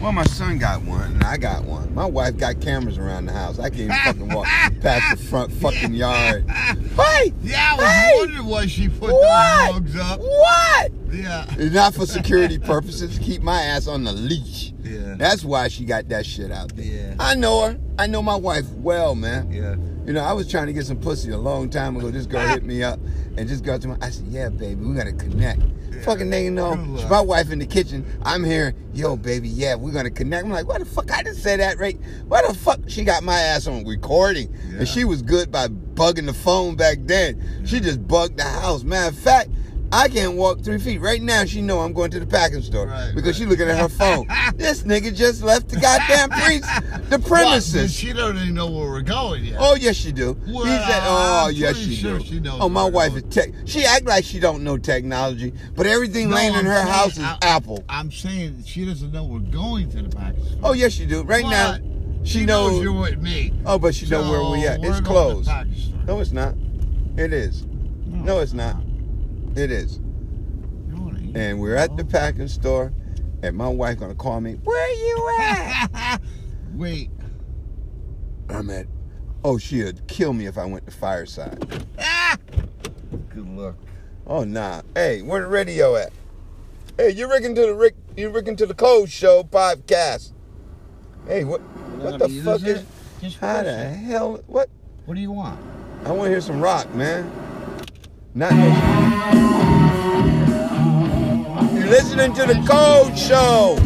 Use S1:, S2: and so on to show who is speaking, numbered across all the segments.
S1: Well, my son got one, and I got one. My wife got cameras around the house. I can't even fucking walk past the front fucking yard. Hey!
S2: Yeah, I was
S1: Hey!
S2: wondering why she put
S1: What?
S2: those dogs up.
S1: What?
S2: Yeah.
S1: It's not for security purposes. Keep my ass on the leash.
S2: Yeah.
S1: That's why she got that shit out there.
S2: Yeah.
S1: I know her. I know my wife well, man.
S2: Yeah.
S1: You know, I was trying to get some pussy a long time ago. This girl hit me up and just got to my. I said, "Yeah, baby, we gotta connect." Fucking nigga, no.
S2: Good luck.
S1: My wife in the kitchen. I'm hearing, "Yo, baby, yeah, we're gonna connect." I'm like, "Why the fuck I didn't say that right? Why the fuck she got my ass on recording?"
S2: Yeah.
S1: And she was good by bugging the phone back then. She just bugged the house. Matter of fact. I can't walk three feet right now. She know I'm going to the package store
S2: Right,
S1: because
S2: right.
S1: she looking at her phone. this nigga just left the goddamn pre- the premises.
S2: Well, she don't even know where we're going yet.
S1: Oh yes, she do.
S2: Well,
S1: He's at- oh
S2: I'm
S1: yes,
S2: pretty
S1: she
S2: sure
S1: do.
S2: she knows
S1: oh, my
S2: what's
S1: wife
S2: going
S1: is tech. She act like she don't know technology, but everything
S2: No,
S1: laying in
S2: I'm
S1: her
S2: saying-
S1: house is
S2: I-
S1: Apple.
S2: I'm saying she doesn't know we're going to the package store.
S1: Oh yes, she do. Right now,
S2: But
S1: she,
S2: she knows,
S1: knows.
S2: you're with me.
S1: oh, but she know where we
S2: So
S1: at.
S2: we're
S1: It's
S2: going to the
S1: closed.
S2: package store.
S1: No, it's not. It is. No, it's not. It is.
S2: You wanna eat?
S1: And we're at
S2: Oh.
S1: the packing store, and my wife gonna call me. Where you at?
S2: Wait.
S1: I'm at. Oh, she'd kill me if I went to Fireside.
S2: Good luck.
S1: Oh nah. Hey, where the radio at? Hey, you're rigging to the Rick you're rigging to the clothes show podcast. Hey, what what the fuck is
S2: Just
S1: how
S2: push
S1: the
S2: it.
S1: hell what
S2: What do you want?
S1: I wanna hear some rock, man. Not no You're listening to the Code Show.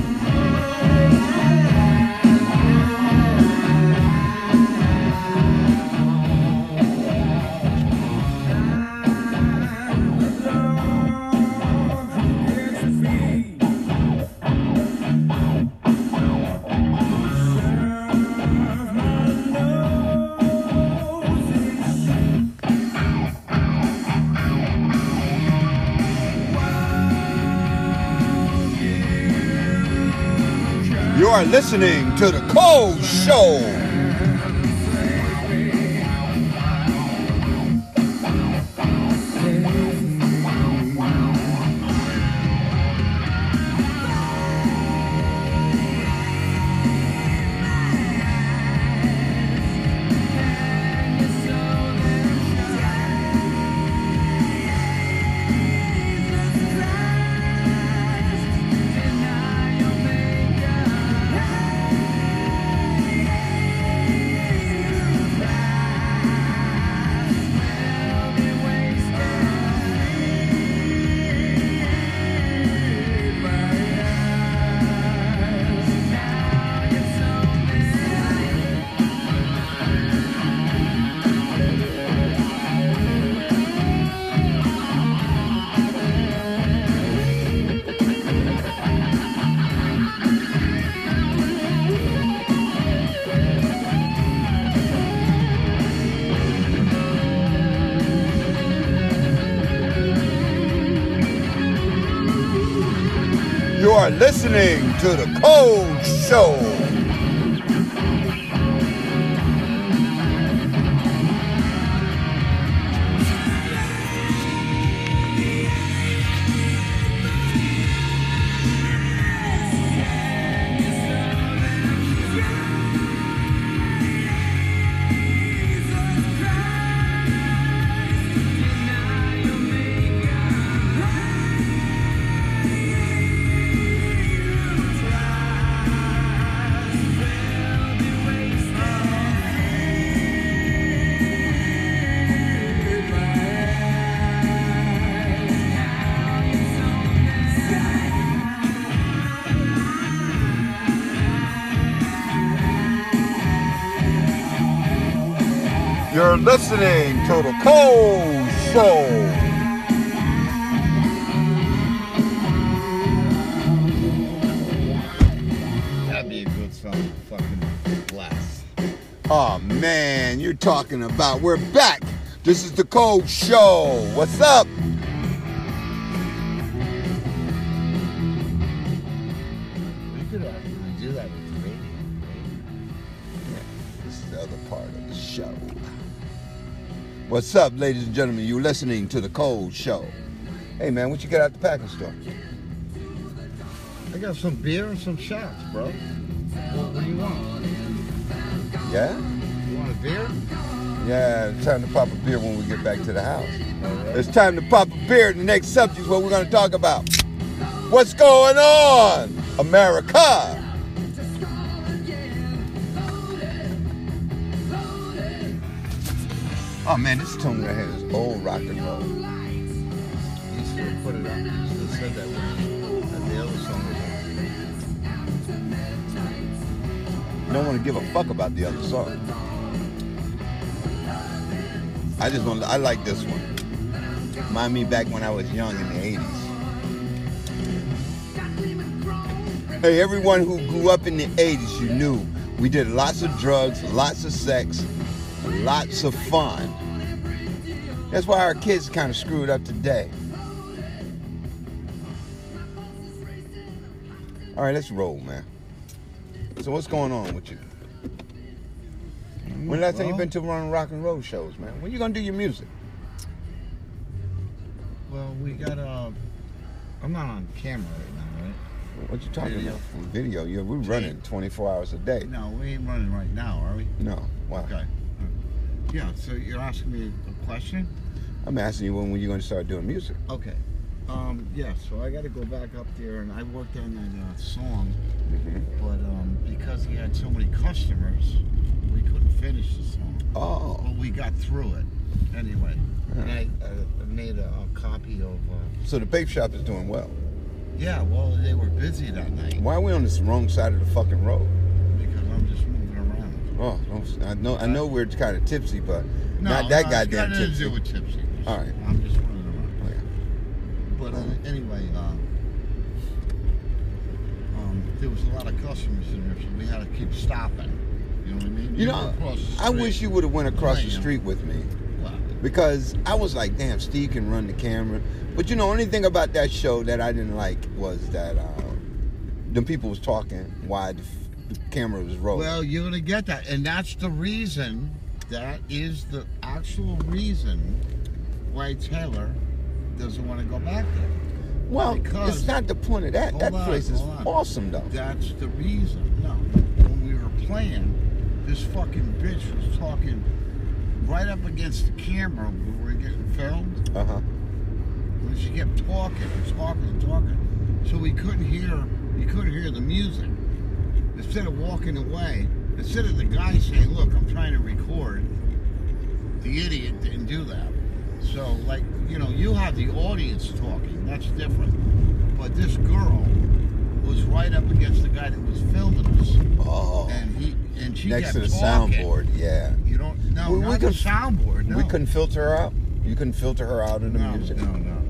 S1: You are listening to the Code Show. You are listening to the Code Show. You're listening to the Code Show.
S2: That'd be a good song to fucking blast.
S1: Oh man, you're talking about we're back. This is the Code Show. What's up?
S2: We could actually do that with the radio.
S1: This is the other part of the show. What's up, ladies and gentlemen? You're listening to the Code Show. Hey man, what you got out the packing store?
S2: I got some beer and some shots, bro. What, what do you want?
S1: Yeah?
S2: You want a beer?
S1: Yeah, it's time to pop a beer when we get back to the house.
S2: All right.
S1: It's time to pop a beer. The next subject is what we're going to talk about. What's going on, America? Oh man, this tune right here is old rock and roll.
S2: You should have put it on. You should have said that one. That's the other song.
S1: Don't want to give a fuck about the other song. I just want. I like this one. Mind me back when I was young in the '80s. Hey, everyone who grew up in the 80s, you knew we did lots of drugs, lots of sex, lots of fun. That's why our kids kind of screwed up today. All right, let's roll, man. So, what's going on with you? When last time you
S2: Well-
S1: been to one of the rock and roll shows, man? When you gonna do your music?
S2: Well, we got Uh, I'm not on camera right now, right?
S1: What you talking
S2: Video.
S1: about? Video. Yeah, we're running 24 hours a day.
S2: No, we ain't running right now, are we?
S1: No. Why?
S2: Okay. Yeah. So you're asking me a question?
S1: I'm asking you when, when you gonna start doing music.
S2: Okay. Um, yeah, so I got to go back up there, and I worked on that uh, song,
S1: hmm
S2: but um, because he had so many customers, we couldn't finish the song.
S1: Oh.
S2: But we got through it anyway.
S1: Uh-huh.
S2: And I uh, made a, a copy of. Uh,
S1: So the vape shop is doing well.
S2: yeah, well, they were busy that night
S1: Why are we on this wrong side of the fucking road?
S2: because I'm just moving around.
S1: Oh, don't, I know I know we're kind of tipsy, but not
S2: no,
S1: that
S2: it's got
S1: goddamn
S2: nothing
S1: tipsy.
S2: To do with tipsy.
S1: All right.
S2: I'm just running around.
S1: Oh, yeah.
S2: But uh, anyway, uh, um, there was a lot of customers in there, so we had to keep stopping. You know what I mean?
S1: You
S2: We
S1: know,
S2: were across the
S1: I wish you
S2: street.
S1: would have went across the
S2: Damn.
S1: street with me
S2: Well,
S1: because I was like, damn, Steve can run the camera. But you know, only thing about that show that I didn't like was that um, the people was talking while the, f- the camera was rolling.
S2: well, you're gonna get that, and that's the reason. That is the actual reason why Taylor doesn't want to go back there.
S1: Well,
S2: because-
S1: it's not the point of that.
S2: Hold
S1: That
S2: on,
S1: place is
S2: hold on.
S1: awesome though.
S2: That's the reason. No, when we were playing, this fucking bitch was talking right up against the camera when we were getting filmed.
S1: Uh huh.
S2: And she kept talking and talking and talking. So we couldn't hear we couldn't hear the music. Instead of walking away, instead of the guy saying, Look, I'm trying to record, the idiot didn't do that. So like, you know, you have the audience talking, that's different. But this girl was right up against the guy that was filming us.
S1: Oh,
S2: And he and she
S1: next to
S2: kept
S1: the
S2: talking.
S1: soundboard. Yeah.
S2: You don't no,
S1: We- we
S2: not the
S1: could-
S2: soundboard, no.
S1: We couldn't filter her out. You couldn't filter her out in the
S2: no,
S1: music.
S2: No, no, no.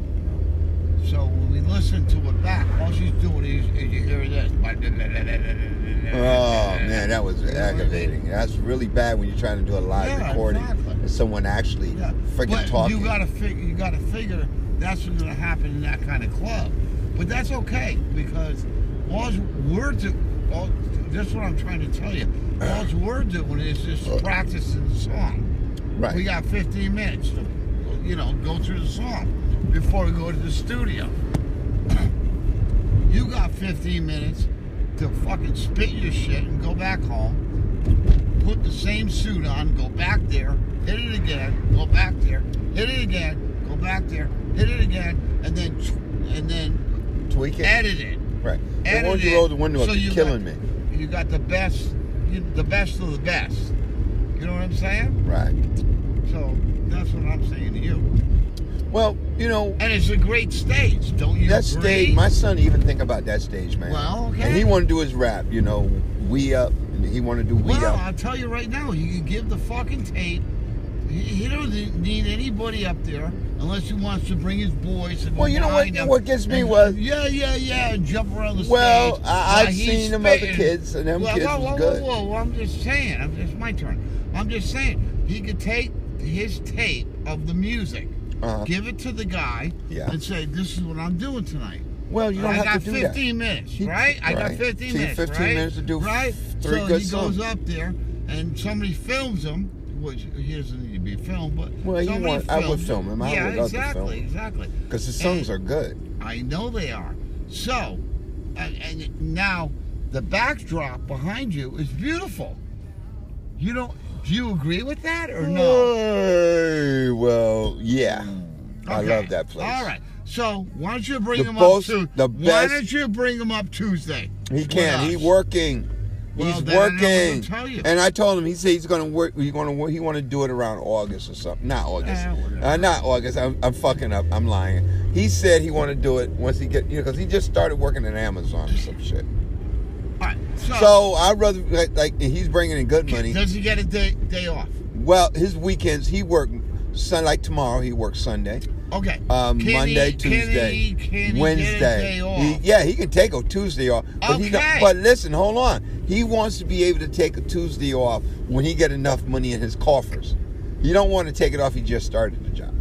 S2: So when we listen to it back, all she's doing is, is you hear this. Oh
S1: Oh man,
S2: man,
S1: that was aggravating. That's really bad when you're trying to do a live
S2: Yeah,
S1: recording
S2: exactly.
S1: and someone actually
S2: Yeah.
S1: freaking
S2: but
S1: talking.
S2: you gotta figure. You gotta figure that's what's gonna happen in that kind of club. But that's okay because all we're do. All, that's what I'm trying to tell you. All we're doing is just practicing the song.
S1: Uh, right.
S2: We got 15 minutes to, you know, go through the song before we go to the studio. You got 15 minutes to fucking spit your shit and go back home, put the same suit on, go back there, hit it again, go back there, hit it again, go back there, hit it again, and then and then
S1: Tweak it.
S2: edit it.
S1: right. And
S2: Edit
S1: once you
S2: it.
S1: roll the window up,
S2: So
S1: you're
S2: you
S1: killing
S2: got-
S1: me.
S2: You got the best, you, the best of the best. You know what I'm saying?
S1: Right.
S2: So that's what I'm saying to you.
S1: Well, you know,
S2: And it's a great stage, don't you?
S1: that
S2: agree?
S1: stage. My son even think about that stage, man.
S2: Well, okay.
S1: And he want to do his rap. You know, we up. and He want to do we
S2: Well,
S1: up.
S2: I'll tell you right now, you can give the fucking tape. He, he doesn't need anybody up there unless he wants to bring his boys. And
S1: Well, you know what-
S2: behind him
S1: what gets me
S2: and-
S1: was-
S2: yeah, yeah, yeah, and jump around the
S1: Well,
S2: stage.
S1: I- I've
S2: while he's
S1: seen them other
S2: spitting.
S1: kids, and them
S2: well,
S1: kids
S2: whoa,
S1: was
S2: whoa,
S1: good.
S2: Whoa, whoa, whoa! I'm just saying. I'm, it's my turn. I'm just saying he could take his tape of the music,
S1: Uh-huh.
S2: give it to the guy,
S1: Yeah.
S2: and say, "This is what I'm doing tonight."
S1: Well, you don't
S2: I
S1: have
S2: got
S1: to do that.
S2: 15 minutes,
S1: He-
S2: right? I got
S1: right.
S2: 15
S1: See,
S2: minutes.
S1: 15
S2: right?
S1: minutes to do
S2: right?
S1: three
S2: so
S1: good
S2: he
S1: songs.
S2: goes up there and somebody films him, which he doesn't need to be filmed, but
S1: Well, you
S2: somebody
S1: want- I would
S2: films
S1: film him. I
S2: yeah,
S1: would love to film
S2: exactly,
S1: him.
S2: exactly.
S1: Because his songs are good.
S2: I know they are. So and, and now the backdrop behind you is beautiful. You don't? Do you agree with that or no?
S1: Hey, well, yeah. Uh, I
S2: Okay.
S1: love that place.
S2: All right. So why don't you bring
S1: The
S2: him
S1: most-
S2: up? To,
S1: the
S2: Why
S1: best-
S2: don't you bring him up Tuesday?
S1: He
S2: with
S1: can't. He's
S2: us?
S1: working.
S2: Well,
S1: he's
S2: then I don't know what to
S1: working.
S2: tell you.
S1: And I told him. He said he's gonna work. He's gonna. work- He want to do it around August or something. Not August.
S2: Eh, whatever.
S1: Uh, not August. I'm, I'm fucking up. I'm lying. He said he want to do it once he get. You know, because he just started working at Amazon or some shit.
S2: All right. So,
S1: So I'd rather like, like and he's bringing in good money.
S2: does he get a day day off?
S1: Well, his weekends he work. Sun like tomorrow he works Sunday,
S2: Okay.
S1: um,
S2: Can he-
S1: Monday,
S2: can
S1: Tuesday,
S2: he- can he
S1: Wednesday.
S2: Get a day off?
S1: He- yeah, he can take a Tuesday off. But He don't-
S2: Okay.
S1: but listen, hold on. He wants to be able to take a Tuesday off when he get enough money in his coffers. He don't want to take it off. He just started the job.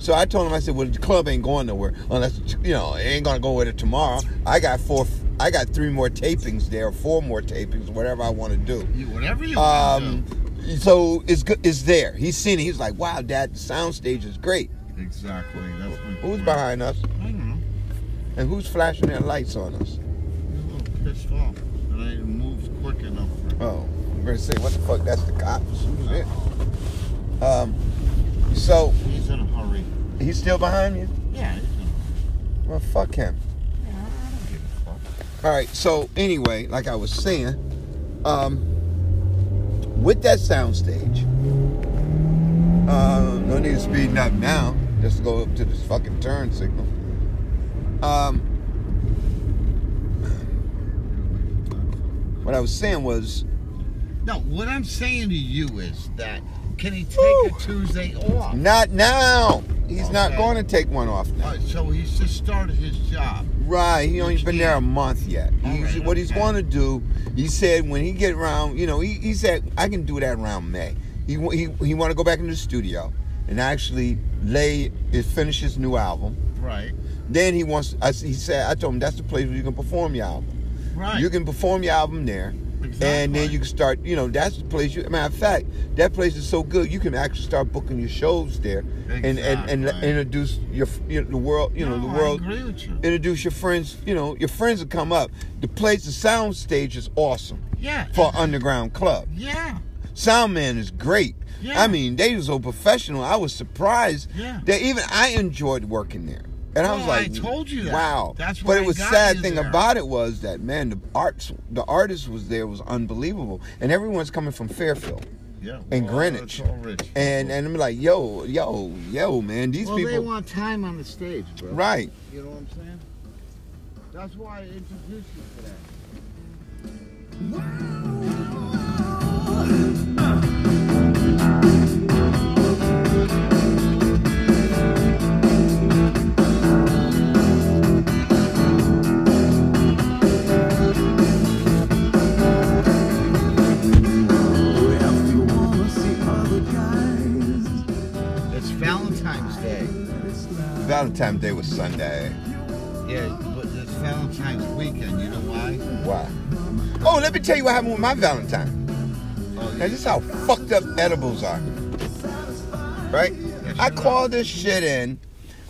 S1: So I told him, I said, "Well, the club ain't going nowhere unless you know it ain't gonna go with it tomorrow. I got four, I got three more tapings there, four more tapings, whatever I want to do."
S2: You- whatever you want to
S1: Um, so it's go- it's there. He's seen it. He's like, wow, Dad, the soundstage is great.
S2: do. Exactly. That's my
S1: Who's
S2: point.
S1: behind us
S2: I don't know.
S1: and who's flashing their lights on us?
S2: I'm a little pissed off that I didn't move quick enough. For
S1: Oh, I'm gonna say, what the fuck? That's the cops. Who's it? Um, so
S2: He's in a hurry.
S1: he's still behind you.
S2: Yeah, he's in a
S1: Well, fuck him.
S2: hurry. Yeah, I don't give a fuck.
S1: All right. So anyway, like I was saying, um, with that soundstage, um, no need to speeding up now. Just go up to this fucking turn signal. Um, what I was saying was,
S2: No, what I'm saying to you is that can he take
S1: Woo.
S2: a Tuesday off?
S1: not now. He's not
S2: Okay.
S1: going to take one off now.
S2: All right, so he's just started his job.
S1: Right, he only
S2: You
S1: been
S2: can't.
S1: there a month yet.
S2: All
S1: He's-
S2: right,
S1: what he's
S2: okay.
S1: going to do, he said, when he get around, you know, he, he said, I can do that around May. He wa- he, he want to go back into the studio and actually lay it finish his new album.
S2: Right.
S1: Then he wants. I, s- he said, I told him that's the place where you can perform your album.
S2: Right.
S1: You can perform your album there,
S2: Exactly.
S1: and then you can start. You know, that's the place. You, matter of fact, that place is so good you can actually start booking your shows there, and and and
S2: Exactly.
S1: introduce your, f- you know, the world. You know,
S2: No,
S1: the world
S2: I agree with you.
S1: introduce your friends. You know, your friends will come up. The place, the sound stage is awesome
S2: yeah.
S1: for an underground club.
S2: yeah.
S1: Sound man is great.
S2: Yeah.
S1: I mean, they were so professional. I was surprised
S2: Yeah.
S1: that even I enjoyed working there. And I was
S2: Well, I
S1: like,
S2: told you that.
S1: Wow.
S2: That's
S1: but
S2: why
S1: it was
S2: I got
S1: sad
S2: you
S1: thing
S2: there.
S1: about it was that man, the arts, the artist was there was unbelievable, and everyone's coming from Fairfield.
S2: Yeah.
S1: And
S2: well,
S1: Greenwich.
S2: It's all rich.
S1: And and I'm like, yo, yo, yo, man, these
S2: well, they
S1: people,
S2: want time on the stage, bro.
S1: right?
S2: You know what I'm saying? That's why I introduced you to that.
S3: If you wanna see other guys,
S2: It's Valentine's Day.
S3: it's loud.
S1: Valentine's Day was Sunday.
S2: Yeah, but it's Valentine's weekend. You know why?
S1: Why? Oh, let me tell you what happened with my Valentine.
S2: Oh,
S1: Now this is how fucked up edibles are. Right? I called this shit in.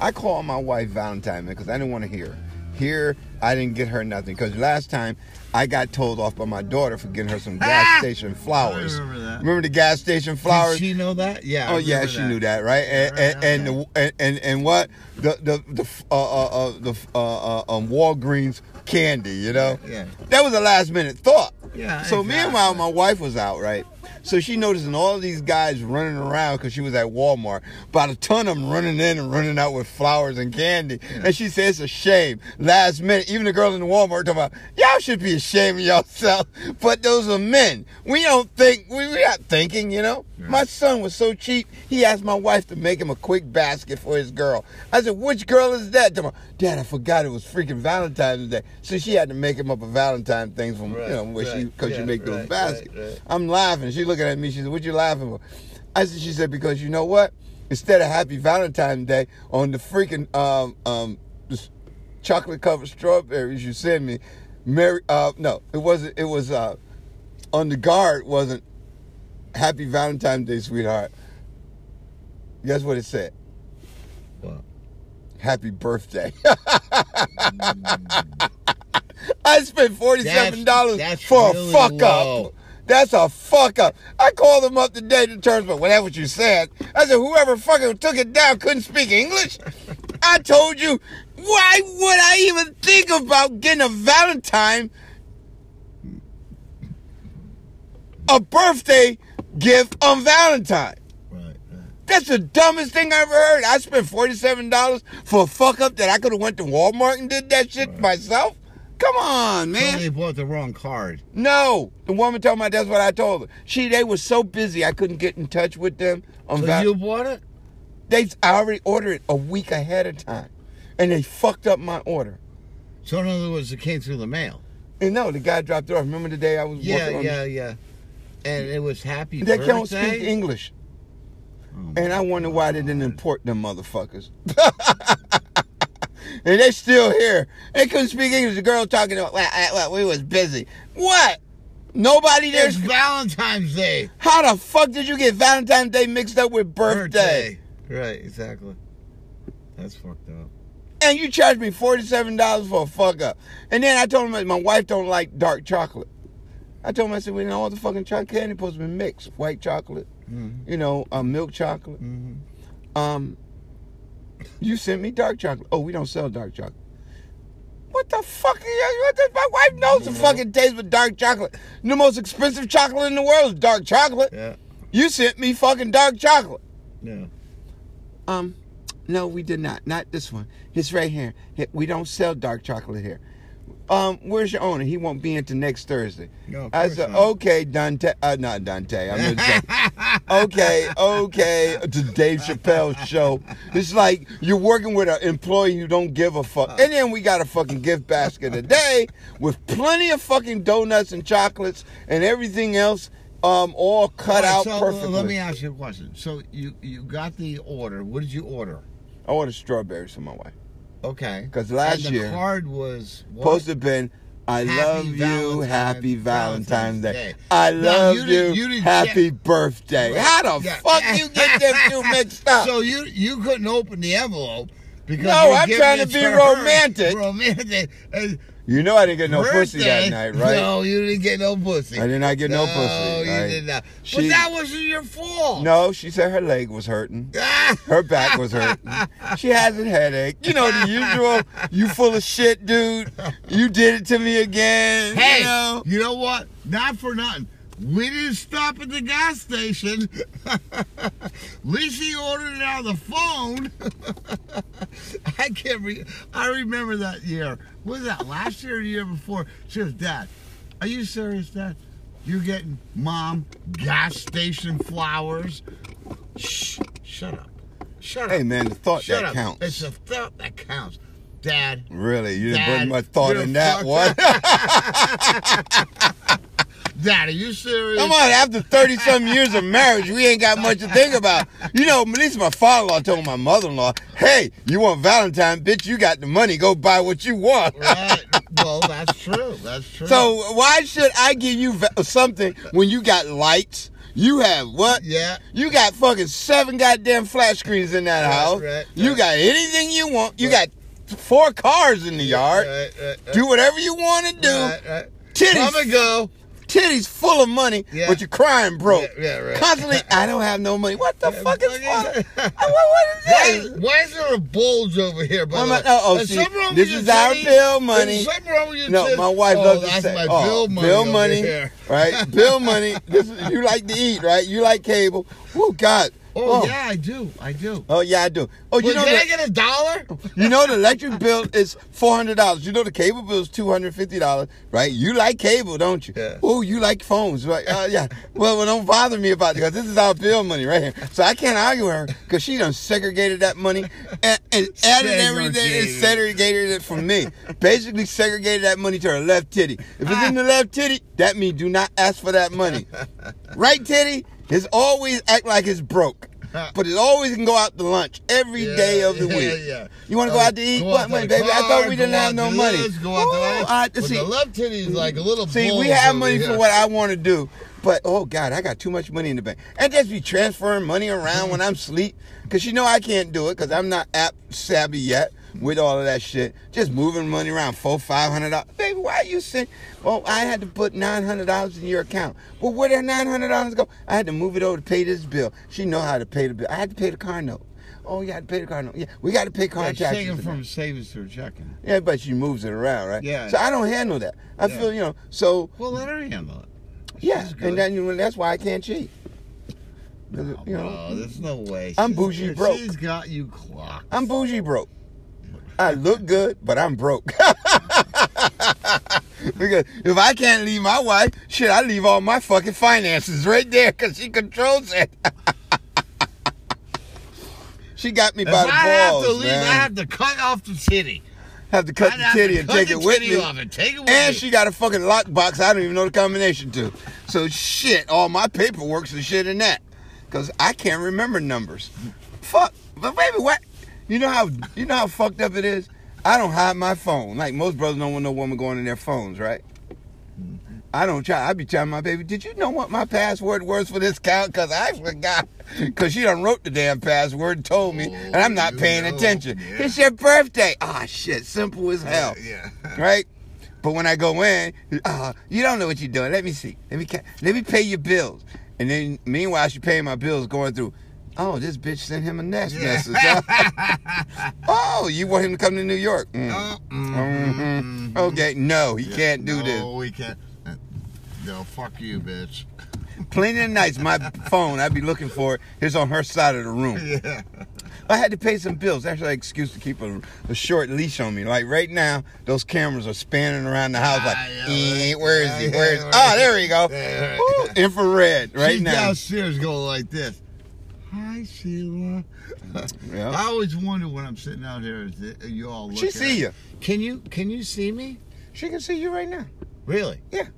S1: I called my wife Valentine because I didn't want to hear. her. Here, I didn't get her nothing because last time I got told off by my daughter for getting her some gas
S2: Ah!
S1: station flowers.
S2: I remember that.
S1: Remember the gas station
S2: Did
S1: flowers?
S2: she know that? Yeah. I
S1: Oh yeah,
S2: remember
S1: she knew that, right? And
S2: Right,
S1: and and, the, and and and what the the the uh, uh, uh, the uh, uh, um, Walgreens candy, you know?
S2: Yeah.
S1: That was a last minute thought.
S2: Yeah,
S1: So meanwhile, my wife was out, right? So she noticing all these guys running around because she was at Walmart. About a ton of them running in and running out with flowers and candy. And she said, it's a shame. Last minute, even the girl in the Walmart talking about, y'all should be ashamed of yourself. But those are men. We don't think, we, we not thinking, you know?
S2: Yeah.
S1: My son was so cheap, he asked my wife to make him a quick basket for his girl. I said, which girl is that? Talking about, Dad, I forgot it was freaking Valentine's Day. So she had to make him up a Valentine thing from,
S2: Right,
S1: you know, where she,
S2: right,
S1: because she
S2: yeah,
S1: make those
S2: right,
S1: baskets.
S2: right, right.
S1: I'm laughing. She looking at me. She said, "What you laughing for?" I said, "She said because you know what? Instead of Happy Valentine's Day on the freaking um um chocolate covered strawberries you sent me, Mary uh no it wasn't it was uh on the guard wasn't Happy Valentine's Day, sweetheart. Guess what it said?
S2: What?
S1: Happy birthday. I spent forty-seven dollars
S2: That's- that's
S1: for
S2: really
S1: a fuck
S2: low.
S1: up. That's a fuck up. I called them up today to terms, but well, that's what you said. I said, whoever fucking took it down couldn't speak English. I told you, why would I even think about getting a Valentine, a birthday gift on Valentine?
S2: Right, right.
S1: That's the dumbest thing I ever heard. I spent forty-seven dollars for a fuck up that I could have went to Walmart and did that shit myself. Come on, man.
S2: Somebody bought the wrong card.
S1: No, the woman told me that's what I told her. She they were so busy I couldn't get in touch with them. On
S2: So
S1: Val-
S2: you bought it?
S1: they I already ordered it a week ahead of time, and they fucked up my order.
S2: So in other words, it came through the mail.
S1: And no, the guy dropped it off. Remember the day I was
S2: Yeah,
S1: working on
S2: yeah, yeah. And it was happy
S1: They
S2: birthday.
S1: can't speak English,
S2: Oh,
S1: and I wonder why they didn't import them motherfuckers. and they still here. They couldn't speak English. The girl talking about well, I- well, we was busy. What? Nobody there.
S2: It's Valentine's Day.
S1: How the fuck did you get Valentine's Day mixed up with birthday.
S2: Right, exactly. That's fucked up.
S1: and you charged me forty-seven dollars for a fuck up. And then I told him that my wife don't like dark chocolate. I told him I said, well, you know, all the fucking chocolate candy supposed to be mixed, white chocolate,
S2: Mm-hmm.
S1: you know, um, milk chocolate.
S2: Mm-hmm.
S1: Um, you sent me dark chocolate. Oh, we don't sell dark chocolate. What the fuck? Are you, what the, my wife knows
S2: Mm-hmm.
S1: the fucking taste of dark chocolate. The most expensive chocolate in the world is dark chocolate.
S2: Yeah,
S1: You sent me fucking dark chocolate.
S2: yeah.
S1: Um, no, we did not. Not this one. It's right here. Here- We don't sell dark chocolate here. Um, where's your owner? He won't be in till next Thursday.
S2: No, of
S1: I
S2: course
S1: said,
S2: not.
S1: okay, Dante. Uh, not Dante. I'm in okay, okay. The Dave Chappelle show. It's like you're working with an employee who don't give a fuck. And then we got a fucking gift basket today with plenty of fucking donuts and chocolates and everything else, um, all cut
S2: All right,
S1: out
S2: so, uh,
S1: perfectly.
S2: Let me ask you a question. So you you got the order. What did you order?
S1: I ordered strawberries for my wife.
S2: Okay.
S1: 'Cause last
S2: and the
S1: year-
S2: card was what?
S1: Supposed to have been, I
S2: Happy
S1: love you,
S2: Valentine's-
S1: happy Valentine's
S2: Valentine's
S1: Day.
S2: Day.
S1: I
S2: No,
S1: love
S2: you
S1: you,
S2: didn't- you didn't
S1: happy birthday. How the
S2: Yeah.
S1: fuck you get them two mixed up?
S2: So you you couldn't open the envelope because
S1: No,
S2: you were
S1: I'm
S2: giving
S1: trying to
S2: it
S1: be
S2: her.
S1: romantic.
S2: Romantic. And
S1: you know I didn't get no pussy that
S2: birthday-
S1: night, right?
S2: No, you didn't get no pussy.
S1: I did not get no, pussy.
S2: No, you
S1: right?
S2: did not.
S1: She-
S2: but that wasn't your fault.
S1: No, she said her leg was hurting.
S2: Ah,
S1: Her back was hurting. She has a headache. You know the usual. You full of shit, dude. You did it to me again.
S2: hey,
S1: you know?
S2: you know what? Not for nothing. We didn't stop at the gas station. Lisi ordered it on the phone. I can't re- I remember that year. What was that last year or the year before? She was, Dad, are you serious, Dad? You're getting mom gas station flowers? Shh, shut up. Shut up.
S1: Hey man, the thought
S2: shut
S1: that
S2: up.
S1: counts.
S2: It's the thought that counts. Dad,
S1: really, you didn't
S2: Dad,
S1: put much thought
S2: you're
S1: in that
S2: fucked
S1: one.
S2: Dad, are you serious?
S1: Come on, after 30 some years of marriage, we ain't got much to think about. You know, at least my father in law told my mother in law, hey, you want Valentine, bitch, you got the money, go buy what you want.
S2: Right. Well, that's true. That's true.
S1: So why should I give you va- something when you got lights? You have what?
S2: yeah,
S1: You got fucking seven goddamn flat screens in that
S2: Right,
S1: house.
S2: right,
S1: You
S2: right.
S1: got anything you want. You
S2: Right.
S1: got four cars in the yard.
S2: right, right, right,
S1: Do whatever you want to do.
S2: right, right.
S1: Titties
S2: Come and go.
S1: titties full of money,
S2: Yeah.
S1: but you're crying broke.
S2: Yeah, yeah, right.
S1: Constantly, I don't have no money. What the
S2: Yeah,
S1: fuck is
S2: fucking-
S1: wrong? I- what, what is
S2: Why,
S1: this?
S2: why is there a bulge over here? By the
S1: Why am I-
S2: way?
S1: oh, oh,
S2: Is
S1: see,
S2: something wrong
S1: this
S2: with
S1: is
S2: your
S1: our
S2: titties?
S1: bill money.
S2: Is something wrong with your
S1: No,
S2: titties?
S1: my wife
S2: oh,
S1: loves to
S2: that's
S1: say,
S2: my
S1: oh,
S2: bill money.
S1: bill
S2: over
S1: money,
S2: here.
S1: right? bill money. This is, you like to eat, right? You like cable. Oh God.
S2: Oh, yeah, I do. I do.
S1: Oh yeah, I do. Oh, you
S2: Wait,
S1: know
S2: did I
S1: the,
S2: get a dollar?
S1: you know the electric bill is four hundred dollars. You know the cable bill is two hundred fifty dollars, right? You like cable, don't you?
S2: Yeah.
S1: Oh, you like phones, right? Uh, yeah. Well, well, don't bother me about it because this is our bill money right here. So I can't argue with her because she done segregated that money and, and added everything and
S2: Segregated.
S1: segregated it from me. Basically, segregated that money to her left titty. If it's in the left titty, that means do not ask for that money. Right titty is always act like it's broke. But it always can go out to lunch every day
S2: Yeah,
S1: of the
S2: yeah,
S1: week.
S2: yeah. Oh, Um,
S1: You want to go out to eat?
S2: Go
S1: What,
S2: out
S1: wait,
S2: to the
S1: baby, I thought
S2: car,
S1: we didn't
S2: go
S1: have
S2: out
S1: no
S2: to
S1: money.
S2: this, Go out
S1: Ooh,
S2: to
S1: I-
S2: that. But
S1: see,
S2: the left titty's like a little
S1: see, we
S2: bulge
S1: have
S2: over
S1: money for
S2: here.
S1: what I want to do, but oh God, I got too much money in the bank. And just be transferring money around when I'm asleep, because you know I can't do it, because I'm not app savvy yet. with all of that shit, just moving money around, four, five hundred dollars. Baby, why you saying? Well, I had to put nine hundred dollars in your account. Well, where did nine hundred dollars go? I had to move it over to pay this bill. She know how to pay the bill. I had to pay the car note. Oh, you had to pay the car note. Yeah, we got to pay car
S2: That's
S1: taxes.
S2: taking
S1: today.
S2: from savings to checking.
S1: Yeah, but she moves it around, right?
S2: Yeah.
S1: So I don't handle that. I
S2: Yeah.
S1: feel you know. So
S2: Well, let her handle it.
S1: yeah,
S2: She's good.
S1: and then you know, that's why I can't cheat. 'Cause,
S2: No,
S1: you know,
S2: no, Oh, there's no way.
S1: I'm
S2: She's-
S1: bougie broke.
S2: She's got you clocked.
S1: I'm bougie broke. I look good, but I'm broke. because if I can't leave my wife, shit, I leave all my fucking finances right there because she controls it. she got me
S2: If
S1: by the
S2: I have
S1: balls,
S2: to leave,
S1: man.
S2: I have to cut off the city.
S1: Have to cut
S2: I'd
S1: the
S2: have to
S1: titty and
S2: cut
S1: take
S2: the
S1: it with
S2: titty
S1: me.
S2: off and take it with
S1: And
S2: me.
S1: she got a fucking lockbox I don't even know the combination to. So shit, all my paperwork's and shit in that. Cause I can't remember numbers. Fuck. But baby, what you know how you know how fucked up it is? I don't hide my phone. Like most brothers don't want no woman going in their phones, right? I don't try. I be telling my baby, did you know what my password was for this account? Cause I forgot. Cause she done wrote the damn password and told me, and I'm not
S2: Oh,
S1: paying
S2: you know.
S1: attention.
S2: Yeah.
S1: It's your birthday. Ah, shit. Simple as hell
S2: Yeah.
S1: right? But when I go in, uh, you don't know what you're doing. Let me see. Let me ca- let me pay your bills. And then meanwhile, she paying my bills, going through. Oh, this bitch sent him a nest message. oh, you want him to come to New York? Mm.
S2: Oh,
S1: Mhm.
S2: mhm, mhm.
S1: Okay, no, he can't do
S2: no,
S1: this.
S2: we can't. No, fuck you, bitch.
S1: Plenty of nights, my phone, I'd be looking for it. It's on her side of the room.
S2: Yeah.
S1: I had to pay some bills. That's an excuse to keep a, a short leash on me. Like right now, those cameras are spanning around the house. Like,
S2: Ah, yeah,
S1: eh,
S2: right.
S1: where is he?
S2: Yeah, yeah,
S1: Where is?
S2: where
S1: Oh,
S2: is he?
S1: there you go.
S2: Yeah,
S1: Woo,
S2: right.
S1: infrared right
S2: She's
S1: now.
S2: downstairs going like this. Hi, Sheila.
S1: Yeah.
S2: I always wonder when I'm sitting out here, is it- are you all looking
S1: Oh. She see
S2: at-
S1: you.
S2: Can you can you see me?
S1: She can see you right now.
S2: Really?
S1: Yeah.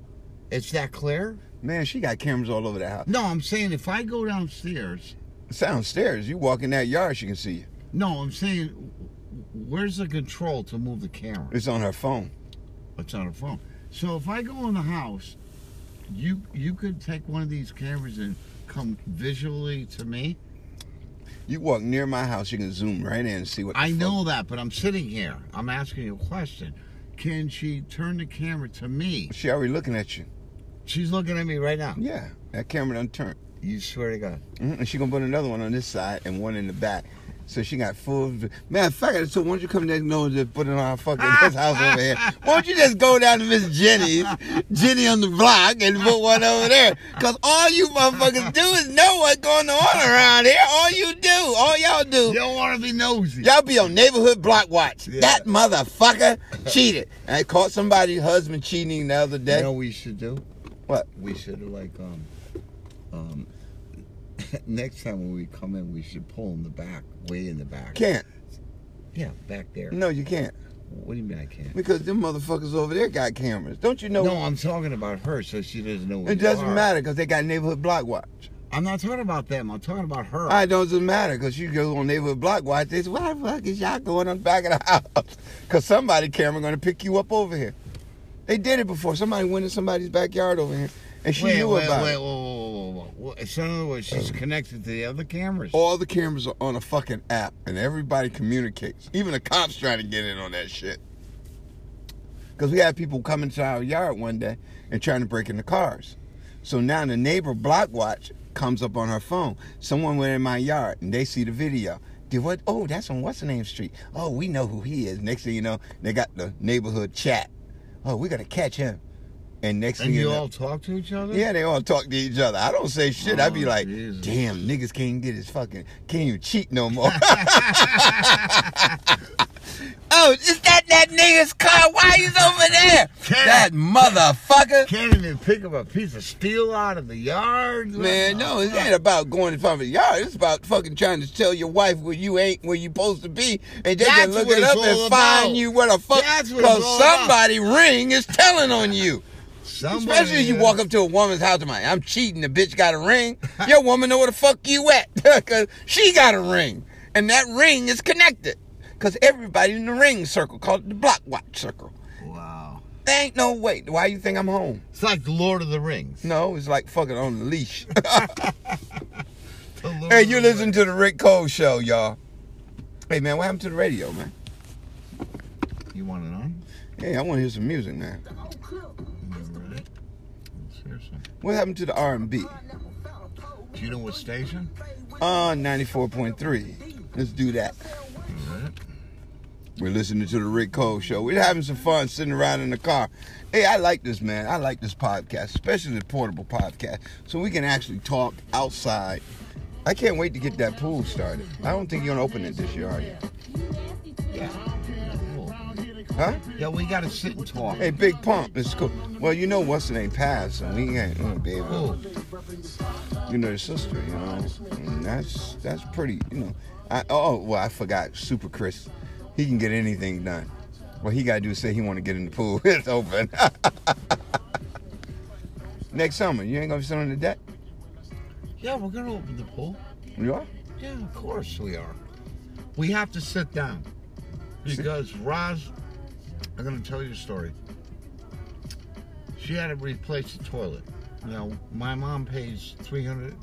S2: It's that clear?
S1: Man, she got cameras all over the house.
S2: No, I'm saying if I go downstairs,
S1: Downstairs, you walk in that yard, she can see you.
S2: no, I'm saying where's the control to move the camera?
S1: It's on her phone.
S2: It's on her phone. So if I go in the house, you you could take one of these cameras and come visually to me.
S1: You walk near my house, you can zoom right in and see what. the
S2: I
S1: fuck-
S2: know that, but I'm sitting here. I'm asking you a question. Can she turn the camera to me?
S1: She already looking at you.
S2: She's looking at me right now.
S1: Yeah, that camera done turned.
S2: You swear to God.
S1: Mhm, And she gonna put another one on this side and one in the back. So she got full. vi- Matter of fact, so why don't you come next door and just put it on our fucking this house over here? Why don't you just go down to Miss Jenny's, Jenny on the block, and put one over there? Cause all you motherfuckers do is know what's going on around here. All you do, all y'all do,
S2: You don't want to be nosy.
S1: Y'all be on neighborhood block watch.
S2: Yeah.
S1: That motherfucker cheated. And I caught somebody's husband cheating the other
S2: You
S1: day.
S2: know what we should do?
S1: What?
S2: We should like um um next time when we come in we should pull in the back, way in the back.
S1: Can't.
S2: Yeah, back there.
S1: No, you can't.
S2: What do you mean I can't?
S1: Because them motherfuckers over there got cameras. Don't you know?
S2: No, I'm talking about her, so she doesn't know. Where
S1: it
S2: you
S1: doesn't
S2: are.
S1: matter because they got neighborhood block watch.
S2: I'm not talking about them. I'm talking about her.
S1: I don't doesn't matter because you go on neighborhood block watch. They say, why the fuck is y'all going on the back of the house? Because somebody camera going to pick you up over here. They did it before. Somebody went in somebody's backyard over here, and she
S2: wait,
S1: knew
S2: wait,
S1: about
S2: wait,
S1: it. Oh.
S2: whoa, whoa, whoa, whoa, whoa. So in other words, she's connected to the other cameras.
S1: all the cameras are on a fucking app and everybody communicates. Even the cops trying to get in on that shit. Because we had people coming to our yard one day and trying to break into cars. So now the neighbor block watch comes up on her phone. Someone went in my yard and they see the video. Did what? Oh, that's on what's the name street. Oh, we know who he is. Next thing you know, they got the neighborhood chat. Oh, we're gonna catch him. And next
S2: and
S1: thing you,
S2: you
S1: know,
S2: all talk to each other?
S1: yeah, they all talk to each other. I don't say shit. I be
S2: Oh,
S1: like,
S2: Jesus.
S1: damn, niggas can't get his fucking, can't even cheat no more. oh, is that that nigga's car? Why he's over there? That motherfucker.
S2: Can't even pick up a piece of steel out of the yard.
S1: Man, no, it ain't about going in front of the yard. It's about fucking trying to tell your wife where you ain't where you supposed to be, and they
S2: That's
S1: can look
S2: what
S1: it
S2: it's
S1: up
S2: all
S1: and
S2: about.
S1: find you where the fuck.
S2: That's what it's all about.
S1: somebody ring is telling on you.
S2: Somebody
S1: Especially if you walk up to a woman's house and like, I'm cheating, the bitch got a ring. Your woman know where the fuck you at. Cause she got a ring. And that ring is connected. Cause everybody in the ring circle called it the block watch circle.
S2: Wow.
S1: There ain't no way. Why you think I'm home?
S2: It's like the Lord of the Rings.
S1: No, it's like fucking on the leash.
S2: The Lord
S1: hey,
S2: of
S1: you
S2: the
S1: listen to the Rick Cole show, y'all. Hey man, what happened to the radio, man?
S2: You want it on?
S1: Hey, I want to hear some music, man.
S2: Alright. Seriously.
S1: What happened to the R&B?
S2: Do you know what station?
S1: Uh, 94.3. Let's do that.
S2: Alright.
S1: We're listening to the Rick Cole Show. We're having some fun sitting around in the car. Hey, I like this, man. I like this podcast, especially the portable podcast, so we can actually talk outside. I can't wait to get that pool started. I don't think you're gonna open it this year, are you?
S2: Cool.
S1: Huh?
S2: Yeah, we gotta sit and talk.
S1: Hey, Big Pump, it's cool. Well, you know what's the name passed, and we ain't gonna be able.
S2: Cool.
S1: You know, the sister, you know, and that's that's pretty. You know, I oh well, I forgot Super Chris. He can get anything done. What he gotta do is say he want to get in the pool. It's open. Next summer, you ain't gonna be sitting on the deck.
S2: Yeah, we're gonna open the pool.
S1: You are.
S2: Yeah, of course we are. We have to sit down because Roz, I'm going to tell you a story. She had to replace the toilet. Now, my mom pays 300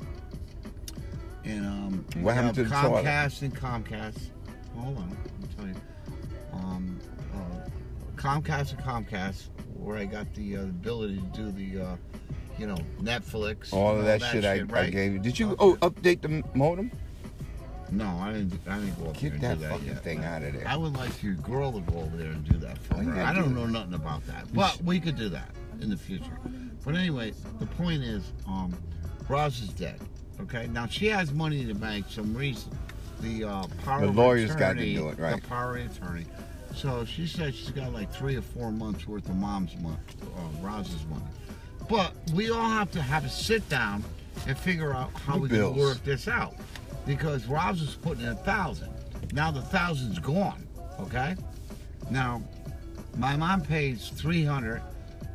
S2: and um,
S1: What happened
S2: uh,
S1: to the toilet?
S2: Comcast and Comcast. Hold on, I'm telling you. Um, uh, Comcast and Comcast, where I got the uh, ability to do the, uh, you know, Netflix.
S1: All
S2: and
S1: of that, shit, I, I
S2: right?
S1: gave you. Did you
S2: Okay.
S1: oh update the modem?
S2: No, I didn't. I didn't go up there
S1: Get that
S2: and do that
S1: fucking
S2: yet.
S1: thing out of there.
S2: I would like your girl to go over there and do that for
S1: Oh, you
S2: her.
S1: gotta
S2: I
S1: do
S2: don't
S1: that.
S2: know nothing about that, but we could do that in the future. But anyway, the point is, um, Roz is dead. Okay, now she has money in the bank. Some reason, the uh, power
S1: The
S2: of
S1: lawyer's got to
S2: attorney,
S1: do it, right.
S2: The power of attorney. So she says she's got like three or four months worth of mom's money, uh, Roz's money. But we all have to have a sit down and figure out how
S1: The
S2: we
S1: bills.
S2: can work this out because Roz was putting in a thousand. Now the thousand's gone. Okay. Now my mom pays three hundred,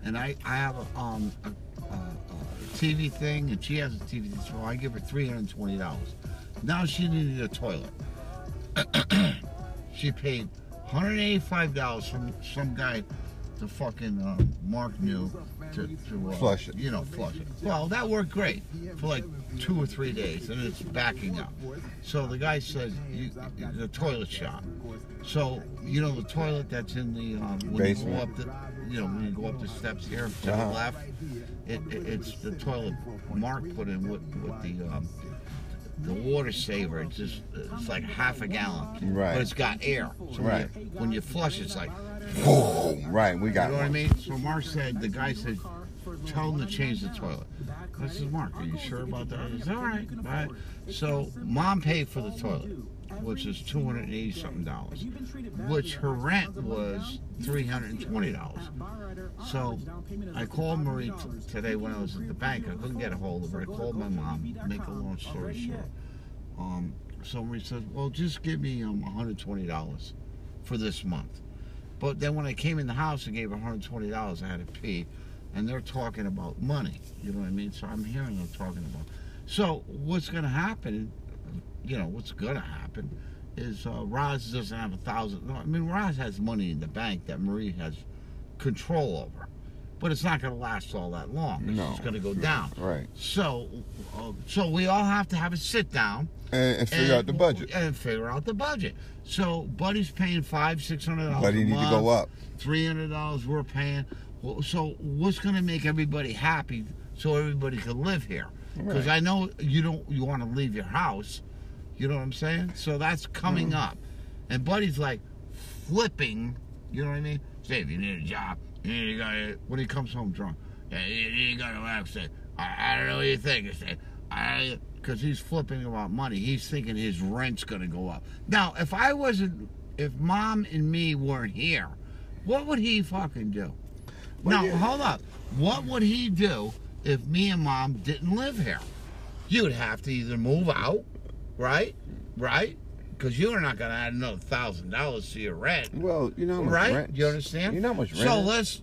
S2: and I I have a um a, a, a TV thing, and she has a TV, thing, so I give her three hundred twenty dollars. Now she needed a toilet. she paid hundred eighty-five dollars from some guy. The fucking uh, Mark knew to, to uh,
S1: Flush it.
S2: You know, flush it. Well, that worked great for like two or three days, and it's backing up. So the guy says you, the toilet shop. So you know the toilet that's in the um, when you go
S1: Basement.
S2: up the you know when you go up the steps here to
S1: Uh-huh.
S2: the left. It, it, it's the toilet Mark put in with with the um, the water saver. It's just it's like half a gallon,
S1: Right.
S2: But it's got air. So
S1: Right.
S2: When you, when you flush, it's like
S1: Boom! Right, we
S2: you
S1: got
S2: know what I
S1: one.
S2: mean? So Mark said, the guy said, tell him to change the toilet. I said, Mark, are you sure about that? He said, all right. All right. So mom paid for the toilet, which is 280 something dollars, which her rent was $320. So I called Marie t- today when I was at the bank. I couldn't get a hold of her. I called my mom, make a long story short. Um, so Marie said, well, just give me um, $120 for this month. But then when I came in the house and gave $120, I had to pee. And they're talking about money. You know what I mean? So I'm hearing them talking about. So what's going to happen, you know, what's going to happen is uh, Roz doesn't have a thousand. No, I mean, Roz has money in the bank that Marie has control over. But it's not going to last all that long. It's
S1: No.
S2: just going to go down.
S1: Right,
S2: So, uh, so we all have to have a sit down
S1: and, and figure out the budget.
S2: and figure out the budget. So Buddy's paying five, six hundred dollars.
S1: Buddy
S2: a
S1: need to go
S2: month,
S1: up.
S2: Three hundred dollars we're paying. Well, So what's going to make everybody happy so everybody can live here? Because
S1: Right.
S2: I know you don't you want to leave your house. You know what I'm saying? So that's coming
S1: Mm-hmm.
S2: up, and Buddy's like flipping. You know what I mean? Dave, you need a job. You need to go to, when he comes home drunk. Yeah, you need to go to work. Say, I, I don't know what you think. I Say, I because he's flipping about money. He's thinking his rent's gonna go up. Now, if I wasn't, if Mom and me weren't here, what would he fucking do?
S1: Well,
S2: now,
S1: yeah.
S2: hold up. What would he do if me and Mom didn't live here? You would have to either move out, right? Right? Because you're not gonna add another thousand dollars to your rent
S1: Well, you know how much
S2: right?
S1: rent-
S2: You understand?
S1: You know how much rent?
S2: So
S1: is?
S2: let's.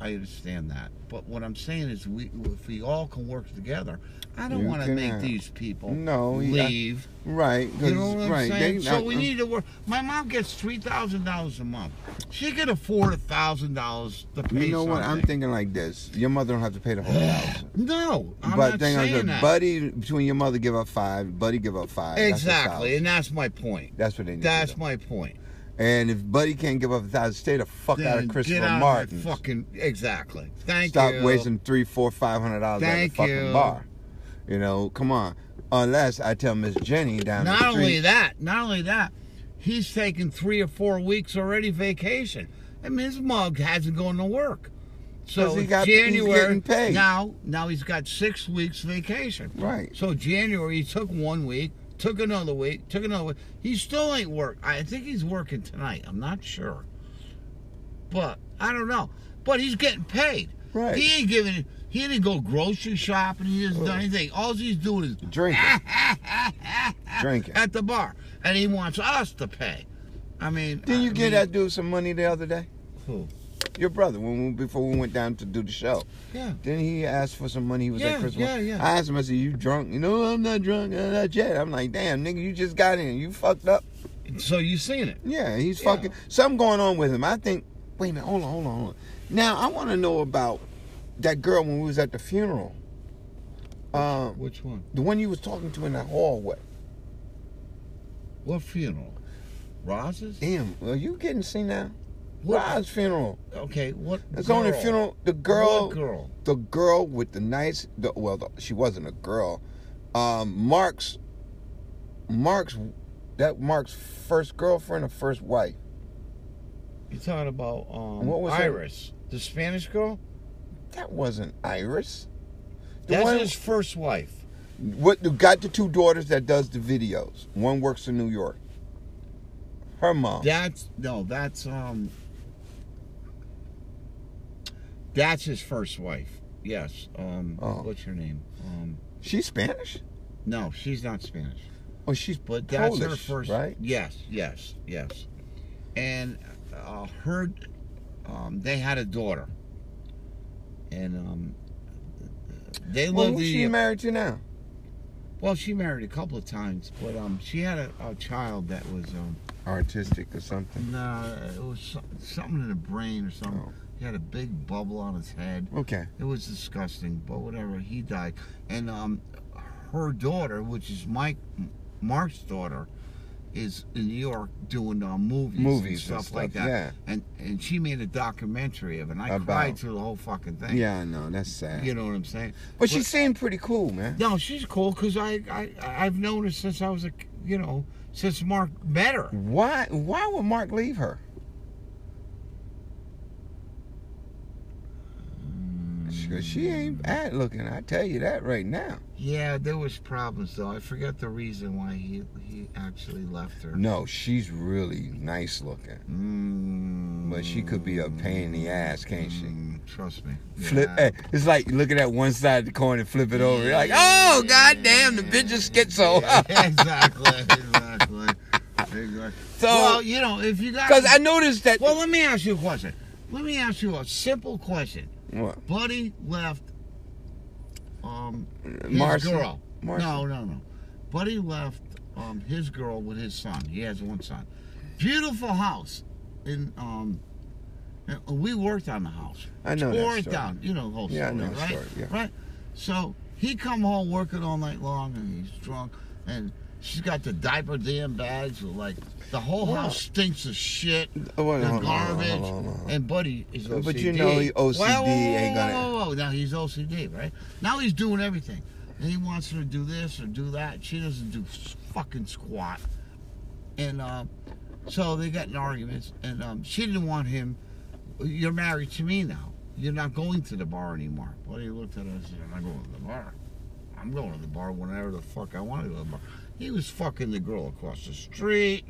S2: I understand that, but what I'm saying is, we if we all can work together, I don't
S1: You
S2: want to
S1: can
S2: make
S1: have-
S2: these people
S1: No, yeah.
S2: leave.
S1: right, 'cause-
S2: you know what I'm
S1: right.
S2: saying?
S1: they-
S2: so
S1: I-
S2: we
S1: I'm-
S2: need to work. My mom gets three thousand dollars a month. She could afford a thousand dollars to pay.
S1: You know what? I'm
S2: something.
S1: thinking like this. Your mother don't have to pay the whole house.
S2: No, I'm
S1: but
S2: not
S1: thing
S2: saying
S1: is,
S2: that.
S1: buddy between your mother give up five, buddy give up five. That's a
S2: exactly,
S1: thousand.
S2: and that's my point.
S1: That's what they need.
S2: That's
S1: to do.
S2: my point.
S1: And if Buddy can't give up a thousand, stay the fuck out
S2: Then
S1: of Christopher
S2: get out
S1: Martin.
S2: Of my fucking exactly. Thank
S1: Stop
S2: you.
S1: wasting three, four, five hundred dollars at the
S2: Thank
S1: fucking
S2: you.
S1: bar. You know, come on. Unless I tell Miss Jenny down the
S2: Not
S1: street.
S2: only that, not only that, he's taken three or four weeks already vacation. I mean, his mug hasn't gone to work. So
S1: 'Cause he
S2: it's
S1: got- he's
S2: January
S1: getting paid.
S2: now. Now he's got six weeks vacation.
S1: Right.
S2: So January he took one week, took another week, took another week. He still ain't work. I think he's working tonight. I'm not sure, but I don't know. But he's getting paid.
S1: Right.
S2: He ain't giving. He didn't go grocery shopping. He hasn't done anything. All he's doing is
S1: Drinking. Drinking.
S2: at the bar, and he wants us to pay. I mean,
S1: Didn't you
S2: I
S1: give
S2: mean,
S1: that dude some money the other day?
S2: Who?
S1: Your brother, when we, before we went down to do the show.
S2: Yeah.
S1: Then he asked for some money. He was
S2: Yeah,
S1: at Christmas.
S2: yeah, yeah.
S1: I asked him, I said, You drunk? You know, I'm not drunk. I'm not yet. I'm like, Damn, nigga, you just got in. You fucked up.
S2: So you seen it?
S1: Yeah, he's
S2: Yeah.
S1: fucking. Something going on with him. I think. Wait a minute. Hold on, hold on, hold on. Now, I want to know about that girl when we was at the funeral. Um,
S2: Which one?
S1: the one you was talking to in the hallway.
S2: What funeral? Ross's?
S1: Damn, are you getting seen now?
S2: What-
S1: Rod's funeral.
S2: Okay. What?
S1: It's only
S2: girl?
S1: funeral. The
S2: What
S1: girl,
S2: girl.
S1: the girl with the nice. The, well, the, she wasn't a girl. Um, Mark's, Mark's, that Mark's first girlfriend or first wife.
S2: You're talking about um,
S1: What was it?
S2: Iris, the Spanish girl.
S1: That wasn't Iris. The
S2: That's
S1: one-
S2: his first wife.
S1: What you got the two daughters that does the videos. One works in New York. Her mom.
S2: That's no. That's um. That's his first wife. Yes. Um.
S1: Oh.
S2: What's her name? Um.
S1: she's Spanish?
S2: No, she's not Spanish.
S1: Oh, she's
S2: But that's her
S1: Polish,
S2: first.
S1: right?
S2: Yes, yes, yes. And uh, her, um, they had a daughter. And um, they
S1: Well,
S2: lived
S1: who's
S2: in.
S1: she
S2: the- uh,
S1: married to now?
S2: well, she married a couple of times, but um, she had a, a child that was um,
S1: Artistic or something.
S2: no, it was so- something in the brain or something.
S1: Oh.
S2: He had a big bubble on his head.
S1: Okay.
S2: It was disgusting, but whatever. He died, and um, her daughter, which is Mike Mark's daughter, is in New York doing uh, movies, and
S1: Movies
S2: stuff,
S1: and
S2: like
S1: stuff,
S2: that.
S1: yeah.
S2: And and she made a documentary of it. and I
S1: About-
S2: cried through the whole fucking thing.
S1: Yeah, I know. That's sad.
S2: You know what I'm saying?
S1: but she seemed pretty cool, man.
S2: no, she's cool because I I I've known her since I was a you know since Mark met her.
S1: Why why would Mark leave her? She, she ain't bad looking, I tell you that right now.
S2: Yeah, there was problems though. I forget the reason why he he actually left her.
S1: No, she's really nice looking.
S2: Mm,
S1: But she could be a pain in the ass, can't she?
S2: Mm, Trust me.
S1: Flip.
S2: Yeah.
S1: eh, It's like looking at one side of the coin and flip it over. You're like, oh goddamn, the bitch is schizo.
S2: Yeah, exactly. Exactly. Exactly.
S1: So-
S2: well, you know, if you got
S1: Because I noticed that.
S2: well, let me ask you a question. Let me ask you a simple question.
S1: What?
S2: Buddy left. Um, his
S1: Marcy?
S2: girl.
S1: Marcy?
S2: No, no, no. Buddy left um, his girl with his son. He has one son. Beautiful house. In um, and we worked on the house.
S1: I know that
S2: Tore it
S1: story.
S2: down. You know the whole
S1: Yeah, I
S2: story,
S1: know the
S2: right?
S1: story, yeah.
S2: Right. So he come home working all night long, and he's drunk, and she's got the diaper damn bags. With, like the whole
S1: Well-
S2: house stinks of shit.
S1: Oh, wait,
S2: the
S1: hold on, hold on,
S2: garbage.
S1: hold on, hold on.
S2: And Buddy is OCD.
S1: But you know he OCD
S2: Whoa, whoa, whoa,
S1: ain't gonna-
S2: Whoa, whoa, whoa. Now he's OCD, right? Now he's doing everything. And he wants her to do this or do that. She doesn't do s- fucking squat. And um, so they got in arguments. And um, she didn't want him. You're married to me now. You're not going to the bar anymore. Buddy looked at her and said, I'm not going to the bar. I'm going to the bar whenever the fuck I want to go to the bar. He was fucking the girl across the street.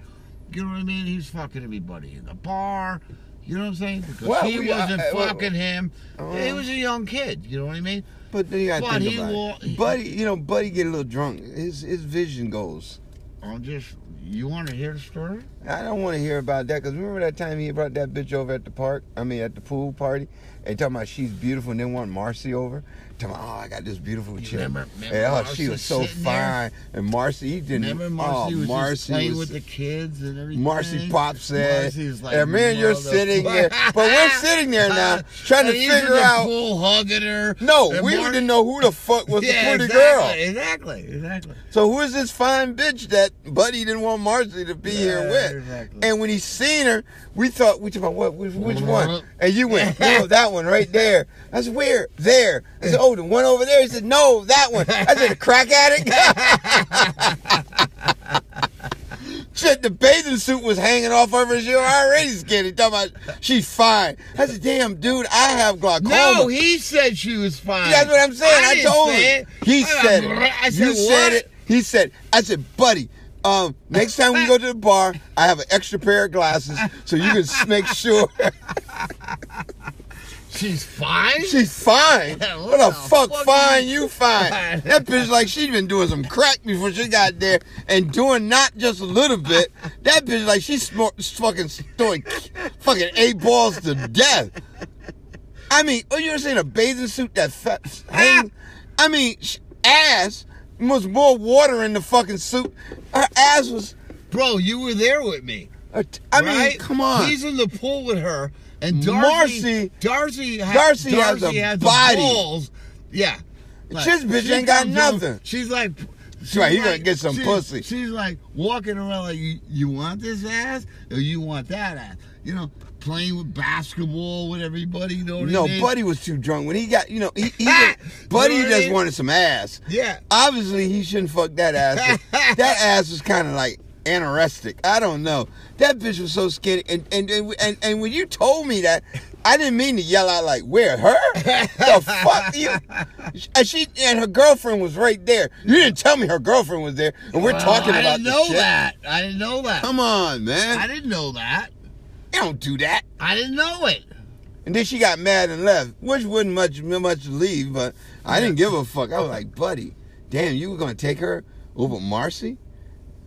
S2: You know what I mean? He was fucking everybody in the bar. You know what I'm saying? Because
S1: Well,
S2: he
S1: we- I-
S2: wasn't
S1: I- well-
S2: fucking him. he
S1: Oh.
S2: was a young kid. You know what I mean?
S1: But then you gotta
S2: But
S1: think
S2: he
S1: about
S2: wa-
S1: it. Buddy, you know, Buddy get a little drunk. His his vision goes.
S2: I'm just. You want to hear the story?
S1: I don't want to hear about that because remember that time he brought that bitch over at the park? I mean, at the pool party? And talking about she's beautiful and then want Marcy over? Talking about, oh, I got this beautiful chick.
S2: remember- remember
S1: yeah, oh,
S2: Marcy
S1: she was so
S2: sitting there?
S1: fine. And Marcy, he didn't.
S2: Remember Marcy
S1: oh,
S2: was just
S1: Marcy
S2: playing
S1: was-
S2: with the kids and everything.
S1: Marcy Pop said,
S2: Marcy was like,
S1: and me and you're
S2: "Motherfucker."
S1: sitting here, but we're sitting there now trying to
S2: And he's in
S1: figure
S2: the
S1: out-
S2: pool hugging her.
S1: No,
S2: And
S1: we
S2: Mar-
S1: didn't know who the fuck was
S2: Yeah,
S1: the pretty
S2: exactly,
S1: girl.
S2: Exactly, exactly.
S1: So who is this fine bitch that Buddy didn't want Marcy to be here
S2: Yeah,
S1: with? that.
S2: Exactly. Mm-hmm.
S1: And when he seen her, we thought we talking about what which, which one? And you went, no, that one right there. I said, where? There. I said, oh, the one over there. He said, no, that one. I said, a crack addict. Shit, the bathing suit was hanging off of her. She was already skinny. Talking about she's fine. I said, damn, dude, I have glaucoma.
S2: No, he said she was fine.
S1: That's what I'm saying. I,
S2: didn't
S1: told
S2: say
S1: him.
S2: it.
S1: He
S2: I-
S1: said it.
S2: I said,
S1: you
S2: what?
S1: said it. He said. I said, buddy. Um, next time we go to the bar, I have an extra pair of glasses so you can s- make sure
S2: She's fine.
S1: she's fine.
S2: What
S1: What the
S2: the
S1: fuck,
S2: fuck
S1: fine?
S2: you-
S1: You fine? That bitch like she been doing some crack before she got there, and doing not just a little bit. That bitch like she smor- fucking throwing fucking eight balls to death. I mean, oh, you ever seen a bathing suit that fat? hang- I mean, sh- ass was more water in the fucking suit. Her ass was.
S2: Bro, you were there with me.
S1: her t- I mean,
S2: right?
S1: come on.
S2: He's in the pool with her, and
S1: Marcy-
S2: Darcy. Darcy. Ha-
S1: Darcy has a
S2: the
S1: body.
S2: balls. Yeah.
S1: This bitch
S2: she
S1: ain't got
S2: comes home,
S1: nothing.
S2: she's like. She's
S1: right, you gotta get some
S2: she's-
S1: pussy.
S2: She's like walking around like, you, you want this ass or you want that ass? You know, playing with basketball with everybody. You know what I
S1: No,
S2: mean?
S1: Buddy was too drunk when he got. You know, he, he just- Buddy
S2: You know what I
S1: just
S2: mean?
S1: wanted some ass.
S2: Yeah.
S1: Obviously, he shouldn't fuck that ass. that ass was kind of like anorectic. I don't know. That bitch was so skinny, and and, and and and when you told me that, I didn't mean to yell out like, "Where her? the fuck you?" And she and her girlfriend was right there. You didn't tell me her girlfriend was there, and we're
S2: Well,
S1: talking about
S2: I didn't
S1: this
S2: know
S1: shit.
S2: that. I didn't know that.
S1: Come on, man.
S2: I didn't know that.
S1: you don't do that.
S2: I didn't know it.
S1: And then she got mad and left, which wasn't much much leave, but I didn't give a fuck. I was like, buddy, damn, you were gonna take her over Marcy?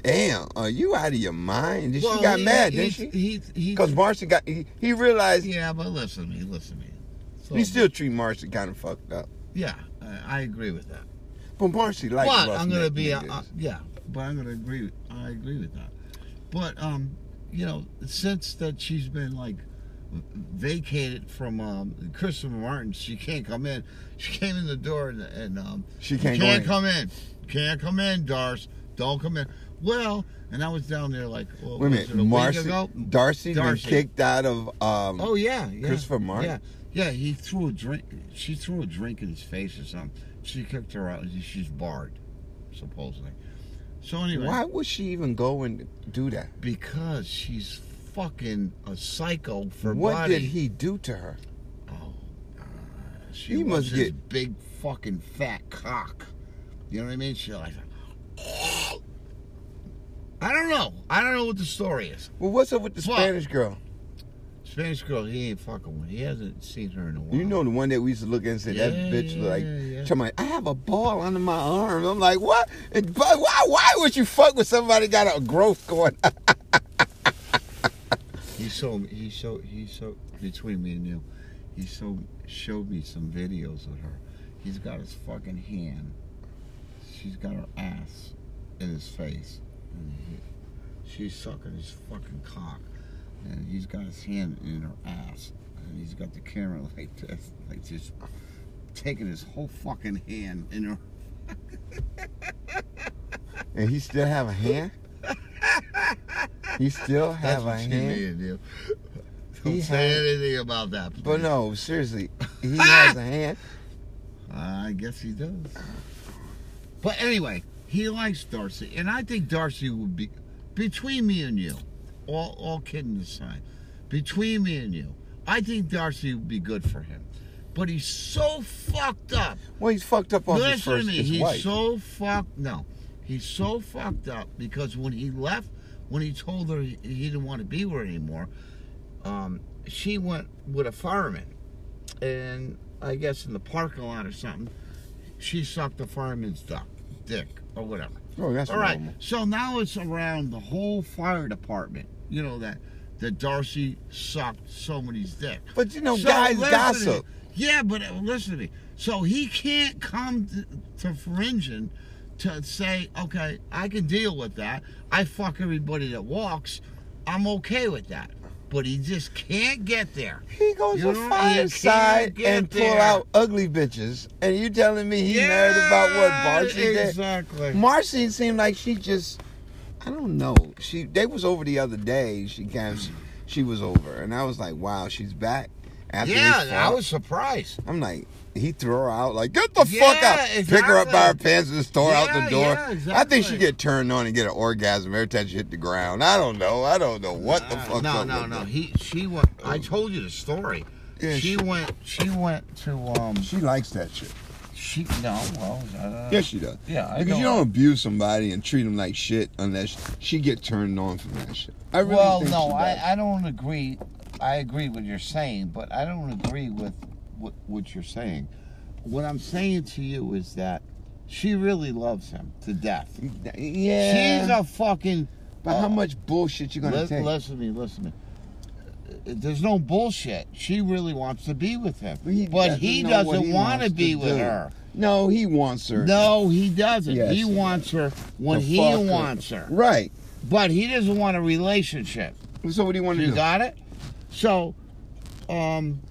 S1: Damn, are you out of your mind? Then
S2: Well,
S1: she got
S2: he-
S1: mad,
S2: he-
S1: didn't she?
S2: He, he,
S1: Because Marcy got he, he realized
S2: yeah, but listen to me, listen to me. So,
S1: he still treat Marcy kind of fucked up.
S2: yeah, I, I agree with that.
S1: But Marcy liked
S2: but I'm
S1: roughneck
S2: gonna be, uh, uh,
S1: niggas.
S2: yeah, but I'm gonna agree. With, I agree with that. But um, you know, since that she's been like vacated from um Christopher Martin, she can't come in. She came in the door and, and um,
S1: She can't
S2: you
S1: go
S2: can't
S1: in.
S2: come in. Can't come in, Darce. Don't come in. Well, and I was down there like well,
S1: Wait a
S2: oh, was
S1: minute,
S2: it a week
S1: Marcy
S2: ago?
S1: Darcy, been
S2: Darcy.
S1: kicked out of um
S2: Oh yeah, yeah
S1: Christopher Martin?
S2: Yeah, yeah. He threw a drink. She threw a drink in his face or something. She kicked her out. She's barred, supposedly. So anyway,
S1: why would she even go and do that?
S2: because she's fucking a psycho for
S1: what
S2: body.
S1: did he do to her?
S2: Oh, uh, she
S1: He
S2: was
S1: must
S2: his
S1: get-
S2: big fucking fat cock. You know what I mean? She like. I don't know. I don't know what the story is.
S1: Well, what's up with the
S2: Fuck.
S1: Spanish girl?
S2: Spanish girl, he ain't fucking with. He hasn't seen her in a while.
S1: You know the one that we used to look at and say that
S2: Yeah,
S1: bitch
S2: yeah,
S1: like
S2: yeah.
S1: talking about, I have a ball under my arm. I'm like, what? And bu- why why would you fuck with somebody got a growth going? on?
S2: He so he so he so between me and you, he so showed me some videos of her. He's got his fucking hand. She's got her ass in his face. And he- she's sucking his fucking cock, and he's got his hand in her ass, and he's got the camera like this, like just taking his whole fucking hand in her.
S1: and he still have a hand? He still
S2: That's
S1: have a
S2: between me
S1: hand.
S2: and you. Don't
S1: He
S2: say
S1: had-
S2: anything about that.
S1: But
S2: please.
S1: no, seriously, he has a hand.
S2: I guess he does. But anyway, he likes Darcy, and I think Darcy would be between me and you. All all kidding aside, between me and you, I think Darcy would be good for him. But he's so fucked up.
S1: Well, he's fucked up on his
S2: Listen
S1: first
S2: to me.
S1: his
S2: He's
S1: wife.
S2: so fucked. No, he's so fucked up because when he left, when he told her he, he didn't want to be with her anymore, um, she went with a fireman, and I guess in the parking lot or something, she sucked the fireman's duck, dick or whatever.
S1: oh, that's
S2: All right.
S1: normal.
S2: So now it's around the whole fire department. You know that that Darcy sucked somebody's dick.
S1: But you know,
S2: So,
S1: guys
S2: listen to
S1: gossip.
S2: me. Yeah, but uh, listen to me. So he can't come to, to Ferengian to say, okay, I can deal with that. I fuck everybody that walks. I'm okay with that. But he just can't get there.
S1: He goes
S2: You
S1: to
S2: can't
S1: fireside
S2: get
S1: and pull
S2: there.
S1: out ugly bitches, and you telling me he married about what Marcy did?
S2: Exactly.
S1: Marcy seemed like she just I don't know. She they was over the other day. She came. She, she was over, and I was like, wow, she's back. After they
S2: yeah, I
S1: fought.
S2: was surprised.
S1: I'm like, he threw her out. Like, get the
S2: Yeah,
S1: fuck out! Pick her up by her
S2: exactly.
S1: pants and just throw her out
S2: Yeah,
S1: the door.
S2: yeah,
S1: I think she
S2: exactly.
S1: get turned on and get an orgasm every time she hit the ground. I don't know. I don't know what the
S2: Uh,
S1: fuck.
S2: No,
S1: up
S2: no,
S1: with
S2: no.
S1: that.
S2: He, she went. I told you the story.
S1: Yeah,
S2: she
S1: she-
S2: went. She went to um.
S1: She likes that shit.
S2: She no. Well, uh,
S1: Yes, she does.
S2: Yeah, I
S1: because you
S2: know.
S1: don't abuse somebody and treat them like shit unless she get turned on from that shit. I really
S2: well,
S1: think
S2: no,
S1: she does.
S2: I, I don't agree. I agree with you're saying, but I don't agree with what, what you're saying. What I'm saying to you is that she really loves him to death.
S1: yeah.
S2: She's a fucking.
S1: but how much bullshit you gonna
S2: Lis-
S1: take?
S2: Listen to me, listen to me. There's no bullshit. She really wants to be with him,
S1: But he
S2: but he
S1: doesn't know
S2: doesn't,
S1: what he
S2: want
S1: wants
S2: to
S1: to
S2: be with
S1: do.
S2: her.
S1: no, he wants her.
S2: No, he doesn't.
S1: Yes,
S2: he
S1: he
S2: wants her when
S1: To
S2: he
S1: fuck her.
S2: wants her,
S1: Right.
S2: but he doesn't want a relationship.
S1: So what do you want to
S2: You
S1: do?
S2: got it? So, um,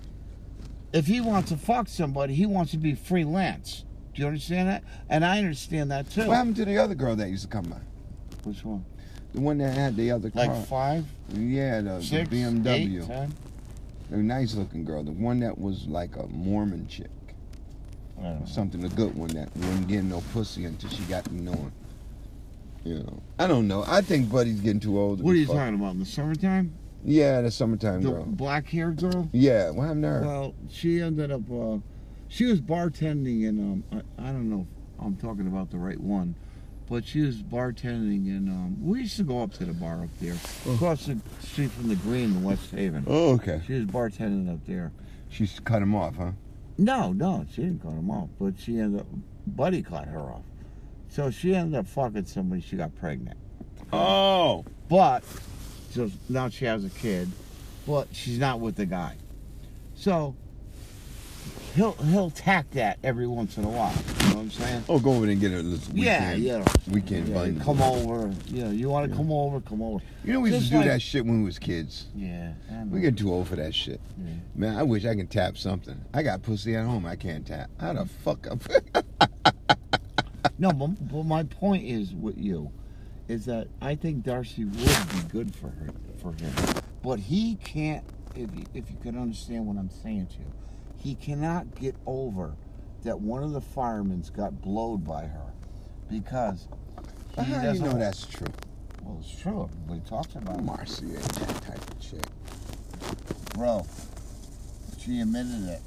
S2: if he wants to fuck somebody, he wants to be freelance. Do you understand that? And I understand that too.
S1: What happened to the other girl that used to come by?
S2: Which one?
S1: The one that had the other
S2: Like
S1: car.
S2: five,
S1: yeah, uh, the, the
S2: six,
S1: BMW.
S2: eight, ten?
S1: the nice looking girl. The one that was like a Mormon chick.
S2: I don't know.
S1: Something a good one that wouldn't get no pussy until she got to know him. You know. I don't know. I think Buddy's getting too old. to
S2: What are
S1: be
S2: you
S1: fucked.
S2: talking about? In the summertime?
S1: Yeah, the summertime
S2: The
S1: girl.
S2: black haired girl?
S1: Yeah, what happened to her?
S2: Well, she ended up, uh, she was bartending in, um, I, I don't know if I'm talking about the right one, but she was bartending in, um, we used to go up to the bar up there, across the street from the Green in West Haven.
S1: oh, okay.
S2: She was bartending up there.
S1: She s- cut him off, huh?
S2: No, no, she didn't cut him off, but she ended up, Buddy cut her off. So she ended up fucking somebody, she got pregnant.
S1: Oh.
S2: But, so now she has a kid, but she's not with the guy. So, he'll he'll tack that every once in a while. You know what I'm saying?
S1: Oh, go over there and get her this weekend.
S2: Yeah, yeah.
S1: Weekend
S2: Yeah,
S1: bundle.
S2: come over. Yeah, you want to come over? Come over.
S1: You know we used
S2: Just
S1: to do
S2: like-
S1: that shit when we was kids.
S2: Yeah. I know.
S1: We get too old for that shit.
S2: Yeah.
S1: Man, I wish I could tap something. I got pussy at home. I can't tap. How the fuck up?
S2: No, but, but my point is with you, is that I think Darcy would be good for her, for him, but he can't. If you, if you can understand what I'm saying to you, he cannot get over that one of the firemen's got blowed by her because he
S1: How do you
S2: doesn't.
S1: know that's true?
S2: Well, it's true. Everybody talks about it,
S1: Marcy ain't that type of chick.
S2: bro. She admitted it,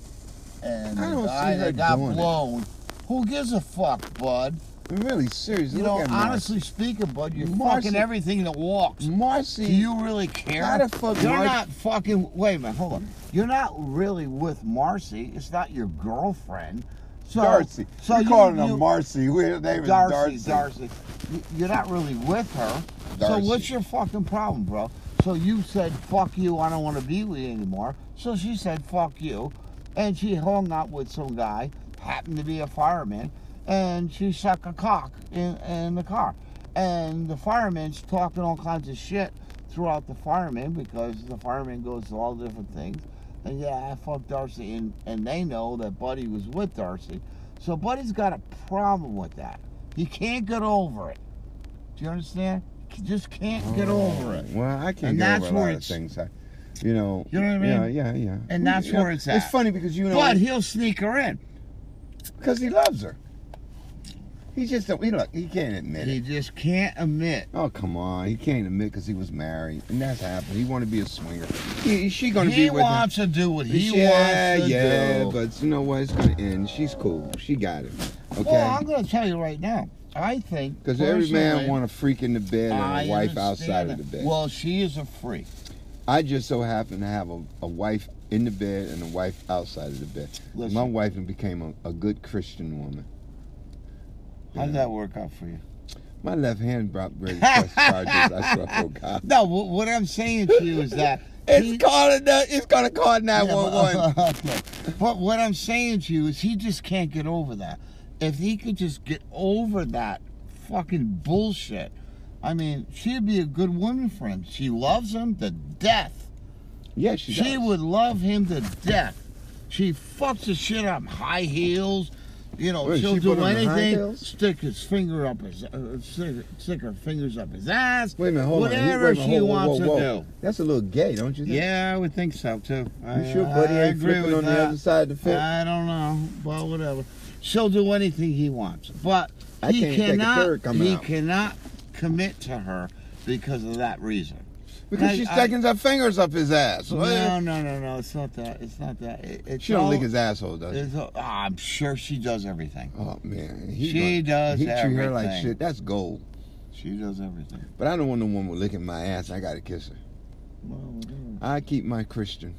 S2: and
S1: I
S2: the
S1: don't
S2: guy
S1: see her
S2: that got
S1: doing it.
S2: blown. Who gives a fuck, bud?
S1: Really, seriously.
S2: You
S1: look
S2: know,
S1: at Marcy.
S2: honestly speaking, bud, you're
S1: Marcy-
S2: fucking everything that walks.
S1: Marcy.
S2: Do you really care?
S1: How the fuck
S2: You're
S1: Mar-
S2: not fucking. Wait a minute, hold on. You're not really with Marcy. It's not your girlfriend. So,
S1: Darcy.
S2: So
S1: we
S2: you,
S1: calling her
S2: you-
S1: Marcy. We- Her name is
S2: Darcy,
S1: Darcy.
S2: Darcy. You- You're not really with her. So
S1: Darcy.
S2: what's your fucking problem, bro? So you said fuck you. I don't want to be with you anymore. So she said fuck you, and she hung out with some guy, happened to be a fireman, and she sucked a cock in, in the car, and the fireman's talking all kinds of shit throughout the fireman because the fireman goes to all different things. And yeah, I fucked Darcy, and, and they know that Buddy was with Darcy. So Buddy's got a problem with that. He can't get over it. Do you understand? He just can't get over it.
S1: Oh, Well, I can't
S2: And
S1: get
S2: that's
S1: over a
S2: where
S1: lot of
S2: it's-
S1: things. I, you know.
S2: You know what I mean?
S1: Yeah, yeah, yeah.
S2: And that's
S1: You know,
S2: where it's
S1: It's
S2: at.
S1: funny because you know.
S2: But he'll sneak her in.
S1: Because he loves her. He just don't. He look. He can't admit
S2: He
S1: it.
S2: just can't admit.
S1: Oh come on. He can't admit because he was married, and that's happened. He want to be a swinger. He, she gonna
S2: He
S1: be with him.
S2: wants to do what he
S1: yeah,
S2: wants to
S1: yeah,
S2: do.
S1: but you know what? It's gonna end. She's cool. She got it.
S2: Well, I'm
S1: Okay.
S2: going to tell you right now. I think
S1: Because every man
S2: personally,
S1: want a freak in the bed
S2: I
S1: and a wife
S2: understand
S1: outside of
S2: that.
S1: the bed.
S2: Well, she is a freak.
S1: I just so happen to have a, a wife in the bed and a wife outside of the bed.
S2: Listen.
S1: My wife became a, a good Christian woman.
S2: How
S1: Yeah.
S2: would that work out for you?
S1: My left hand brought ready to press charges. I swear to God.
S2: No, wh- what I'm saying to you is that he-
S1: It's calling. The, it's gonna call
S2: Yeah,
S1: nine one one.
S2: but- uh, okay. But what I'm saying to you is he just can't get over that. If he could just get over that fucking bullshit, I mean, she'd be a good woman for him. She loves him to death.
S1: Yeah, she.
S2: She
S1: does.
S2: would love him to death. She fucks the shit up. High heels, You know,
S1: Wait,
S2: she'll
S1: she
S2: do
S1: put on the
S2: anything.
S1: hindtails?
S2: Stick his finger up his, uh, stick, stick her fingers up his ass.
S1: Wait a minute, hold on. He-
S2: whatever
S1: wait a minute,
S2: she
S1: whoa, whoa,
S2: wants
S1: whoa,
S2: to
S1: whoa.
S2: do.
S1: That's a little gay, don't you think?
S2: Yeah, I would think so too.
S1: You
S2: I,
S1: sure Buddy
S2: I
S1: ain't
S2: agree
S1: flipping
S2: with
S1: on the
S2: that.
S1: other side of the fence?
S2: I don't know, but whatever. She'll do anything he wants, but
S1: I
S2: he
S1: can't take a
S2: cannot.
S1: third coming
S2: He
S1: out.
S2: cannot commit to her because of that reason.
S1: because
S2: I-
S1: she's
S2: I-
S1: sticking her fingers up his ass.
S2: No, no, no, no. It's not that. It's not that. It, it's
S1: she don't
S2: all-
S1: lick his asshole, does she?
S2: it's all- ah, I'm sure she does everything.
S1: Oh man, he
S2: She does
S1: He treat her like
S2: everything.
S1: shit. That's gold.
S2: She does everything.
S1: But I don't want no woman licking my ass. I gotta kiss her.
S2: Well, whatever.
S1: I keep my Christian.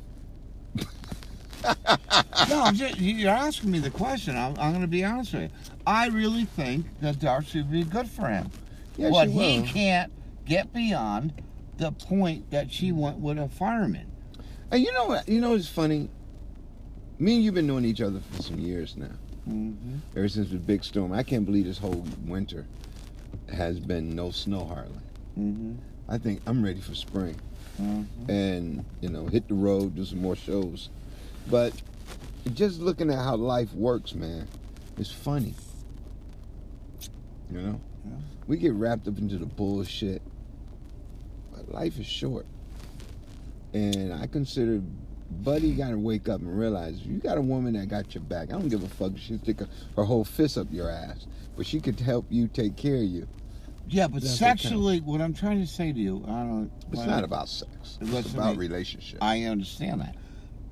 S2: no, I'm just, you- you're asking me the question. I'm, I'm going to be honest with you. I really think that Darcy would be good for him.
S1: Yeah,
S2: but
S1: she
S2: he
S1: will.
S2: can't get beyond the point that she went with a fireman.
S1: And you know what? You know what's funny? Me and you've been knowing each other for some years now.
S2: Mm-hmm.
S1: Ever since the big storm, I can't believe this whole winter has been no snow hardly.
S2: Mm-hmm.
S1: I think I'm ready for spring. mm-hmm.
S2: hmm
S1: and you know hit the road do some more shows but just looking at how life works man it's funny you know
S2: Yeah.
S1: we get wrapped up into the bullshit but life is short and i consider buddy gotta wake up and realize you got a woman that got your back i don't give a fuck if she stick her- her whole fist up your ass but she could help you take care of you
S2: Yeah, but
S1: That's
S2: sexually, what I'm trying to say to you, I don't.
S1: it's
S2: well,
S1: not about sex it's
S2: Listen to
S1: about
S2: me.
S1: relationship
S2: I understand that,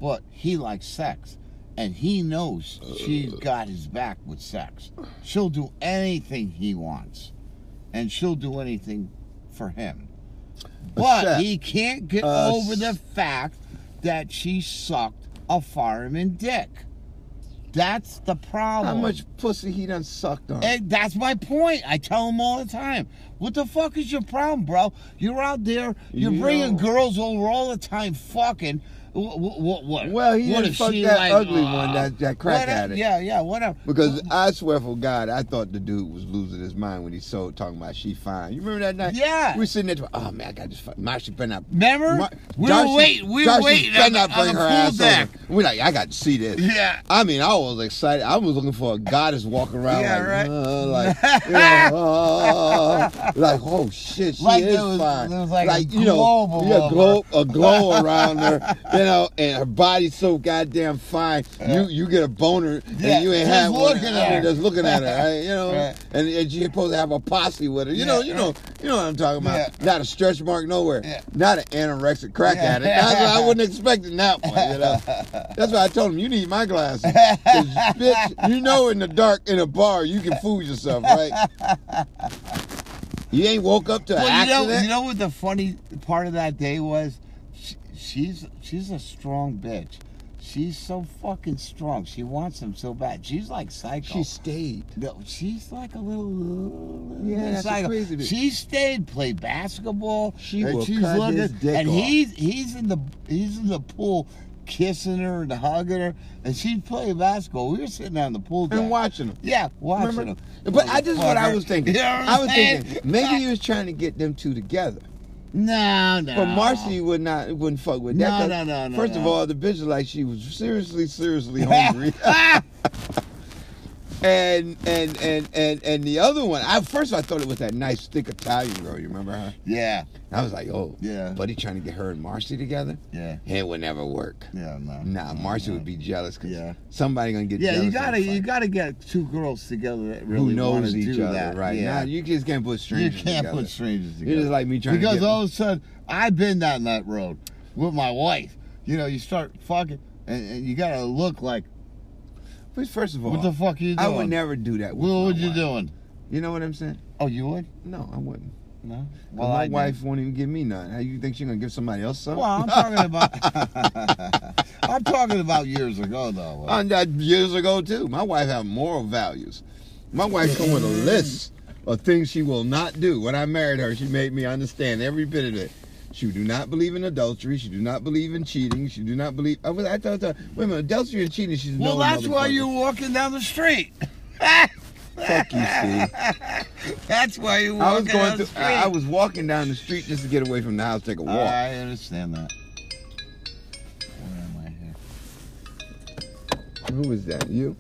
S2: but he likes sex, and he knows she's
S1: Uh.
S2: got his back with sex. She'll do anything he wants, and she'll do anything for him. But
S1: sec-
S2: he can't get
S1: a
S2: over the
S1: s-
S2: fact that she sucked a fireman dick. That's the problem.
S1: how much pussy he done sucked
S2: And
S1: on
S2: Eh, that's my point. I tell them all the time. What the fuck is your problem, bro? You're out there. You're
S1: You
S2: bringing
S1: know.
S2: girls over all the time, fucking. What? What? what
S1: Well, he
S2: what
S1: didn't
S2: if
S1: fuck
S2: she
S1: that
S2: like,
S1: ugly
S2: uh,
S1: one, that, that crack
S2: whatever-
S1: addict.
S2: Yeah, yeah, whatever.
S1: Because I swear for God, I thought the dude was losing his mind when he sold talking about she fine. You remember that night?
S2: Yeah.
S1: We sitting there, oh man, I got this. fuck- Marsha better not.
S2: Remember?
S1: Mar-
S2: we
S1: Darcy-
S2: were waiting. We were
S1: Darcy
S2: waiting
S1: better
S2: on, the-
S1: not
S2: on
S1: bring
S2: the
S1: her
S2: pool
S1: ass
S2: deck.
S1: over. We're like, I got to see this.
S2: Yeah.
S1: I mean, I was excited. I was looking for a guy that's walking around
S2: Yeah,
S1: like,
S2: right.
S1: uh, like, yeah, uh, like, oh shit, she
S2: Like
S1: is
S2: there was-
S1: fine.
S2: there was like a
S1: you know,
S2: globe all
S1: yeah,
S2: over
S1: glow, a glow around her, you know, and her body's so goddamn fine. You you get a boner
S2: Yeah,
S1: and you ain't
S2: just
S1: had one.
S2: looking
S1: I
S2: at her.
S1: mean, Just looking at her, right? you know,
S2: Right.
S1: and, and you're supposed to have a posse with her. You
S2: Yeah,
S1: know, you know,
S2: right.
S1: you know what I'm talking about.
S2: Yeah.
S1: Not a stretch mark nowhere.
S2: Yeah.
S1: Not an anorexic crack
S2: Yeah.
S1: addict. I, I wasn't expecting that one. You know. That's why I told him you need my glasses. 'Cause, bitch, you know in the dark in a bar you can fool yourself, right? You ain't woke up to an
S2: Well, you
S1: accident.
S2: know, you know what the funny part of that day was? She, she's she's a strong bitch. She's so fucking strong. She wants him so bad. She's like psycho.
S1: she stayed.
S2: No, she's like a little.
S1: Yeah, that's a
S2: psycho.
S1: crazy bitch.
S2: She stayed, played basketball.
S1: She
S2: and
S1: will
S2: she's
S1: cut
S2: looking,
S1: his dick
S2: and
S1: off.
S2: he's he's in the he's in the pool, kissing her and hugging her, and she's playing basketball. We were sitting down in the pool deck.
S1: And watching them.
S2: Yeah, watching
S1: Remember?
S2: him.
S1: But I just what I
S2: Motherfucker.
S1: was thinking.
S2: You know what
S1: I was
S2: I'm saying?
S1: thinking maybe he was trying to get them two together.
S2: No, no.
S1: But Marcy would not wouldn't fuck with
S2: No,
S1: that. 'cause
S2: no, no, no,
S1: First of
S2: no.
S1: all, the bitch was like she was seriously, seriously hungry. and and and and and the other one, I first I thought it was that nice thick Italian girl. You remember her?
S2: Yeah,
S1: I was like, oh,
S2: Yeah.
S1: Buddy trying to get her and Marcy together.
S2: yeah,
S1: It would never work.
S2: yeah. No.
S1: Nah, Marcy would be jealous because
S2: Yeah.
S1: somebody gonna get
S2: Yeah,
S1: jealous.
S2: you
S1: and
S2: gotta you
S1: fight.
S2: gotta get two girls together that really
S1: who
S2: wanna
S1: knows each
S2: do
S1: other,
S2: that.
S1: right?
S2: Yeah.
S1: Nah, you just can't put
S2: You
S1: strangers.
S2: can't
S1: together.
S2: put strangers together.
S1: You're just like me trying
S2: because
S1: to get
S2: all of a sudden, I've been down that road with my wife. You know, you start fucking, and, and you gotta look like,
S1: But first of all,
S2: what the fuck are you
S1: I
S2: doing?
S1: would never do that. With
S2: What
S1: my
S2: would you
S1: wife.
S2: doing?
S1: You know what I'm saying?
S2: Oh, you would?
S1: No, I wouldn't.
S2: No.
S1: 'Cause my
S2: I do.
S1: wife won't even give me none. How you think she's gonna give somebody else some?
S2: Well, I'm talking about. I'm talking about years ago, though.
S1: I done that years ago too. My wife have moral values. My wife come with a list of things she will not do. When I married her, she made me understand every bit of it. She do not believe in adultery. She do not believe in cheating. She do not believe. I was. I told her, wait a minute, adultery and cheating. She's
S2: well,
S1: no
S2: that's why
S1: motherfucker.
S2: you're walking down the street.
S1: Fuck you, Steve.
S2: That's why you're walking
S1: I was
S2: down
S1: going
S2: the
S1: to.
S2: street.
S1: I I was walking down the street just to get away from the house, take a walk.
S2: I understand that. Where am I here?
S1: Who was that? You?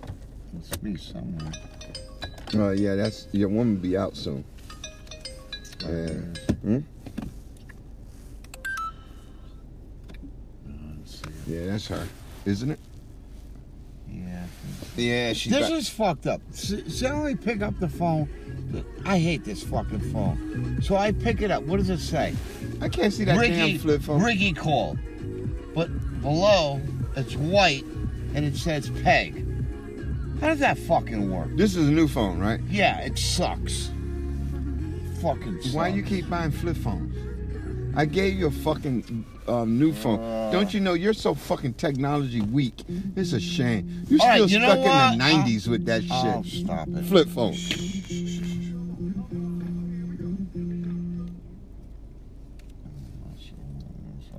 S2: It's me somewhere.
S1: Oh yeah, that's your woman be out soon. Yeah. Hmm?
S2: Uh, let's see.
S1: Yeah, that's her, isn't it?
S2: Yeah. I think
S1: Yeah, she's.
S2: This
S1: back.
S2: is fucked up. S- She only pick up the phone. I hate this fucking phone. So I pick it up. What does it say?
S1: I can't see that damn flip phone.
S2: Ricky called. But below, it's white and it says Peg. How does that fucking work?
S1: This is a new phone, right?
S2: Yeah, it sucks. Fucking sucks.
S1: Why you keep buying flip phones? I gave you a fucking um, new phone. Don't you know you're so fucking technology weak? It's a shame. You
S2: All right,
S1: still
S2: you know
S1: stuck in the
S2: what? I-
S1: '90s with that
S2: Oh,
S1: shit.
S2: stop it.
S1: Flip phone.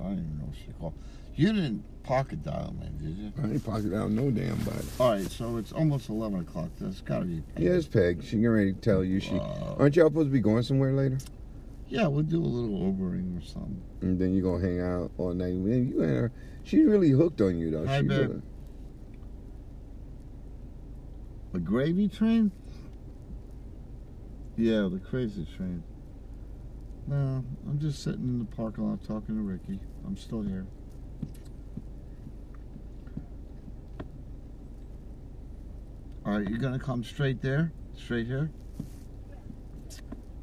S2: Oh, I don't even know what she called. You didn't pocket dial me, did you?
S1: I ain't pocket out no damn body.
S2: All right, so it's almost 11 o'clock. That's got to be.
S1: Yeah, it's Peg. She getting ready to tell you she.
S2: Wow.
S1: Aren't y'all supposed to be going somewhere later?
S2: Yeah, we'll do a little Ubering or something.
S1: And then you gonna hang out all night. Man, you and her. She really hooked on you though.
S2: Hi,
S1: she
S2: babe.
S1: really-
S2: The gravy train? Yeah, the crazy train. No, I'm just sitting in the parking lot talking to Ricky. I'm still here. All right, you're gonna come straight there, straight here.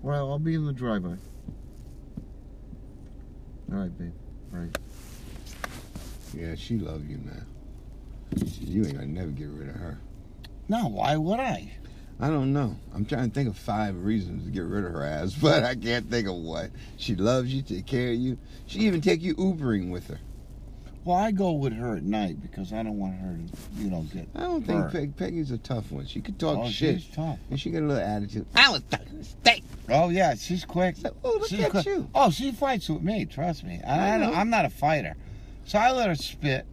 S2: Well, I'll be in the driveway. All right, babe. All right.
S1: Yeah, she love you, man. You ain't gonna never get rid of her.
S2: No, why would I?
S1: I don't know. I'm trying to think of five reasons to get rid of her ass, but I can't think of one. She loves you, take care of you. She even take you Ubering with her.
S2: Well, I go with her at night because I don't want her to, you know, get.
S1: I don't think
S2: hurt.
S1: Peg, Peggy's a tough one. She could talk
S2: Oh,
S1: shit,
S2: she's tough.
S1: and she got a little attitude. I was talking to steak.
S2: Oh yeah, she's quick.
S1: Like, oh, look
S2: she's
S1: at you.
S2: Oh, she fights with me. Trust me. I,
S1: I
S2: I
S1: know.
S2: don't, I'm not a fighter, so I let her spit.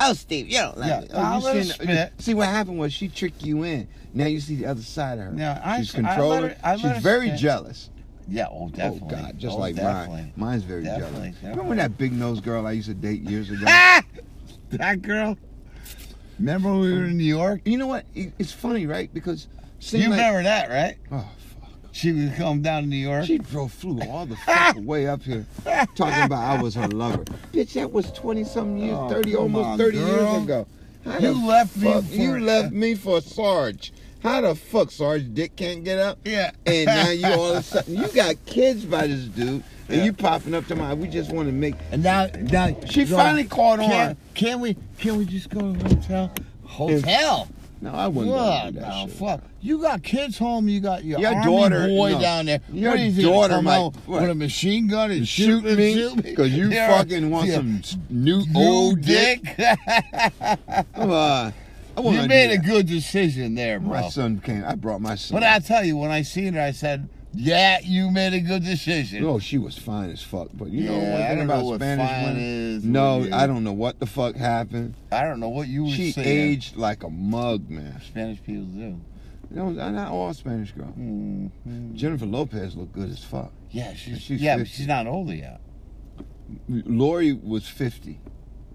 S1: Oh, Steve, you don't like
S2: Yeah,
S1: me.
S2: I'll
S1: Oh,
S2: let her
S1: you seen-
S2: spit.
S1: see what happened was she tricked you in. Now you see the other side of her.
S2: Yeah, I-
S1: she's
S2: I let her-
S1: controlling.
S2: I let
S1: she's
S2: her
S1: very
S2: spit.
S1: jealous.
S2: Yeah. Oh, definitely.
S1: Oh God, just
S2: Oh,
S1: like
S2: definitely.
S1: mine. Mine's very
S2: Definitely,
S1: jealous. Remember
S2: definitely.
S1: when that big nosed girl I used to date years ago?
S2: Ah! That girl. Remember when we were in New York?
S1: You know what? It- It's funny, right? Because seemed
S2: You
S1: like-
S2: remember that, right?
S1: Oh fuck!
S2: She would come down to New York.
S1: She drove flew all the fucking way up here, talking about I was her lover. Bitch, that was twenty something years,
S2: Oh,
S1: thirty,
S2: come
S1: almost
S2: on,
S1: thirty
S2: girl.
S1: years ago. How
S2: You
S1: the
S2: left me
S1: fuck-
S2: for
S1: you
S2: it.
S1: left me for Sarge. How the fuck Sarge Dick can't get up?
S2: yeah.
S1: And now you all of a sudden you got kids by this dude, and you popping up to my. We just want to make.
S2: And now, now
S1: She
S2: Go-
S1: finally caught on.
S2: Can, can we? Can we just go to the hotel? Hotel.
S1: No, I wouldn't
S2: What?
S1: want to do that
S2: now,
S1: shit.
S2: fuck. You got kids home. You got your,
S1: Your
S2: army
S1: daughter-
S2: boy
S1: no.
S2: down there.
S1: Your
S2: what is he, gonna
S1: daughter
S2: come
S1: might-
S2: out
S1: what?
S2: with a machine gun and
S1: Shoot me because you
S2: Yeah.
S1: fucking want
S2: Yeah.
S1: some new
S2: You
S1: old dick.
S2: dick.
S1: Come on. I wouldn't
S2: you
S1: do
S2: made a
S1: that.
S2: good decision there,
S1: My
S2: bro.
S1: son came. I brought my son.
S2: But I tell you, when I seen her, I said, "Yeah, you made a good decision."
S1: No, she was fine as fuck. But you know
S2: Yeah,
S1: one
S2: I
S1: thing
S2: don't know
S1: about
S2: what
S1: Spanish
S2: fine
S1: women?
S2: is,
S1: no,
S2: what it
S1: I
S2: is.
S1: don't know what the fuck happened.
S2: I don't know what you were
S1: She
S2: saying.
S1: aged like a mug, man.
S2: Spanish people do.
S1: You know, not all Spanish girls.
S2: Mhm.
S1: Jennifer Lopez looked good as fuck.
S2: Yeah, she's,
S1: She's
S2: yeah, but
S1: 50.
S2: she's not older yet.
S1: Lori was 50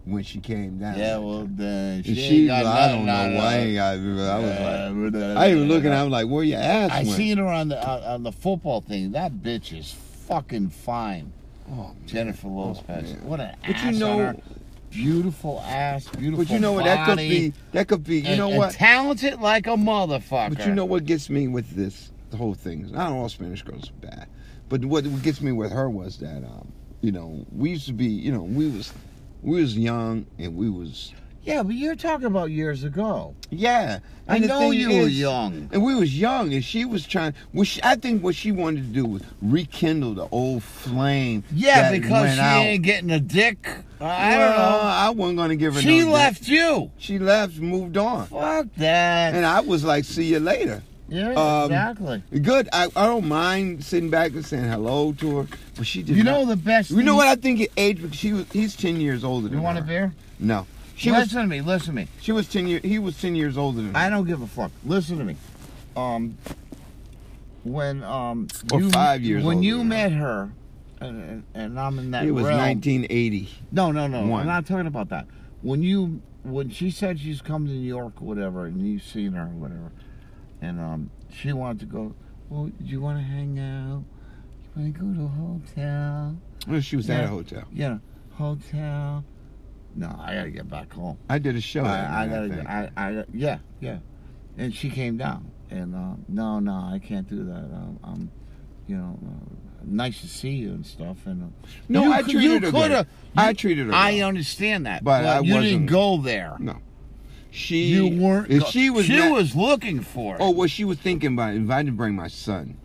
S1: when she came down.
S2: Yeah, well, then she,
S1: And
S2: ain't
S1: she,
S2: got
S1: I
S2: nothing
S1: don't know
S2: out of
S1: why. I, ain't
S2: it.
S1: got- I was like,
S2: Uh,
S1: I even looking. I'm like, where your ass
S2: I
S1: went?
S2: seen her on the on on the football thing. That bitch is fucking fine.
S1: Oh,
S2: Jennifer Lopez.
S1: man.
S2: what an
S1: But you
S2: ass on
S1: know-
S2: her. Beautiful ass, beautiful
S1: but you know what? That could
S2: body,
S1: be. That could be. You
S2: and-
S1: know
S2: and
S1: what?
S2: talented like a motherfucker.
S1: But you know what gets me with this the whole thing is not all Spanish girls are bad, but what gets me with her was that um, you know we used to be you know we was we was young and we was
S2: Yeah, but you're talking about years ago.
S1: yeah.
S2: I
S1: and the
S2: know
S1: thing
S2: you
S1: is-
S2: were young.
S1: and we was young and she was trying. Well, she, I think what she wanted to do was rekindle the old flame.
S2: Yeah,
S1: that
S2: because
S1: went
S2: she
S1: out.
S2: ain't getting a dick. I
S1: Well,
S2: don't know.
S1: I wasn't gonna give her.
S2: She
S1: no dick.
S2: left you.
S1: She left. Moved on.
S2: Fuck that.
S1: And I was like, "See you later."
S2: yeah,
S1: um,
S2: exactly.
S1: Good. I, I don't mind sitting back and saying hello to her, but she did.
S2: You
S1: not-
S2: know the best.
S1: You know
S2: thing-
S1: what I think it age because she was he's ten years older than
S2: You want a
S1: her.
S2: beer?
S1: No. She was
S2: listen to me. Listen to me.
S1: she was ten year he was ten years older than her.
S2: I don't give a fuck. Listen to me. Um, when um,
S1: Or five years
S2: when
S1: older
S2: you
S1: than her.
S2: met her, and, and, and I'm in that.
S1: it was
S2: realm-
S1: nineteen eighty.
S2: No, no, no.
S1: One.
S2: I'm not talking about that. When you when she said she's come to New York or whatever, and you've seen her or whatever, and um, she wanted to go, well, do you want to hang out? You want to go to a hotel?
S1: Well, she was at
S2: Yeah.
S1: a hotel.
S2: Yeah, hotel. No, I gotta get back home.
S1: I did a show. that
S2: I, I
S1: night, I think.
S2: gotta, I, I, yeah, yeah. And she came down, and uh, no, no, I can't do that. Um, I'm, you know, uh, nice to see you and stuff. And uh,
S1: No,
S2: you
S1: I
S2: cou-
S1: treated
S2: you
S1: her
S2: coulda-
S1: good. I
S2: you-
S1: treated her
S2: I
S1: well.
S2: understand that,
S1: But
S2: but,
S1: I
S2: you
S1: wasn't-
S2: didn't go there.
S1: No. She
S2: You weren't.
S1: If
S2: go-
S1: she was
S2: She
S1: not-
S2: was looking for. it.
S1: Oh, well, she was thinking about if I didn't bring my son.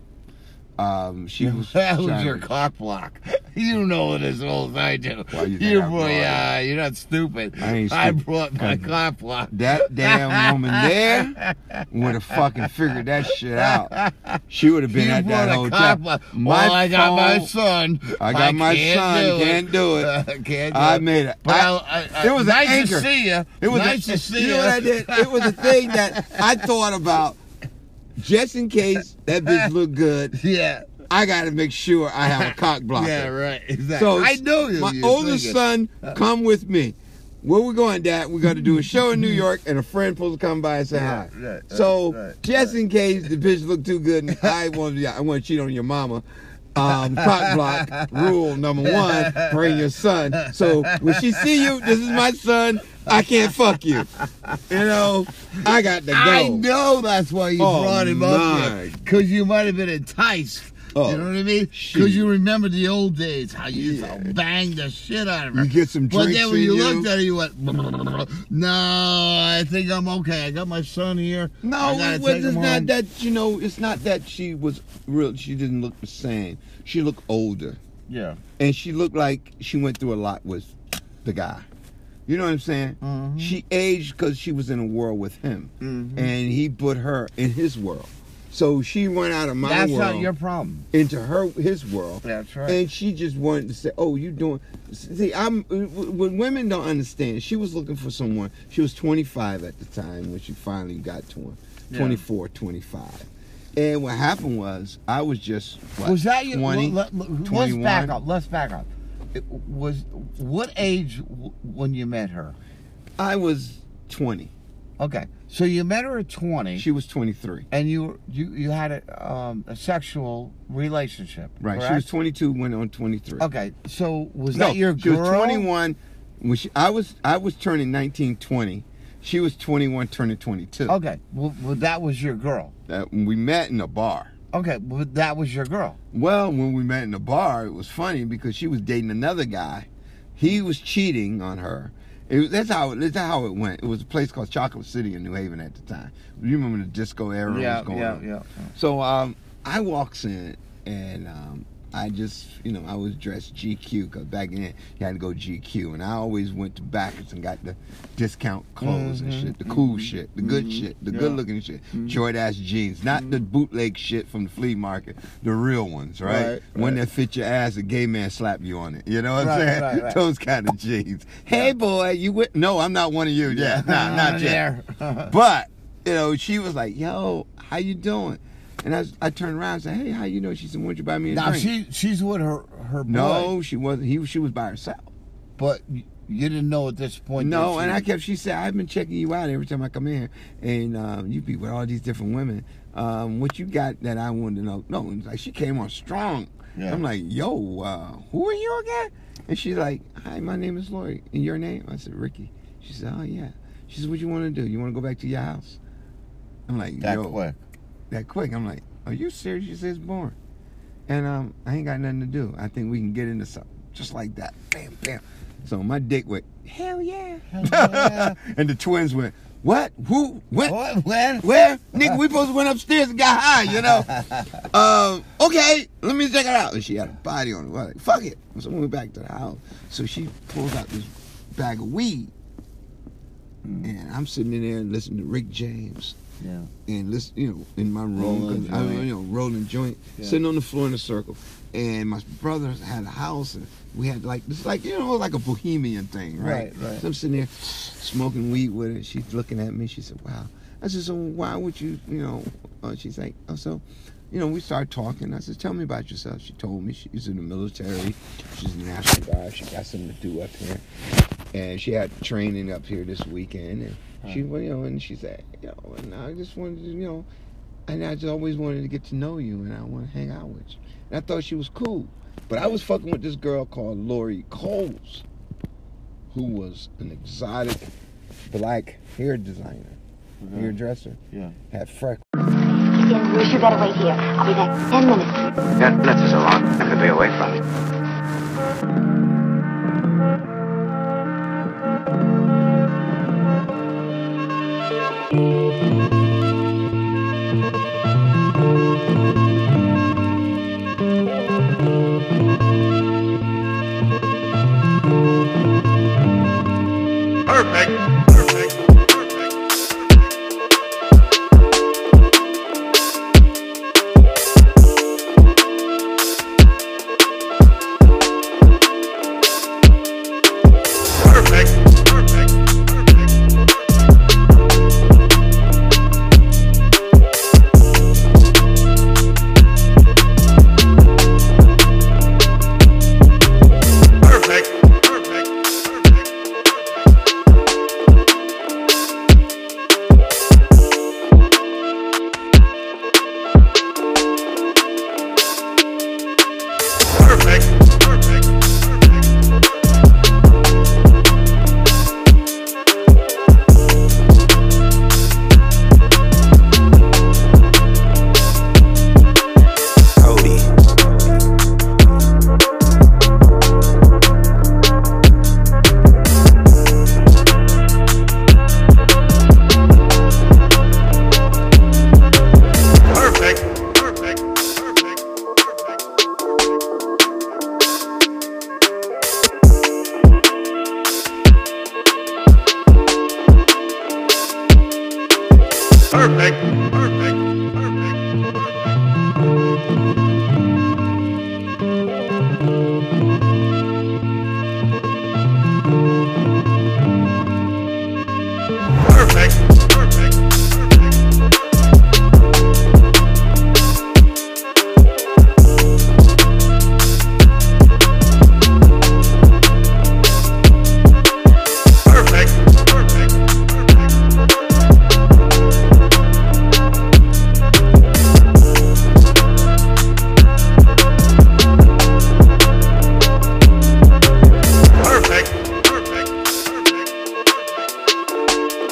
S1: Um, she was.
S2: that was
S1: trying
S2: your
S1: to-
S2: cock block. You know it as well as I do.
S1: Why you think
S2: you're
S1: I
S2: boy,
S1: brought it?
S2: uh, you're not stupid.
S1: I ain't stupid.
S2: brought my cock block.
S1: That damn woman there would have fucking figured that shit out. She would have been
S2: you
S1: at that
S2: brought a cock
S1: hotel.
S2: block. well, I got my
S1: phone-
S2: son.
S1: I got my
S2: can't
S1: son.
S2: Do it.
S1: Can't do it.
S2: can't do
S1: I
S2: it.
S1: made it.
S2: But
S1: I-
S2: I, I, I,
S1: there was an
S2: nice
S1: anchor.
S2: to see you.
S1: It was
S2: nice
S1: a,
S2: to see
S1: you.
S2: you.
S1: know what I did? It was a thing that I thought about just in case that bitch looked good.
S2: Yeah.
S1: I got to make sure I have a cock blocker.
S2: Yeah. Right. Exactly.
S1: So
S2: I know you. Uh.
S1: My
S2: you're
S1: oldest
S2: thinking.
S1: son, come with me. Where we going, Dad? We're going to do a show in New York, and a friend supposed to come by and say
S2: Right,
S1: hi.
S2: right,
S1: so
S2: right, right,
S1: just in case the bitch look too good, and I want to, I want to cheat on your mama. Um, cock block rule number one: bring your son. So when she see you, this is my son. I can't fuck you. You know, I got to go.
S2: I know that's why you
S1: Oh,
S2: brought him up
S1: my
S2: here. Because you might have been enticed.
S1: Oh,
S2: you know what I mean?
S1: shoot.
S2: Because you remember the old days, how you used
S1: Yeah.
S2: to bang the shit out of her.
S1: You get some
S2: But
S1: drinks
S2: then when
S1: in
S2: you,
S1: you.
S2: looked at her, you went, no, I think I'm okay. I got my son here. I
S1: No,
S2: gotta
S1: it was
S2: take
S1: it's
S2: him
S1: not
S2: home."
S1: that you know. It's not that she was real. She didn't look the same. She looked older,
S2: Yeah.
S1: and she looked like she went through a lot with the guy. You know what I'm saying?
S2: Mhm.
S1: She aged because she was in a world with him,
S2: Mhm.
S1: and he put her in his world. So she went out of my
S2: That's
S1: world
S2: not your problem.
S1: into her his world,
S2: That's
S1: and she just wanted to say, "Oh, you doing?" See, I'm when women don't understand. She was looking for someone. She was 25 at the time when she finally got to him.
S2: Yeah.
S1: 24, 25. And what happened was, I was just what,
S2: was that your?
S1: 20,
S2: let, let, let's
S1: 21?
S2: back up. Let's back up. It was what age w- when you met her?
S1: I was 20.
S2: Okay, so you met her at twenty.
S1: She was 23.
S2: and you you you had a um, a sexual relationship,
S1: Right. She was
S2: correct?
S1: 22, went on 23.
S2: okay. So was
S1: no,
S2: that your
S1: she
S2: girl?
S1: was 21 when she, I was I was turning 19, 20. She was 21, turning 22.
S2: Okay, well, well that was your girl.
S1: That- we met in a bar.
S2: Okay, well that was your girl.
S1: Well, when we met in the bar, it was funny because she was dating another guy. He was cheating on her. It was, that's how that's how it went. It was a place called Chocolate City in New Haven at the time. You remember the disco era was going on. So um, I walks in and um, I just you know I was dressed GQ because back then you had to go GQ and I always went to Backers and got the discount clothes and
S2: Mhm,
S1: shit, the cool shit, the good
S2: mhm,
S1: shit, the
S2: yeah. Mm-hmm.
S1: good looking shit, short ass jeans, not the bootleg shit from the flea market, the real ones, right?
S2: Right,
S1: One
S2: right.
S1: that fit your ass, a gay man slap you on it. You know what I'm
S2: Right,
S1: saying?
S2: right, right.
S1: Those kind of jeans. Hey boy, you with? No, I'm not one of you. Yeah, nah, not yet.
S2: there.
S1: But you know, she was like, "Yo, how you doing?" And I, I turned around and said, "Hey, how you doing?" She said, "Why don't you buy me a
S2: now
S1: drink?"
S2: she she's with her her boy,
S1: no, she wasn't. He, she was by herself.
S2: but y- you didn't know at this point. that
S1: no,
S2: she-
S1: and I kept. She said, "I've been checking you out every time I come in, and um, you be with all these different women. Um, what you got that I wanted to know?" No, it's like she came on strong.
S2: Yeah.
S1: I'm like, "Yo, uh, who are you again?" And she's like, "Hi, my name is Lori. And your name?" I said, "Ricky." She said, "Oh yeah." She said, "What you want to do? You want to go back to your house?" I'm like,
S2: that
S1: "Yo,
S2: quick.
S1: that quick. I'm like, are you serious? She says born. And um, I ain't got nothing to do. I think we can get into something. Just like that. Bam, bam. So my dick went, hell yeah.
S2: Hell yeah.
S1: and the twins went, what? Who? When?
S2: What? When?
S1: Where? Nigga, we supposed to went upstairs and got high, you know? um, okay, let me check it out. And she had a body on her. I was like, fuck it. So we went back to the house. So she pulls out this bag of weed. And I'm sitting in there and listening to Rick James
S2: Yeah.
S1: and listen, you know, in my room,
S2: Rolling
S1: 'cause I was,
S2: joint.
S1: you know, rolling joint,
S2: Yeah.
S1: sitting on the floor in a circle. And my brother had a house, and we had like this, like you know, like a bohemian thing, right?
S2: Right, right.
S1: So I'm sitting there smoking weed with her. She's looking at me. She said, "Wow." I said, "So why would you, you know, uh, she's like, oh, so, you know, we started talking. I said, tell me about yourself. She told me she's in the military. She's a national guard. She got something to do up here, and she had training up here this weekend. And she, well, you know, and she said, you know, and I just wanted to, you know, and I just always wanted to get to know you, and I want to hang out with you. And I thought she was cool, but I was fucking with this girl called Lori Coles, who was an exotic black hair designer,
S2: Uh-huh.
S1: hairdresser.
S2: Yeah.
S1: Had freckles.
S4: Again, we should better wait here. I'll be back ten minutes.
S5: Ten minutes is a long time to be away from it.
S6: Perfect. Perfect. Perfect. Perfect. Perfect. Perfect. Perfect. Perfect. Perfect. Perfect. Perfect. Perfect. Perfect.
S5: Cody.
S6: Perfect. Perfect. Perfect. Perfect. Perfect. Perfect. Perfect. Perfect. Perfect. Perfect. Perfect. Perfect. Perfect. Perfect. Perfect. Perfect. Perfect. Perfect.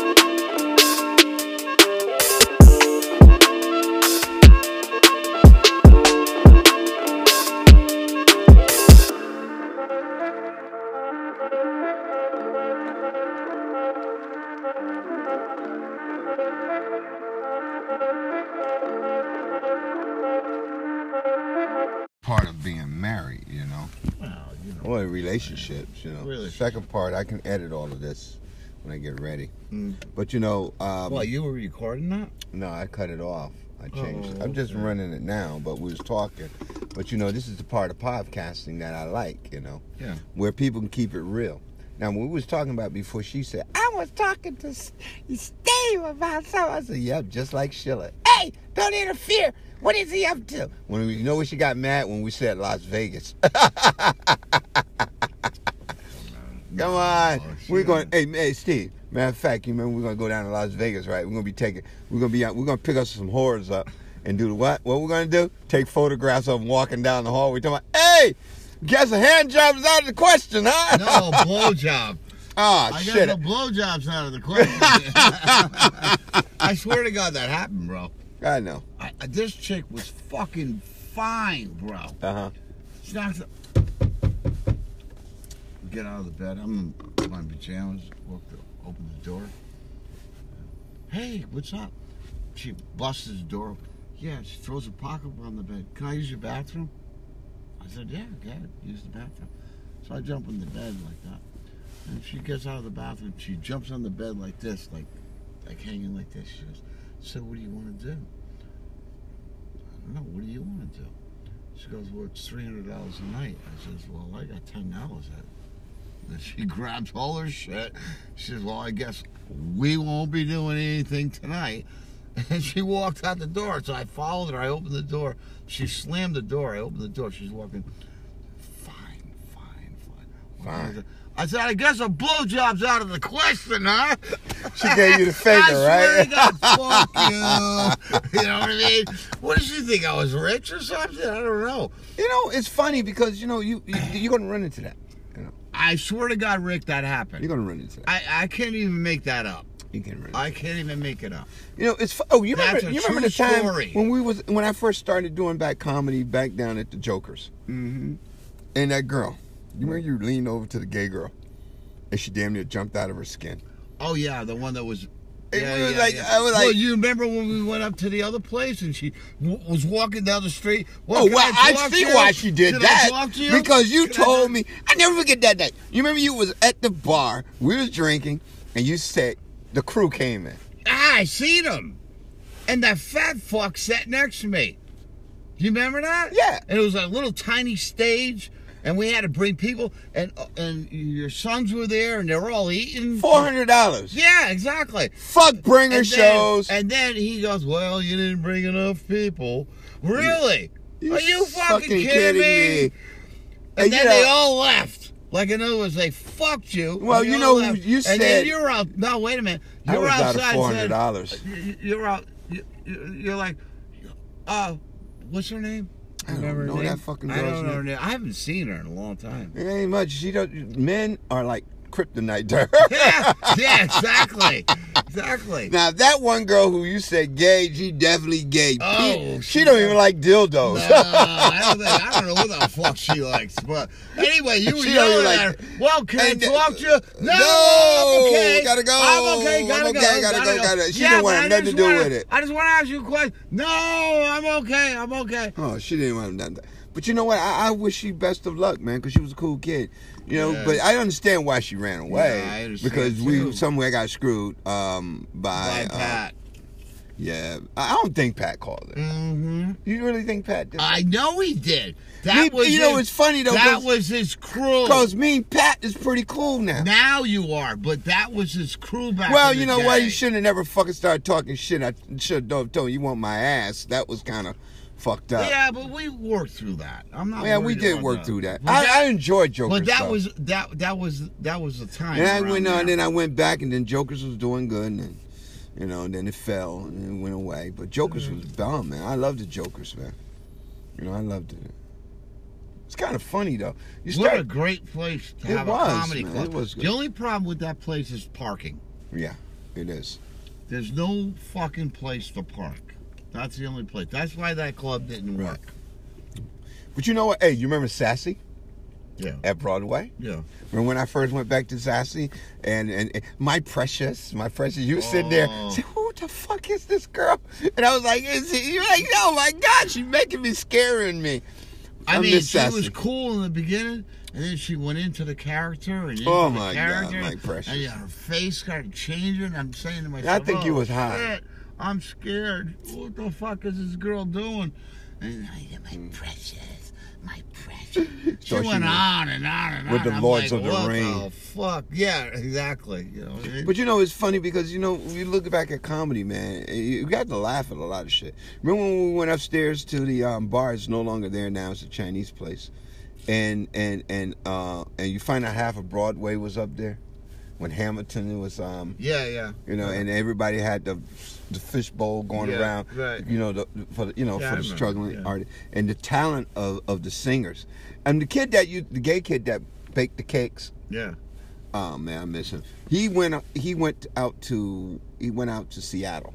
S2: Part of being married, you know. Well, you know.
S1: Or relationships, you know.
S2: Really.
S1: Second part, I can edit all of this when I get ready. But you know, um,
S2: Well, Mm. you were recording that?
S1: no, I cut it off. I changed. it.
S2: Oh,
S1: I'm just
S2: okay.
S1: running it now, but we was talking. But you know, this is the part of podcasting that I like. You know,
S2: Yeah.
S1: where people can keep it real. Now, we was talking about before, she said, I was talking to S- Steve about something. I said, yep, just like Sheila. Hey, don't interfere. What is he up to? When we, you know when she got mad when we said Las Vegas. Come on.
S2: Oh,
S1: we're
S2: shit.
S1: going hey, hey Steve. Matter of fact, you remember we're gonna go down to Las Vegas, right? We're gonna be taking we're gonna be out we're gonna pick us some horrors up and do what? What we're gonna do? Take photographs of them walking down the hallway talking about, hey, guess a hand job is out of the question, huh?
S2: No, blowjob.
S1: Ah,
S2: I
S1: shit.
S2: got the blowjobs out of the question. I swear to God that happened, bro.
S1: I know.
S2: I, I- this chick was fucking fine, bro.
S1: Uh huh.
S2: She knocked up. Get out of the bed. I'm in my pajamas. Walk to open the door. Hey, what's up? She busts the door. Yeah, she throws a pocketbook on the bed. Can I use your bathroom? I said, yeah, go ahead. Use the bathroom. So I jump in the bed like that. And she gets out of the bathroom. She jumps on the bed like this, like like hanging like this. She goes, so what do you want to do? I don't know. What do you want to do? She goes, well, it's three hundred dollars a night. I says, well, I got ten dollars. Then she grabs all her shit. She says, well, I guess we won't be doing anything tonight. And she walked out the door. So I followed her. I opened the door. She slammed the door. I opened the door. She's walking. Fine, fine, fine.
S1: Fine.
S2: I said, I guess a blowjob's out of the question, huh?
S1: She gave you the finger,
S2: I swear to God,
S1: right?
S2: fuck you. You know what I mean? What did she think? I was rich or something? I don't know.
S1: You know, it's funny because you know you, you you're gonna run into that. You know,
S2: I swear to God, Rick, that happened.
S1: you're gonna run into that.
S2: I, I can't even make that up.
S1: You can run. Into
S2: I can't even make it up.
S1: You know, it's fu- oh, you
S2: That's
S1: remember
S2: a
S1: you remember
S2: true
S1: the time
S2: story.
S1: when we was when I first started doing back comedy back down at the Jokers,
S2: Mm-hmm.
S1: and that girl, you remember you leaned over to the gay girl, and she damn near jumped out of her skin.
S2: Oh yeah, the one that was.
S1: It was like- I was like-
S2: well, you remember when we went up to the other place and she w- was walking down the street? Well,
S1: oh
S2: can
S1: well, I,
S2: talk
S1: see
S2: to you?
S1: why she did
S2: Can
S1: that
S2: I talk to you?
S1: because you
S2: Can I
S1: told
S2: talk-
S1: me. I never forget that night. You remember you was at the bar, we was drinking, and you said the crew came in.
S2: Ah, I seen him, and that fat fuck sat next to me. You remember that?
S1: Yeah.
S2: And it was a little tiny stage, and we had to bring people, and uh, and your sons were there, and they were all eating.
S1: Four hundred dollars.
S2: Yeah, exactly.
S1: Fuck bringer
S2: and
S1: shows.
S2: Then, and then he goes, "Well, you didn't bring enough people." Really?
S1: You
S2: Are you fucking, kidding, me? And,
S1: And
S2: then
S1: you
S2: they
S1: know-
S2: all left. Like in other words, they fucked you. and
S1: Well,
S2: they
S1: you
S2: all
S1: know who
S2: left.
S1: you
S2: And then
S1: said-
S2: you're out. No, wait a minute.
S1: I
S2: You're
S1: was out of
S2: outside.
S1: four hundred
S2: saying-
S1: dollars.
S2: you- You're out. you- you- You're like, uh, what's her name?
S1: I don't
S2: Remember her
S1: know that
S2: name?
S1: fucking
S2: I
S1: girl's
S2: don't know her
S1: name.
S2: name. I haven't seen her in a long time.
S1: It ain't much. She don't. Men are like kryptonite to her.
S2: yeah, yeah, exactly, exactly.
S1: now that one girl who you said gay, she definitely gay.
S2: Oh,
S1: she, don't even like dildos.
S2: No, uh, I don't think I don't know what the fuck she likes, but anyway, you were
S1: She don't
S2: yelling
S1: like-
S2: at her. Well, can I
S1: And-
S2: talk to you? No,
S1: No,
S2: I'm okay.
S1: gotta go.
S2: I'm okay.
S1: I'm
S2: Gotta
S1: okay,
S2: go.
S1: gotta go, gotta- she
S2: yeah,
S1: didn't want
S2: but I
S1: nothing to
S2: just
S1: do
S2: wanna-
S1: with it.
S2: I just want to ask you a question. No, I'm okay. I'm okay.
S1: Oh, she didn't want none of that. But you know what? I, I wish she best of luck, man, because she was a cool kid. You know,
S2: Yeah.
S1: but I understand why she ran away.
S2: Yeah, I understand,
S1: because
S2: too.
S1: we somewhere got screwed um,
S2: Bye,
S1: by, uh,
S2: Pat.
S1: yeah, I I don't think Pat called it.
S2: Mm-hmm.
S1: You really think Pat did?
S2: I know he did. Uh, That
S1: Me-
S2: was
S1: you know,
S2: his,
S1: it's funny, though,
S2: That
S1: 'cause-
S2: was his crew.
S1: Because me and Pat is pretty cool now.
S2: now you are, but that was his crew back.
S1: well,
S2: in
S1: you
S2: the
S1: know what?
S2: day.
S1: You shouldn't have never fucking started talking shit. I should have told you, you want my ass. That was kind of fucked up.
S2: Yeah, but we worked through that. I'm not.
S1: Yeah, we
S2: worried
S1: did
S2: about
S1: work through that.
S2: But
S1: I, I enjoyed Joker.
S2: But that
S1: stuff.
S2: was that that was that was the time.
S1: And I
S2: around
S1: went on,
S2: there.
S1: then I went back, and then Joker's was doing good, and then, you know, and then it fell and it went away. But Joker's
S2: Mm-hmm.
S1: was bomb, man. I loved the Joker's, man. You know, I loved it. It's kind of funny though. You
S2: what
S1: start,
S2: a great place to
S1: It
S2: have
S1: was,
S2: a comedy
S1: man,
S2: club.
S1: it was good.
S2: The only problem with that place is parking.
S1: yeah, it is.
S2: There's no fucking place to park. That's the only place. That's why that club didn't
S1: Right.
S2: work.
S1: But you know what? Hey, you remember Sassy
S2: Yeah.
S1: at Broadway?
S2: Yeah.
S1: Remember when I first went back to Sassy and, and, and my precious, my precious, you sitting there,
S2: Oh.
S1: say, who the fuck is this girl? And I was like, is it? You're like, oh my God, she's making me scaring me.
S2: I,
S1: I
S2: mean,
S1: miss
S2: she was
S1: Sassy.
S2: cool in the beginning, and then she went into the character. And into
S1: Oh,
S2: the
S1: my God,
S2: character,
S1: my precious.
S2: And yeah, her face started changing. I'm saying to myself,
S1: think you
S2: "Oh,
S1: was high."
S2: shit, I'm scared. What the fuck is this girl doing? And I, my precious, my precious. She
S1: So she
S2: went
S1: was-
S2: on and on and on.
S1: with the
S2: I'm
S1: Lords
S2: like,
S1: of the
S2: what
S1: Ring."
S2: fuck. Yeah, exactly. You know, it-
S1: But you know, it's funny because you know, we look back at comedy, man. eh, You got to laugh at a lot of shit. Remember when we went upstairs to the um, bar? It's no longer there now. It's a Chinese place, and and and uh, and you find out half of Broadway was up there when Hamilton was um,
S2: yeah, yeah.
S1: you know, and everybody had the the fishbowl going
S2: Yeah,
S1: around,
S2: right.
S1: you know, the, for the, you know
S2: Yeah, I
S1: for the
S2: remember,
S1: struggling
S2: yeah.
S1: artist and the talent of of the singers and the kid that you the gay kid that baked the cakes.
S2: Yeah.
S1: Oh man, I miss him. He went. He went out to. He went out to Seattle,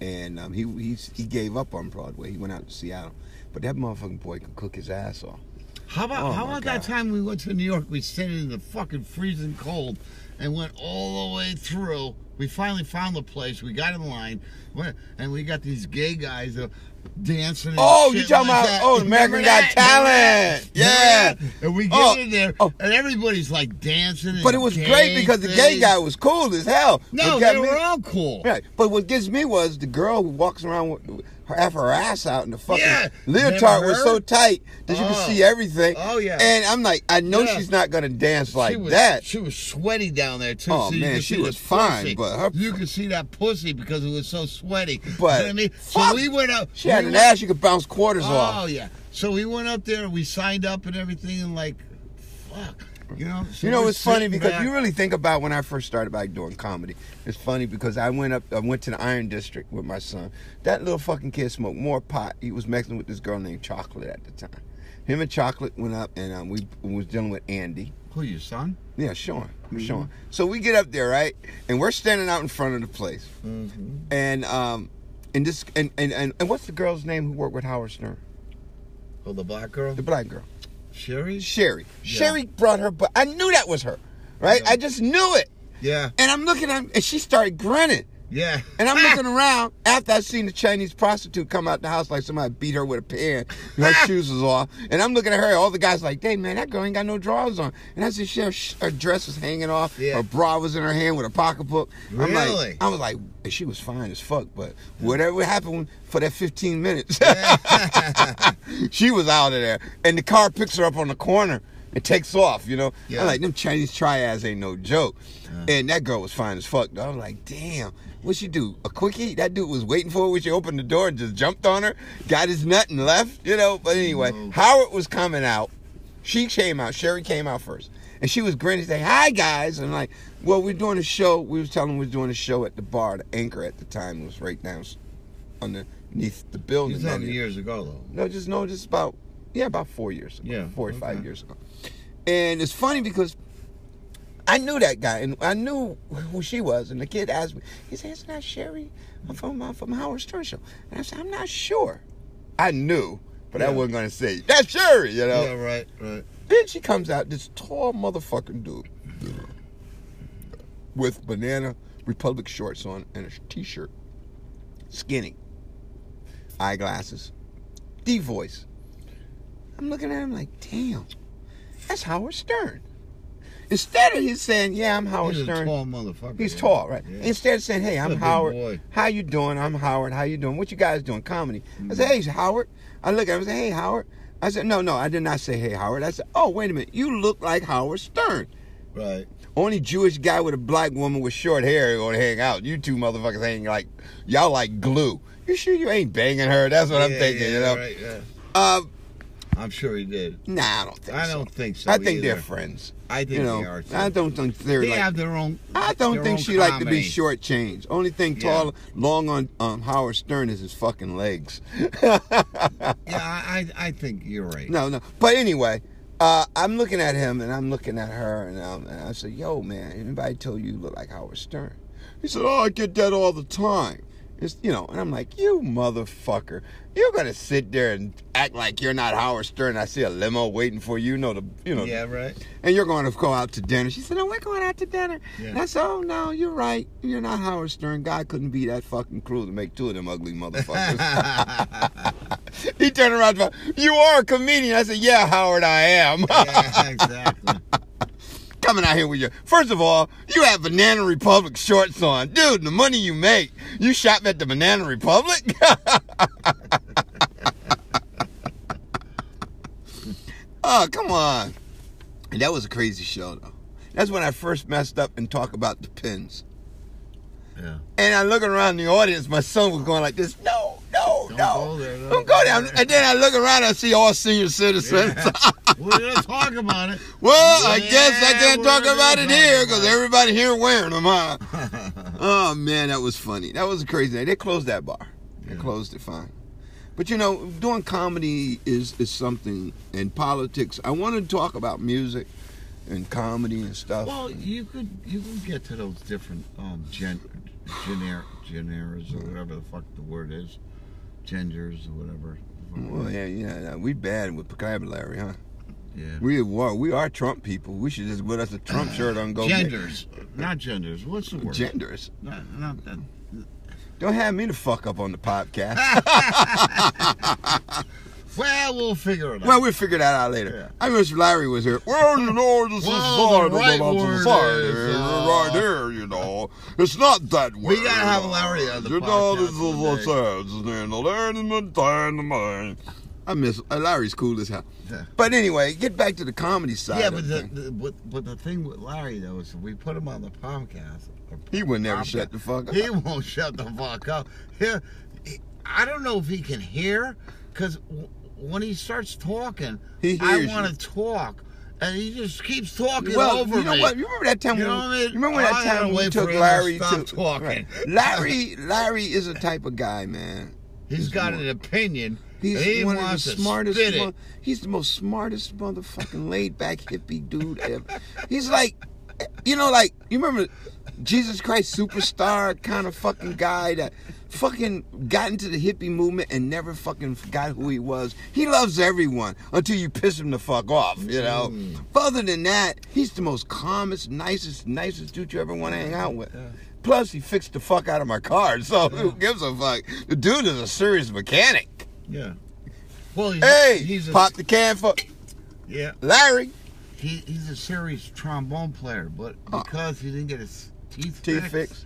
S1: and um, he he he gave up on Broadway. He went out to Seattle, but that motherfucking boy could cook his ass off.
S2: How about
S1: Oh,
S2: how
S1: my
S2: about that
S1: God.
S2: time we went to New York? We stayed in the fucking freezing cold and went all the way through. We finally found the place. We got in line, went, and we got these gay guys uh, dancing. And
S1: Oh,
S2: shit
S1: you talking
S2: like
S1: about-
S2: that.
S1: oh,
S2: Remember
S1: American
S2: that?
S1: Got
S2: Remember that?
S1: Talent.
S2: Remember
S1: Yeah.
S2: that? And we get
S1: Oh,
S2: in there,
S1: oh.
S2: and everybody's like dancing. And
S1: But it was
S2: gay
S1: great because the gay
S2: things.
S1: guy was cool as hell.
S2: No,
S1: What got
S2: they
S1: me-
S2: were all cool.
S1: Right. But what gets me was the girl who walks around with with her half her ass out and the fucking
S2: Yeah.
S1: leotard
S2: Remember
S1: was
S2: her?
S1: so tight that you
S2: Oh.
S1: could see everything.
S2: Oh, yeah.
S1: And I'm like, I know
S2: Yeah.
S1: she's not gonna dance like
S2: she was,
S1: that.
S2: She was sweaty down down there too.
S1: Oh,
S2: so you
S1: man,
S2: could
S1: she
S2: see
S1: was
S2: the
S1: fine,
S2: pussy.
S1: but her-
S2: you could see that pussy because it was so sweaty. You know
S1: But
S2: what I mean,
S1: fuck,
S2: so we went up.
S1: She
S2: we
S1: had an
S2: went-
S1: ass you could bounce quarters
S2: Oh
S1: off.
S2: yeah. So we went up there, we signed up and everything, and like, fuck, you know. so
S1: You know,
S2: we're
S1: it's funny
S2: sitting
S1: because
S2: back.
S1: you really think about when I first started back doing comedy. It's funny because I went up, I went to the Iron District with my son. That little fucking kid smoked more pot. He was messing with this girl named Chocolate at the time. Him and Chocolate went up, and um, we, we was dealing with Andy.
S2: Who your son?
S1: Yeah, Sean,
S2: Mm-hmm.
S1: Sean. So we get up there, right, and we're standing out in front of the place, and um, and this and, and and and what's the girl's name who worked with Howard Stern?
S2: Oh, the black girl,
S1: The black girl.
S2: Sherry.
S1: Sherry.
S2: Yeah.
S1: Sherry brought her, but I knew that was her, right?
S2: Yeah.
S1: I just knew it.
S2: Yeah,
S1: And I'm looking at, and she started grinning.
S2: yeah.
S1: And I'm looking around after I seen the Chinese prostitute come out the house like somebody beat her with a pan. and Her shoes was off. And I'm looking at her. All the guys like, "Dang man, that girl ain't got no drawers on." And I said, "She her, sh- her dress was hanging off.
S2: Yeah.
S1: Her bra was in her hand with a pocketbook." I'm
S2: Really?
S1: like, I was like, and she was fine as fuck. But whatever happened for that 15 minutes, she was out of there. And the car picks her up on the corner. and takes off, you know.
S2: Yeah.
S1: I'm like, them Chinese triads ain't no joke. And that girl was fine as fuck. Though. I was like, damn, what she do? A quickie? That dude was waiting for her when she opened the door and just jumped on her, got his nut and left, you know. But anyway, Howard was coming out. She came out. Sherry came out first. And she was grinning, saying, hi, guys. And I'm like, well, we're doing a show. We was telling them we was doing a show at the bar. The anchor at the time was right down s- underneath the building.
S2: He's on
S1: that-
S2: years ago though.
S1: no, just no, just about yeah, about four years ago.
S2: Yeah,
S1: Four or five
S2: okay.
S1: years ago. And it's funny because I knew that guy and I knew who she was. And the kid asked me, he said, It's not Sherry. I'm from I'm from Howard Stern Show. And I said, I'm not sure. I knew, but I
S2: Yeah.
S1: wasn't gonna say, That's Sherry, you know.
S2: Yeah, right, right.
S1: Then she comes out, this tall motherfucking dude with banana Republic shorts on and a t shirt. Skinny. Eyeglasses. D voice. I'm looking at him like, damn, that's Howard Stern. Instead of his saying, yeah, I'm Howard
S2: He's
S1: Stern.
S2: a tall motherfucker.
S1: He's
S2: yeah.
S1: tall, right?
S2: Yeah.
S1: Instead of saying, "Hey, I'm
S2: a big
S1: Howard.
S2: boy.
S1: How you doing? I'm Howard. How you doing? What you guys doing? Comedy." I said,
S2: Mm-hmm.
S1: "Hey, Howard." I look at him. I said, "Hey, Howard." I said, "No, no, I did not say hey, Howard." I said, "Oh, wait a minute. You look like Howard Stern."
S2: right.
S1: Only Jewish guy with a black woman with short hair going to hang out. You two motherfuckers hang like y'all like glue. You sure you ain't banging her? That's what I'm
S2: Yeah,
S1: thinking.
S2: yeah,
S1: you know?
S2: right, yeah.
S1: Uh,
S2: I'm sure he did.
S1: nah, I don't think.
S2: I
S1: so.
S2: don't think so
S1: I think
S2: either.
S1: they're friends.
S2: I think
S1: you know,
S2: they are. Too.
S1: I don't think they're
S2: They
S1: like
S2: have their own.
S1: I don't
S2: their
S1: think
S2: own
S1: she liked to be
S2: comedy.
S1: shortchanged. Only thing
S2: Yeah.
S1: tall, long on um, Howard Stern is his fucking legs.
S2: Yeah, I, I, I think you're right.
S1: no, no. But anyway, uh, I'm looking at him and I'm looking at her and, um, and I said, "Yo, man, anybody told you you look like Howard Stern?" He said, "Oh, I get that all the time." It's you know, and I'm like, "You motherfucker, you're gonna sit there and act like you're not Howard Stern." I see a limo waiting for you. You know the you know
S2: Yeah, right.
S1: and you're going to go out to dinner. She said, No, we're going out to dinner.
S2: Yeah.
S1: And I said, Oh, no, you're right. You're not Howard Stern. God couldn't be that fucking cruel to make two of them ugly motherfuckers. he turned around and said, You are a comedian. I said, Yeah, Howard, I am.
S2: yeah, exactly.
S1: Coming out here with you. First of all, you have Banana Republic shorts on. Dude, the money you make, you shop at the Banana Republic? oh, come on. And that was a crazy show, though. That's when I first messed up and talked about the pins.
S2: Yeah.
S1: And I look around the audience, my son was going like this, no, no,
S2: Don't
S1: no.
S2: go there, don't
S1: Don't
S2: go
S1: go down.
S2: there.
S1: And then I look around, I see all senior citizens.
S2: We're gonna talk about it.
S1: Well, I guess I
S2: Yeah,
S1: can't
S2: we're
S1: talk
S2: gonna
S1: about it
S2: talk
S1: here
S2: about
S1: because
S2: it.
S1: everybody here wearing them, huh? oh man, that was funny. That was a crazy night. They closed that bar. They
S2: Yeah.
S1: closed it fine. But you know, doing comedy is is something, and politics. I want to talk about music and comedy and stuff.
S2: Well, you could you could get to those different um gen gener generas or whatever the fuck the word is, genders or whatever.
S1: Well, yeah, yeah, yeah. we bad with vocabulary, huh?
S2: Yeah.
S1: We are we are Trump people. We should just put us a Trump shirt on. and Go
S2: Genders, not genders. What's the word?
S1: Genders.
S2: not, not that.
S1: Don't have me to fuck up on the podcast.
S2: Well, we'll figure it out.
S1: Well, we'll figure that out later.
S2: Yeah.
S1: I wish Larry was here. Well, you know, this
S2: Well, the
S1: is right
S2: right
S1: about
S2: word
S1: society,
S2: is, uh,
S1: right here, you know. It's not that way.
S2: We gotta have Larry on the
S1: You know,
S2: podcast
S1: this is
S2: one
S1: what
S2: day.
S1: says, you know, there in the time, I miss uh, Larry's cool as hell.
S2: The-
S1: But anyway, get back to the comedy side.
S2: yeah,
S1: of
S2: but
S1: the
S2: the,
S1: thing.
S2: the, but, but the thing with Larry though is if we put him on the podcast. or
S1: he would never
S2: podcast,
S1: shut the fuck up.
S2: He won't shut the fuck up. He'll- he- I don't know if he can hear because w- when he starts talking,
S1: He
S2: I
S1: hears
S2: want
S1: you.
S2: to talk, and he just keeps talking
S1: well,
S2: over
S1: you know
S2: me.
S1: what? You remember that time?
S2: You
S1: when,
S2: know what I mean?
S1: you remember that
S2: I gotta
S1: time when we
S2: wait for
S1: took
S2: him to
S1: Larry
S2: stop
S1: to
S2: talking.
S1: Right. Larry, Larry is a type of guy, man.
S2: He's got
S1: one-
S2: an opinion.
S1: He's
S2: and he
S1: one of the
S2: wants to
S1: smartest.
S2: spit it.
S1: mo- he's the most smartest motherfucking laid back hippie dude ever. He's like, you know, like you remember Jesus Christ superstar kind of fucking guy that fucking got into the hippie movement and never fucking forgot who he was. He loves everyone until you piss him the fuck off, you know.
S2: Mm.
S1: But other than that, he's the most calmest, nicest, nicest dude you ever want to hang out with. Plus, he fixed the fuck out of my car, so who gives a fuck? The dude is a serious mechanic.
S2: Yeah. Well, he's,
S1: Hey,
S2: he's a,
S1: pop the can for
S2: Yeah,
S1: Larry.
S2: he, he's a serious trombone player, but
S1: Oh.
S2: because he didn't get his teeth
S1: Teeth
S2: fixed,
S1: fixed.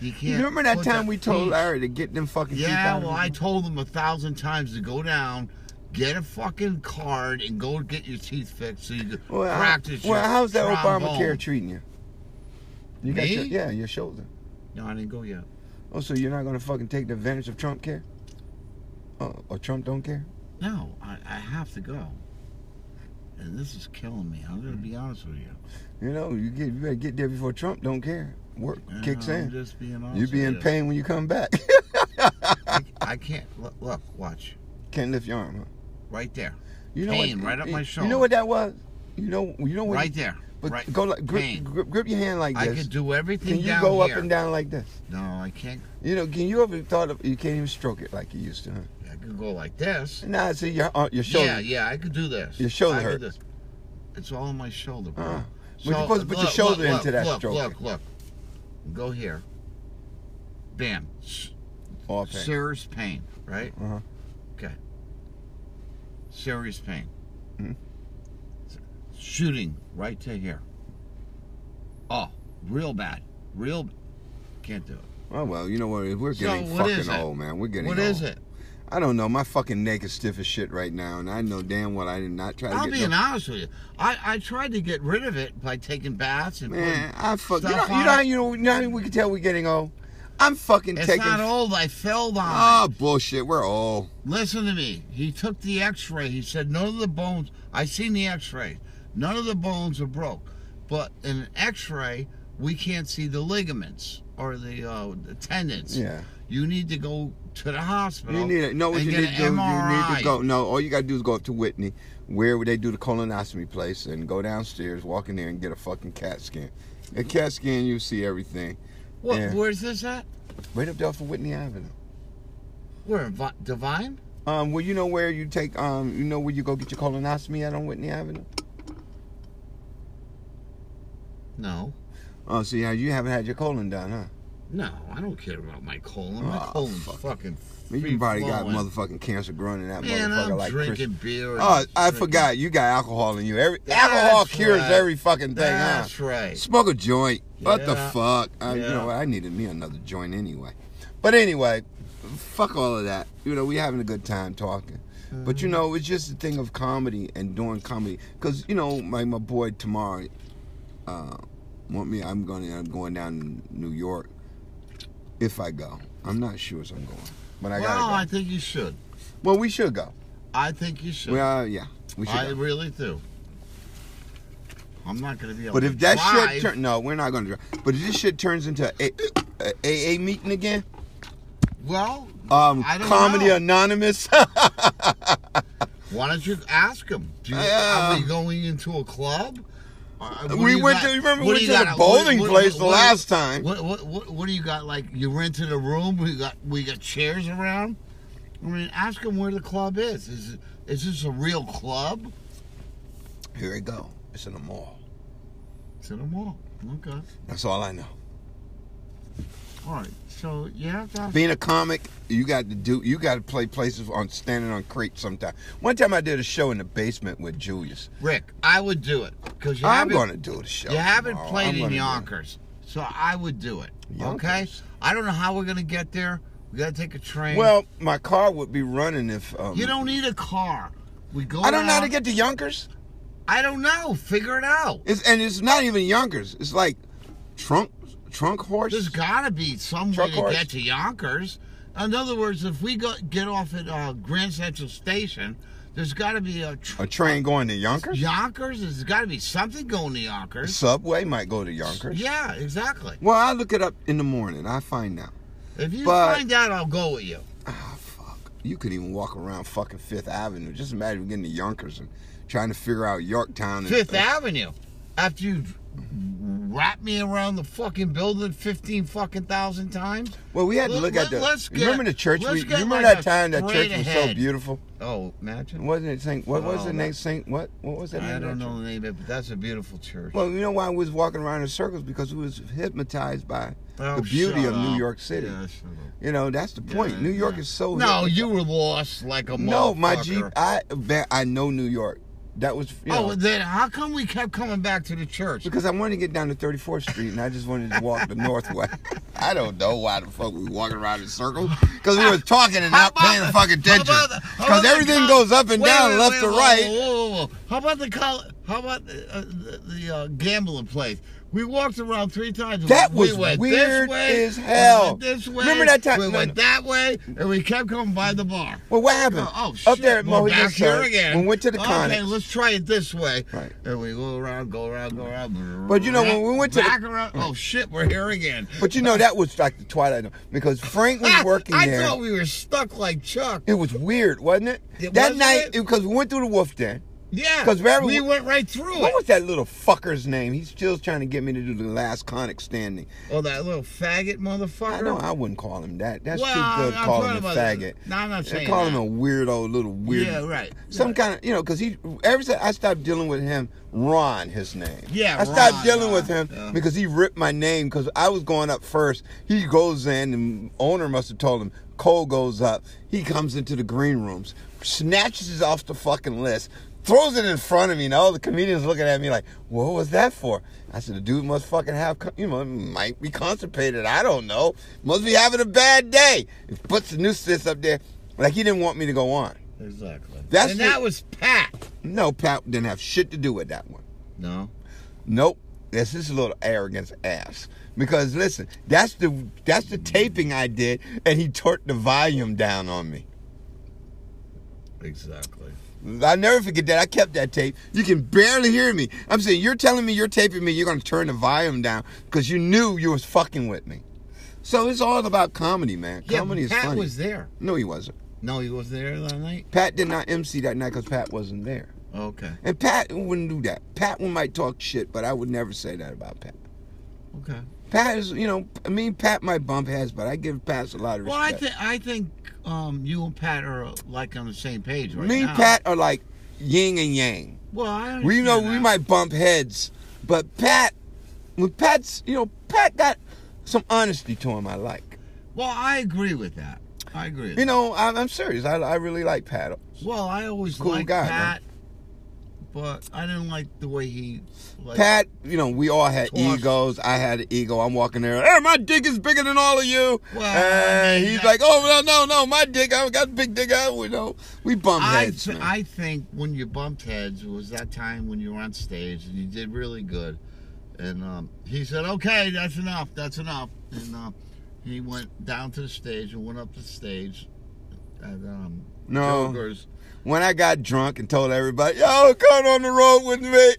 S2: he can't.
S1: You remember that
S2: put
S1: time
S2: the
S1: we told
S2: teeth-
S1: Larry to get them fucking teeth
S2: Yeah,
S1: out?
S2: well, I told him a thousand times to go down, get a fucking card, and go get your teeth fixed so you can
S1: well, I-
S2: practice.
S1: well,
S2: your
S1: how's that
S2: trombone.
S1: Obamacare treating you? You got
S2: Me?
S1: your yeah, your shoulder.
S2: No, I didn't go yet.
S1: Oh, so you're not gonna fucking take the advantage of Trump care? Oh, or Trump don't care?
S2: No, I, I have to go. And this is killing me. I'm gonna be
S1: Mm.
S2: honest with you.
S1: You know, you get you better get there before Trump don't care. Work
S2: And
S1: kicks
S2: I'm
S1: in.
S2: Just being honest
S1: You be
S2: with
S1: in pain when you come back.
S2: I, I can't look, look. Watch
S1: Can't lift your arm. Huh?
S2: right there.
S1: You
S2: Pain right up my
S1: You
S2: shoulder.
S1: know what that was? You know, you know what?
S2: Right there.
S1: But
S2: right.
S1: go like grip,
S2: Pain.
S1: grip, grip your hand like
S2: I
S1: this.
S2: could do everything
S1: Can you
S2: down
S1: go
S2: here.
S1: up and down like this?
S2: No, I can't.
S1: You know, can you ever thought of you can't even stroke it like you used to? Huh?
S2: I could go like this.
S1: Nah, see your uh, your shoulder.
S2: Yeah, yeah, I could do this.
S1: Your shoulder
S2: I
S1: hurt.
S2: could This. It's all in my shoulder, bro.
S1: Uh, but you're supposed to put your shoulder into that
S2: look,
S1: stroke.
S2: Look, look, Go here. Bam. S-
S1: All pain.
S2: Serious pain, right?
S1: Uh-huh.
S2: Okay. Serious pain.
S1: Mhm.
S2: S-
S1: Mm-hmm.
S2: Shooting right to here. Oh, real bad. Real. Can't do it.
S1: Oh well, you know what? We're
S2: So
S1: getting
S2: what is
S1: fucking
S2: it?
S1: old, man. We're getting
S2: What
S1: old.
S2: is it?
S1: I don't know. My fucking neck is stiff as shit right now, and I know damn well I did not try to
S2: I'll
S1: get.
S2: be
S1: no-
S2: honest with you. I, I tried to get rid of it by taking baths and
S1: Man, I fuck. You know,
S2: Stuff
S1: you
S2: on
S1: know, how
S2: it.
S1: you know, you know how we can tell we're getting old. I'm fucking
S2: It's
S1: taking.
S2: not old. I fell on.
S1: Oh bullshit. We're old.
S2: Listen to me. He took the X-ray. He said none of the bones. I seen the X-ray. None of the bones are broke, but in an X-ray we can't see the ligaments or the, uh, the tendons.
S1: Yeah.
S2: You need to go to the hospital.
S1: You need to know what
S2: and
S1: you
S2: get an
S1: need to do. You need
S2: MRI.
S1: to go. No, all you gotta do is go up to Whitney, where would they do the colonoscopy place, and go downstairs, walk in there, and get a fucking CAT scan. A CAT scan, you see everything.
S2: What?
S1: Yeah.
S2: Where's this at?
S1: Right up there off of Whitney Avenue.
S2: Where? Vi- Divine?
S1: Um, well, you know where you take, um, you know where you go get your colonoscopy at on Whitney Avenue.
S2: No.
S1: Oh, see how you haven't had your colon done, huh?
S2: No, I don't care about my colon. My
S1: Oh,
S2: colon's
S1: fuck.
S2: fucking.
S1: Man, you probably got
S2: free-flowing.
S1: motherfucking cancer growing in that
S2: Man,
S1: motherfucker
S2: I'm
S1: like Chris-
S2: drinking beer. and
S1: Oh, I
S2: drinking-
S1: forgot. You got alcohol in you. Every alcohol
S2: That's
S1: cures
S2: right.
S1: every fucking thing. huh?
S2: That's right.
S1: Smoke a joint. What the
S2: Yeah.
S1: fuck? I, You know
S2: Yeah.
S1: what? I needed me another joint anyway. But anyway, fuck all of that. You know, we having a good time talking. But you
S2: Mm.
S1: know, it's just a thing of comedy and doing comedy. Cause you know, my my boy tomorrow, uh, want me? I'm going. I'm going down to New York. If I go, I'm not sure if I'm going, but I
S2: well, I
S1: gotta
S2: think you should.
S1: go. Well, we should go.
S2: I think you should.
S1: Well, yeah, we should.
S2: I
S1: go.
S2: really do. I'm not going to be able
S1: But
S2: to
S1: if that
S2: drive,
S1: shit turn, no, we're not going to drive. But if this shit turns into a, a AA meeting again,
S2: Well,
S1: um,
S2: I don't
S1: comedy
S2: know.
S1: anonymous.
S2: why don't you ask him? Do you,
S1: Yeah.
S2: Are we going into a club? Uh, what
S1: We
S2: do you
S1: went
S2: got-
S1: to- you remember we
S2: what
S1: went
S2: do you
S1: to the
S2: got-
S1: bowling place the last time.
S2: What, what what what do you got? Like you rented a room. We got we got chairs around. I mean, ask him where the club is. Is it, is this a real club?
S1: Here we go. It's in a mall.
S2: It's in a mall. Okay.
S1: That's all I know.
S2: All right. So yeah, that's
S1: Being a comic, you got to do. You got to play places on standing on crates. Sometime. One time I did a show in the basement with Julius.
S2: Rick. I would do it because you
S1: I'm
S2: haven't-
S1: going to do the show.
S2: You haven't
S1: tomorrow.
S2: played
S1: I'm
S2: in
S1: gonna do it.
S2: Yonkers, so I would do it. Okay?
S1: Yonkers?
S2: I don't know how we're going to get there. We gotta take a train.
S1: Well, my car would be running if um,
S2: you don't need a car. We go.
S1: I don't know how to
S2: out-
S1: get to Yonkers.
S2: I don't know. Figure it out.
S1: It's and it's not even Yonkers. It's like trunk trunk horse.
S2: There's gotta be some
S1: Truck
S2: way to
S1: horse.
S2: get to Yonkers. In other words, if we go get off at uh, Grand Central Station, there's gotta be a, tr-
S1: a train going to Yonkers.
S2: Yonkers. There's gotta be something going to Yonkers.
S1: Subway might go to Yonkers.
S2: Yeah, exactly.
S1: Well, I look it up in the morning. I find out.
S2: If you
S1: But-
S2: find out, I'll go with you.
S1: Ah, fuck. You could even walk around fucking Fifth Avenue. Just imagine getting to Yonkers and trying to figure out Yorktown. And,
S2: Fifth Avenue. After you wrap me around the fucking building fifteen fucking thousand times.
S1: Well, we had to
S2: Let-
S1: look at
S2: let-
S1: the.
S2: let's get-
S1: remember the church?
S2: let's
S1: We, you
S2: get
S1: remember
S2: like
S1: that
S2: a
S1: time that
S2: straight
S1: church was so
S2: ahead.
S1: beautiful?
S2: Oh, imagine.
S1: Wasn't it Saint? What was
S2: Oh,
S1: the
S2: that-
S1: name? Saint? What? What was that?
S2: I
S1: name of
S2: don't
S1: that
S2: know
S1: church?
S2: the name of it, but that's a beautiful church.
S1: Well, you know why we was walking around in circles because we was hypnotized by
S2: Oh,
S1: the beauty
S2: shut
S1: of New
S2: up.
S1: York City.
S2: Yeah, shut up.
S1: You know that's the point.
S2: Yeah,
S1: New York
S2: yeah.
S1: is so.
S2: No,
S1: hypnotized.
S2: you were lost like a
S1: No, my Jeep.
S2: motherfucker.
S1: I man, I know New York. That was you know,
S2: Oh, then how come we kept coming back to the church?
S1: because I wanted to get down to 34th Street and I just wanted to walk the north way. I don't know why the fuck we walking around in circles because we were talking and
S2: How
S1: not
S2: about
S1: paying
S2: the-
S1: fucking
S2: how about
S1: attention
S2: the- how about
S1: because
S2: the
S1: everything
S2: col-
S1: goes up and
S2: Wait,
S1: down,
S2: wait,
S1: left
S2: wait,
S1: to
S2: whoa,
S1: right.
S2: Whoa, whoa, whoa. How about the col- How about the, uh, the, the uh, gambling place? We walked around three times.
S1: That
S2: we
S1: was
S2: went
S1: weird
S2: this way,
S1: as hell.
S2: We went this way.
S1: Remember that time-
S2: We
S1: no,
S2: went
S1: no.
S2: that way, and we kept going by the bar.
S1: Well, what happened?
S2: Oh,
S1: Up
S2: shit.
S1: there at
S2: We're
S1: Mohegan
S2: back here
S1: Sun,
S2: again. Oh,
S1: when we went to the
S2: okay,
S1: Connex.
S2: let's try it this way.
S1: Right.
S2: And we go around, go around, go around.
S1: But you know, when we went to the-
S2: back around, oh shit, we're here again.
S1: But you know that was like the twilight zone because Frank was working
S2: Ah, I
S1: there.
S2: thought we were stuck like Chuck.
S1: It was weird, wasn't it?
S2: It
S1: that
S2: wasn't
S1: night,
S2: it?
S1: because we went through the wolf den.
S2: Yeah,
S1: 'Cause Barry
S2: we
S1: w-
S2: went right through
S1: What
S2: it.
S1: was that little fucker's name? He's still trying to get me to do the last conic standing.
S2: Oh, that little faggot motherfucker.
S1: I know I wouldn't call him that. That's
S2: Well,
S1: too good
S2: I'm
S1: calling
S2: talking
S1: him a
S2: about-
S1: faggot.
S2: No, I'm not
S1: They
S2: saying
S1: call
S2: that.
S1: him a weirdo, little weird.
S2: Yeah, right.
S1: Some
S2: Yeah.
S1: kind of, you know, because he, ever since I stopped dealing with him, Ron, his name.
S2: Yeah,
S1: I stopped
S2: Ron,
S1: dealing
S2: Ron.
S1: with him
S2: Yeah.
S1: because he ripped my name because I was going up first. He goes in, and owner must have told him, Cole goes up. He comes into the green rooms, snatches it off the fucking list. Throws it in front of me, and all the comedians looking at me like, "What was that for?" I said, "The dude must fucking have, co- you know, might be constipated. I don't know. Must be having a bad day." It puts the nuisance up there, like he didn't want me to go on.
S2: Exactly.
S1: That's
S2: and
S1: the-
S2: that was Pat.
S1: No, Pat didn't have shit to do with that one.
S2: No.
S1: Nope. That's his little arrogance ass. Because listen, that's the that's the taping I did, and he torqued the volume down on me.
S2: Exactly.
S1: I never forget that. I kept that tape. You can barely hear me. I'm saying you're telling me you're taping me. You're gonna turn the volume down because you knew you was fucking with me. So it's all about comedy, man.
S2: Yeah,
S1: comedy is
S2: Pat
S1: funny.
S2: was there.
S1: no, he wasn't.
S2: No, he wasn't there that night.
S1: Pat did not MC that night because Pat wasn't there.
S2: Okay.
S1: And Pat wouldn't do that. Pat might talk shit, but I would never say that about Pat.
S2: Okay.
S1: Pat is, you know, I mean, Pat might bump heads, but I give Pat a lot of respect.
S2: Well, I think I think um, you and Pat are like on the same page right
S1: Me
S2: now.
S1: and Pat are like yin and yang.
S2: Well, I understand
S1: We know we
S2: that.
S1: might bump heads, but Pat, when Pat's, you know, Pat got some honesty to him I like.
S2: Well, I agree with that. I agree. With
S1: You know, I'm, I'm serious. I, I really like Pat.
S2: that. Well, I always
S1: cool
S2: liked
S1: guy,
S2: Pat, but I didn't like the way he. Like,
S1: Pat, you know, we all had
S2: Twice.
S1: egos. I had an ego. I'm walking there. Hey, my dick is bigger than all of you.
S2: Well, I
S1: and
S2: mean,
S1: he's
S2: that-
S1: like, oh no, no, no, my dick. I got a big dick. I, you know, we bump
S2: I,
S1: heads.
S2: th-
S1: man.
S2: I think when you bumped heads was that time when you were on stage and you did really good. And um, he said, okay, that's enough, that's enough. And um, he went down to the stage and went up the stage at um,
S1: No.
S2: Joker's.
S1: when I got drunk and told everybody, yo, come on the road with me.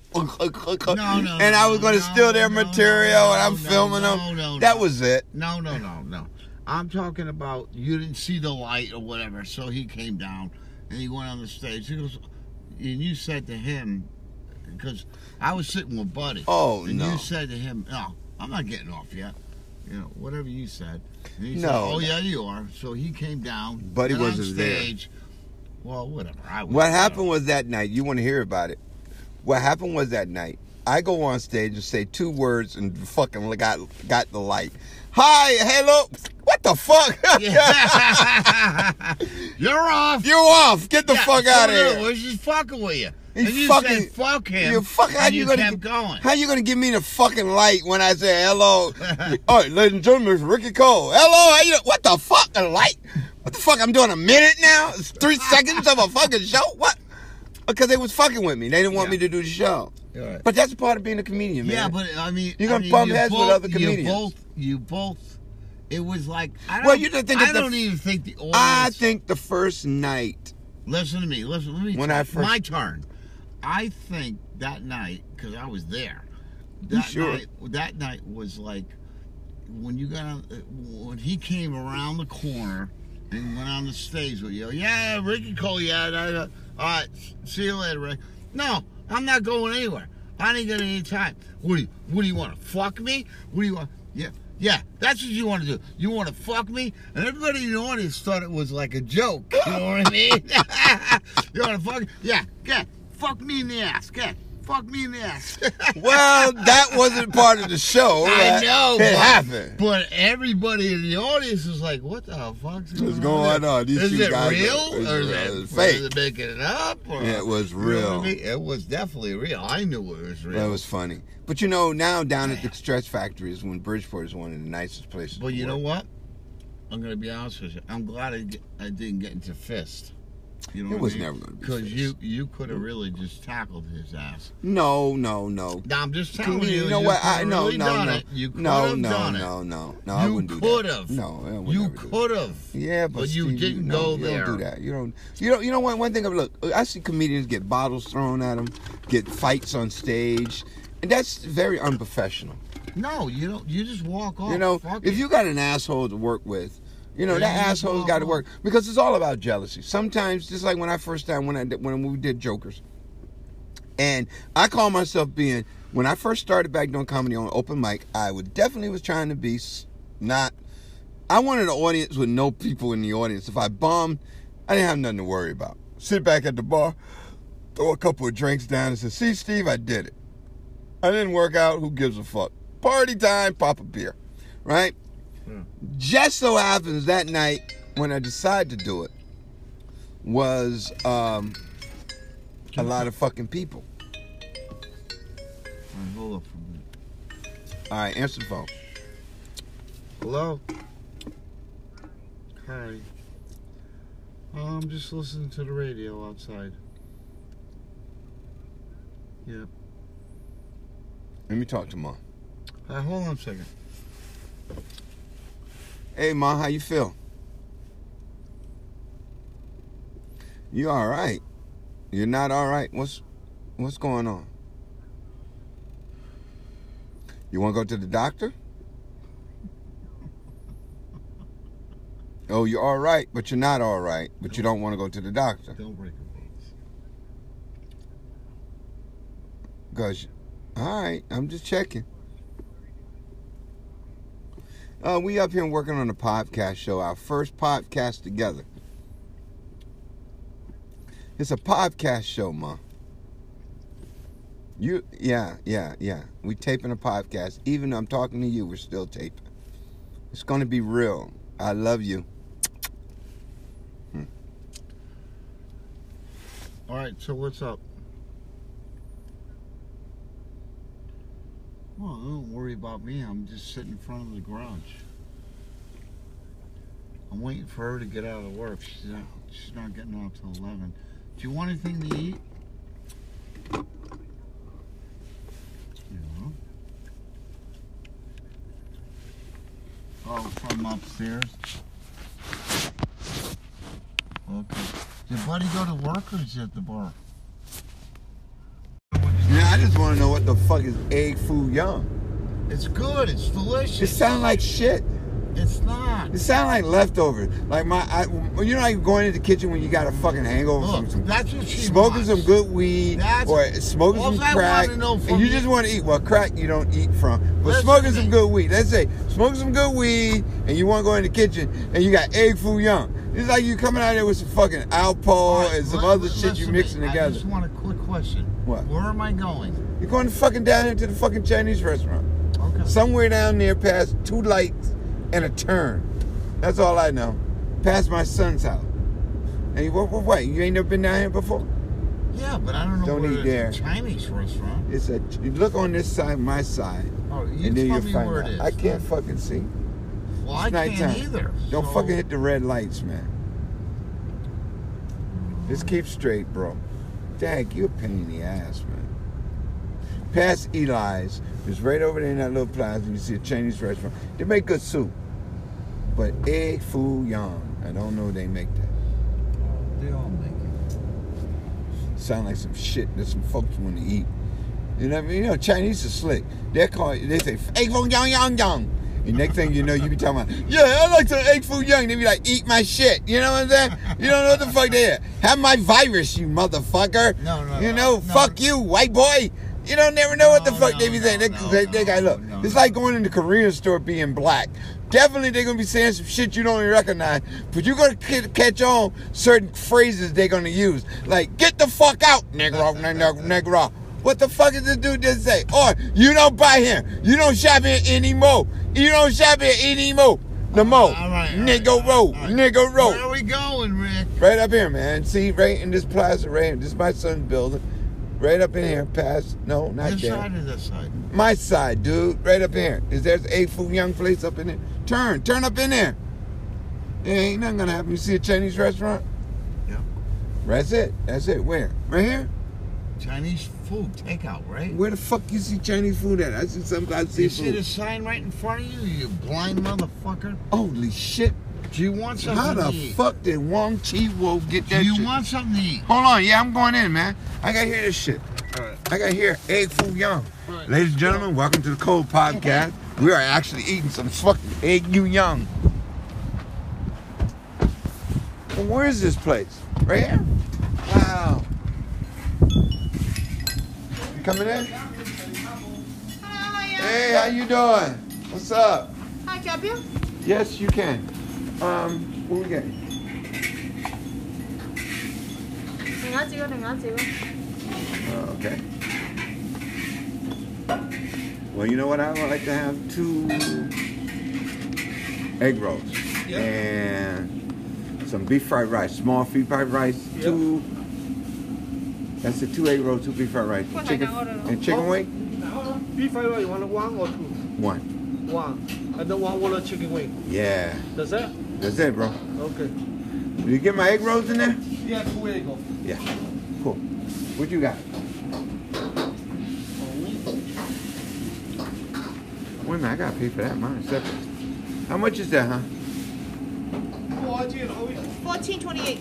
S2: No, no,
S1: and I was
S2: no,
S1: going to
S2: no,
S1: steal their
S2: no,
S1: material
S2: no,
S1: and I'm
S2: no,
S1: filming
S2: no,
S1: them.
S2: no,
S1: that
S2: no.
S1: was it.
S2: No, no, no, no. I'm talking about you didn't see the light or whatever, so he came down and he went on the stage. He goes, and you said to him, because I was sitting with Buddy.
S1: Oh,
S2: and
S1: no.
S2: you said to him, "No, I'm not getting off yet." You know, whatever you said. And he said,
S1: No,
S2: "Oh
S1: no.
S2: yeah, you are." So he came down.
S1: Buddy
S2: went on
S1: wasn't there.
S2: stage. Well, whatever. I was
S1: What happened was that night, you want to hear about it. What happened was that night, I go on stage and say two words and fucking got got the light. Hi, hello. What What the fuck?
S2: You're off.
S1: you off. Get the
S2: Yeah,
S1: fuck
S2: so
S1: out of
S2: do.
S1: here.
S2: We're just fucking with you.
S1: He's
S2: and you
S1: fucking-
S2: said fuck him.
S1: You fuck, how
S2: and
S1: you,
S2: you
S1: gonna
S2: kept going.
S1: How you gonna give me the fucking light when I say hello? All right, ladies and gentlemen, it's Ricky Cole. Hello, how you? What the fuck? A light? What the fuck? I'm doing a minute now. It's three seconds of a fucking show. What? Because they was fucking with me. They didn't want
S2: Yeah.
S1: me to do the show.
S2: You're right.
S1: But that's part of being a comedian, man.
S2: yeah, but I mean,
S1: You're
S2: I
S1: gonna
S2: mean,
S1: bump
S2: you
S1: heads with
S2: both-
S1: other
S2: You
S1: comedians.
S2: both, you both. It was like I don't.
S1: Well, you didn't think
S2: I
S1: it's the-
S2: don't even think the audience.
S1: I think the first night.
S2: Listen to me. Listen. Let me.
S1: When
S2: talk-
S1: I first-
S2: my turn. I think that night because I was there.
S1: You
S2: That
S1: sure?
S2: Night, that night was like when you got on, when he came around the corner and went on the stage with you. Yeah, Ricky Cole. Yeah, da, da. uh, all right. s- See you later, Rick. No, I'm not going anywhere. I didn't get any time. What do you What do you want to fuck me? What do you want? Yeah. Yeah, that's what you want to do. You want to fuck me? And everybody in the audience thought it was like a joke. You know what I mean? you want to fuck? Yeah, yeah. Fuck me in the ass. Yeah, fuck me in the ass.
S1: Well, that wasn't part of the show.
S2: I
S1: right?
S2: know.
S1: It
S2: but,
S1: happened.
S2: But everybody in the audience is like, what the fuck's
S1: What's
S2: on?
S1: going on? These
S2: is
S1: two
S2: it
S1: guys are-
S2: real?
S1: is
S2: or
S1: it-
S2: is it
S1: it's fake.
S2: Is it making it up? Or,
S1: Yeah, it was
S2: You know what I
S1: real.
S2: mean? It was definitely real. I knew it was real.
S1: That was funny. But you know, now down at the Stretch Factory is when Bridgeport is one of the nicest places.
S2: but
S1: to
S2: you know
S1: work.
S2: what? I'm going to be honest with you. I'm glad I, di- I didn't get into fist. You know
S1: It
S2: what
S1: was
S2: I mean?
S1: never gonna be
S2: Because
S1: fist.
S2: you, you could have really just tackled his ass.
S1: No, no, no.
S2: Now, I'm just telling
S1: Comedian,
S2: you.
S1: you know what?
S2: could
S1: I
S2: have
S1: no,
S2: really
S1: no,
S2: done
S1: no,
S2: It. You could
S1: no,
S2: have
S1: no,
S2: done it.
S1: no, no, no. I
S2: You
S1: wouldn't do that.
S2: could have.
S1: No, I would
S2: You
S1: never do that.
S2: could have.
S1: Yeah, but,
S2: But you
S1: Steve,
S2: didn't
S1: no,
S2: go
S1: you
S2: there.
S1: Don't do that. You don't. You don't. You know what? One thing. I Look, I see comedians get bottles thrown at them, get fights on stage, and that's very unprofessional.
S2: No, you don't. You just walk off.
S1: you know,
S2: Oh, Fuck
S1: if
S2: it.
S1: you got an asshole to work with, you know
S2: Yeah,
S1: that
S2: you just
S1: asshole's
S2: walk
S1: got to
S2: off.
S1: work because it's all about jealousy. Sometimes, just like when I first time when I did, when we did Jokers, and I call myself being when I first started back doing comedy on open mic, I would definitely was trying to be s- not. I wanted an audience with no people in the audience. If I bombed, I didn't have nothing to worry about. Sit back at the bar, throw a couple of drinks down, and say, "See, Steve, I did it. I didn't work out. Who gives a fuck? Party time, pop a beer, right?" just so happens that night when I decided to do it was um, a lot of fucking people.
S2: Alright, hold up for a minute.
S1: All right, answer the phone.
S2: Hello. Hi. I'm just listening to the radio outside. Yeah.
S1: Let me talk to mom.
S2: Alright, Uh, hold on a second.
S1: Hey, ma, how you feel? You all right? You're not all right. What's what's going on? You want to go to the doctor? Oh, you're all right, but you're not all right, but you don't want to go to the doctor.
S2: Don't break your balls.
S1: Gosh, all right, I'm just checking. Uh, we up here working on a podcast show, our first podcast together. It's a podcast show, ma. You, yeah, yeah, yeah. We taping a podcast. Even though I'm talking to you, we're still taping. It's gonna be real. I love you.
S2: Alright, so what's up? Well, don't worry about me. I'm just sitting in front of the garage. I'm waiting for her to get out of work. She's not, she's not getting out till 11. Do you want anything to eat? Yeah. Oh, from upstairs. Okay. Did Buddy go to work or is he at the bar?
S1: Now I just want to know what the fuck is egg foo young.
S2: It's good. It's delicious.
S1: It sound like shit.
S2: It's not.
S1: It sound like leftovers. Like my, I, you know, how you going into the kitchen when you got a fucking hangover
S2: Look,
S1: from some,
S2: that's what she
S1: smoking
S2: wants.
S1: some good weed
S2: That's-
S1: or smoking
S2: All
S1: some
S2: I
S1: crack,
S2: wanna know
S1: and
S2: from
S1: you
S2: you-
S1: just want to eat. Well, crack you don't eat from, but
S2: Listen
S1: smoking
S2: to
S1: some
S2: me.
S1: good weed. Let's say smoking some good weed, and you want to go in the kitchen, and you got egg foo young. It's like you coming out there with some fucking alcohol and some
S2: Let-
S1: other
S2: let-
S1: shit you
S2: listen to
S1: mixing
S2: me. I
S1: together.
S2: just want a quick question.
S1: What?
S2: Where am I going?
S1: You're going fucking down here to the fucking Chinese restaurant,
S2: Okay.
S1: somewhere down there past two lights and a turn. That's all I know. Past my son's house. And you, what, what, what? You ain't never been down here before?
S2: Yeah, but I don't know
S1: Don't
S2: where
S1: eat
S2: the
S1: there.
S2: Chinese restaurant.
S1: It's a. You look on this side, my side,
S2: Oh, you
S1: and then
S2: tell
S1: you'll
S2: me
S1: find
S2: where
S1: out.
S2: it is.
S1: I can't fucking see.
S2: Well, I
S1: it's
S2: can't
S1: nighttime.
S2: either.
S1: Don't
S2: so-
S1: fucking hit the red lights, man. Just keep straight, bro. Dag, you a pain in the ass, man. Past Eli's, it's right over there in that little plaza. You see a Chinese restaurant. They make good soup, but egg foo young. I don't know they make that.
S2: They all make it.
S1: Sound like some shit that some folks want to eat. You know, what I mean? you know, Chinese are slick. They call they say egg foo young young young. And next thing you know, you be talking about, yeah, I like some egg foo young. They be like, eat my shit. You know what I'm saying? You don't know what the fuck they are. Have my virus, you motherfucker.
S2: No, no,
S1: You
S2: no,
S1: know,
S2: no.
S1: fuck you, white boy. You don't never know what the
S2: No,
S1: fuck they
S2: no,
S1: be saying.
S2: no,
S1: they,
S2: no,
S1: they, they
S2: no,
S1: gotta look.
S2: no,
S1: it's
S2: no.
S1: like going in the Korean store being black. Definitely they're gonna be saying some shit you don't even recognize, but you're gonna c- catch on certain phrases they're gonna use. Like, get the fuck out, negro, negro, negro. What the fuck is this dude just say? Or, you don't buy here. You don't shop here anymore. You don't shop here anymore. No more.
S2: All right, all right, all
S1: nigga
S2: right,
S1: roll.
S2: all right.
S1: Nigga roll.
S2: Where are we going, Rick?
S1: Right up here, man. See, right in this plaza, right here. This is my son's building. Right up in here, past. No, not
S2: This
S1: there.
S2: side or this side?
S1: My side, dude. Right up here. Is there's a Fu Young place up in there? Turn, turn up in there. Yeah, ain't nothing gonna happen. You see a Chinese restaurant?
S2: Yeah.
S1: That's it. That's it. Where? Right here?
S2: Chinese food takeout, right?
S1: Where the fuck you see Chinese food at? I see some guy see
S2: You see the
S1: food.
S2: sign right in front of you, you blind motherfucker?
S1: Holy shit.
S2: Do you want something
S1: How the
S2: to eat?
S1: fuck did Wong Chi Wo get that
S2: Do you
S1: shit?
S2: want something to eat?
S1: Hold on, yeah, I'm going in, man. I gotta hear this shit. I gotta hear Egg Foo Young.
S2: Right.
S1: Ladies and gentlemen, welcome to the Cold Podcast. We are actually eating some fucking Egg You Young. Well, where is this place? Right here? Wow. You coming in? Hey, how you doing? What's up?
S7: I help you?
S1: Yes, you can. Um, what we got?
S7: 你要几个？你要几个？
S1: Oh, okay. Well, you know what? I would like to have two egg rolls
S2: Yeah.
S1: and some beef fried rice, small beef fried rice,
S2: Yeah.
S1: two. That's the two egg rolls, two beef fried rice,
S7: What
S1: chicken
S7: I order?
S1: and chicken wing.
S8: Beef fried rice, you want one or two?
S1: One.
S8: One. And then one order chicken wing.
S1: Yeah,
S8: That's it?
S1: that's it, bro.
S8: Okay. Oh,
S1: Will you get my egg rolls in there?
S8: Yeah, two egg of
S1: Yeah. Cool. What you got? Wait a minute, I gotta pay for that. Mine separate. How much is that, huh?
S8: Oh,
S7: Fourteen twenty-eight.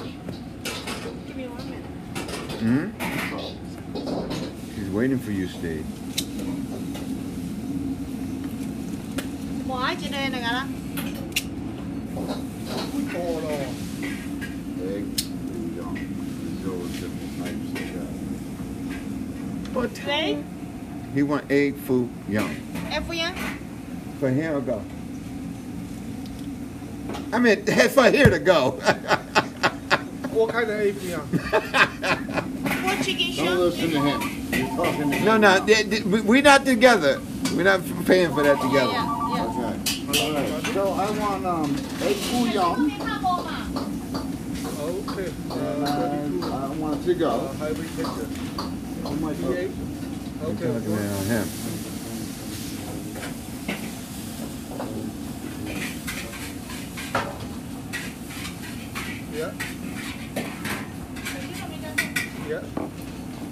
S7: Give me one minute.
S1: Hmm? She's waiting for you, Steve.
S7: 我爱一个那个啦，
S1: Egg, What?
S7: 喂
S1: He want egg foo young.
S7: ，F 呀，
S1: For him to go. I mean, for here to go.
S8: What kind of egg you want?
S7: 我 chicken
S2: Don't listen to
S7: shop。
S2: him. You're talking to him.
S1: no, no, they- they- we- we not together. We're not paying for that together.
S7: Yeah, yeah.
S2: Okay. All right. So I want um, egg foo young.
S7: 看无嘛？
S8: Okay. uh,
S2: and I I want to go.
S8: How we take the
S2: Oh my
S8: egg?
S1: Talking
S8: Okay.
S1: about him.
S8: Yeah. Yeah.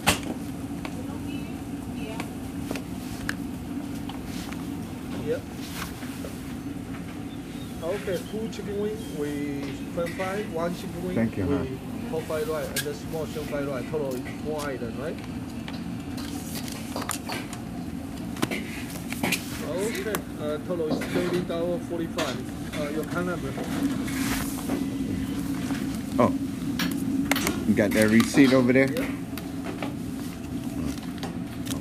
S8: Yeah. Okay, two chicken wing, we french fry, one chicken wing,
S1: Thank you,
S8: we
S1: hon.
S8: pork fried rice, and the small shrimp fried rice, total is four item, right? Okay, uh, total is thirty dollar forty five. Uh, your account number.
S1: Oh. You got that receipt over there?
S8: Yeah.
S1: Oh,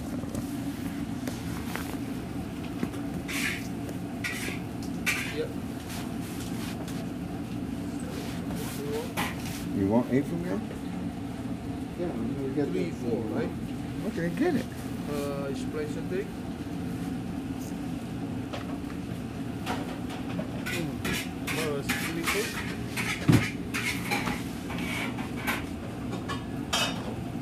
S1: You want eight from there?
S8: Yeah, I'm gonna get
S2: Three,
S8: the
S2: four, right?
S1: Okay, get it.
S8: Uh, ich spreche dich. Was ist die Cook?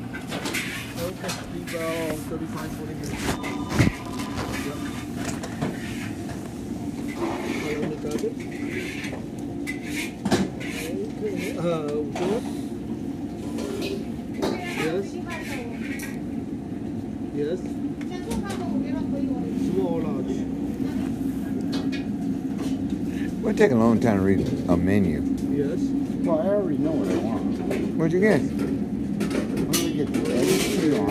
S8: Okay, about 35, 40 minutes. Yeah. Eine Karte. Okay. Uh, what? Yes, yes. Small, large.
S1: Well, it take a long time to read a menu.
S8: Yes.
S2: Well, I already know what I want.
S1: What'd you get?
S2: I'm gonna get the egg bouillon,